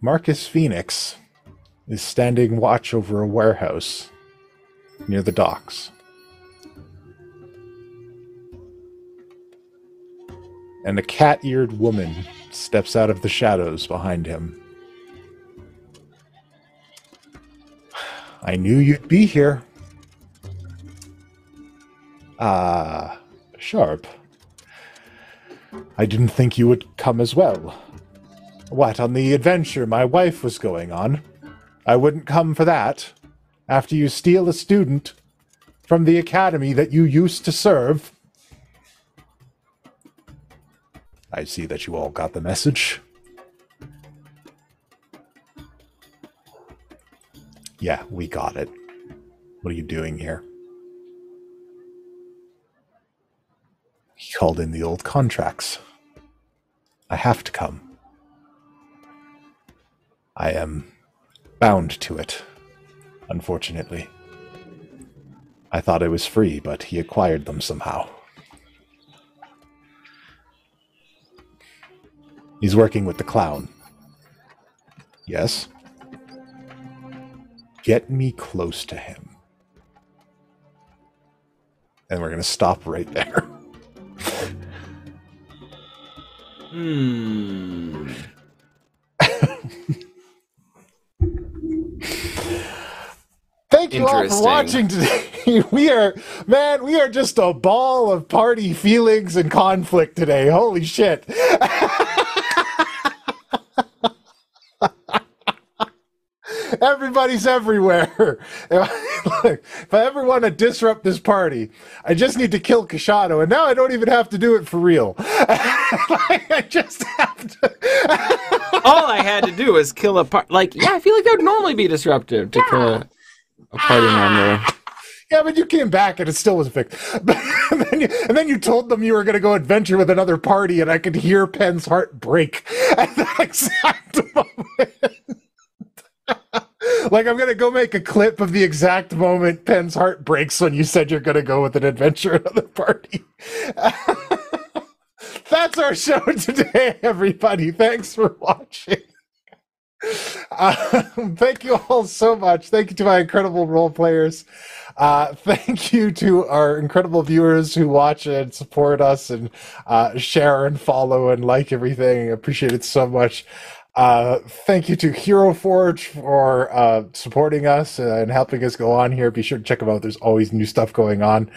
[SPEAKER 1] Marcus Phoenix is standing watch over a warehouse near the docks. And a cat eared woman steps out of the shadows behind him. [SIGHS] I knew you'd be here. Ah, Sharp. I didn't think you would come as well. What, on the adventure my wife was going on? I wouldn't come for that. After you steal a student from the academy that you used to serve. I see that you all got the message. Yeah, we got it. What are you doing here? He called in the old contracts. I have to come. I am bound to it, unfortunately. I thought I was free, but he acquired them somehow. He's working with the clown. Yes? Get me close to him. And we're going to stop right there. [LAUGHS]
[SPEAKER 3] Hmm.
[SPEAKER 1] Thank you all for
[SPEAKER 3] Interesting.
[SPEAKER 1] watching today. [LAUGHS] We are, man, we are just a ball of party feelings and conflict today. Holy shit. [LAUGHS] Everybody's everywhere. [LAUGHS] Look, if I ever want to disrupt this party, I just need to kill Kashado, and now I don't even have to do it for real. [LAUGHS] Like, I just have to. [LAUGHS]
[SPEAKER 3] All I had to do was kill a part. Like, yeah, I feel like that would normally be disruptive to kill a, a party member.
[SPEAKER 1] Yeah, but you came back and it still was a [LAUGHS] fix. and, then you, and then you told them you were going to go adventure with another party, and I could hear Penn's heart break [LAUGHS] at that exact [LAUGHS] moment. like, I'm going to go make a clip of the exact moment Penn's heart breaks when you said you're going to go with an adventure with another party. [LAUGHS] That's our show today, everybody. Thanks for watching. [LAUGHS] Um, thank you all so much. Thank you to my incredible role players. Uh, [LAUGHS] thank you to our incredible viewers who watch and support us and uh, share and follow and like everything. I appreciate it so much. Uh, thank you to Hero Forge for uh, supporting us and helping us go on here. Be sure to check them out. There's always new stuff going on.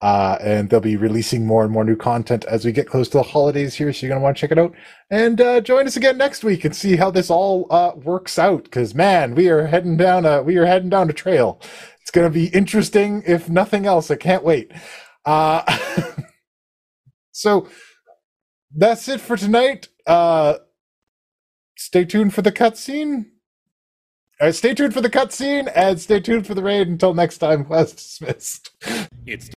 [SPEAKER 1] Uh, and they'll be releasing more and more new content as we get close to the holidays here. So you're going to want to check it out and uh, join us again next week and see how this all uh, works out. Because man, we are heading down a we are heading down a trail. It's going to be interesting, if nothing else. I can't wait. Uh, [LAUGHS] so that's it for tonight. Uh, stay tuned for the cutscene. Uh, [LAUGHS] stay tuned for the cutscene and stay tuned for the raid. Until next time, class dismissed.
[SPEAKER 8] It's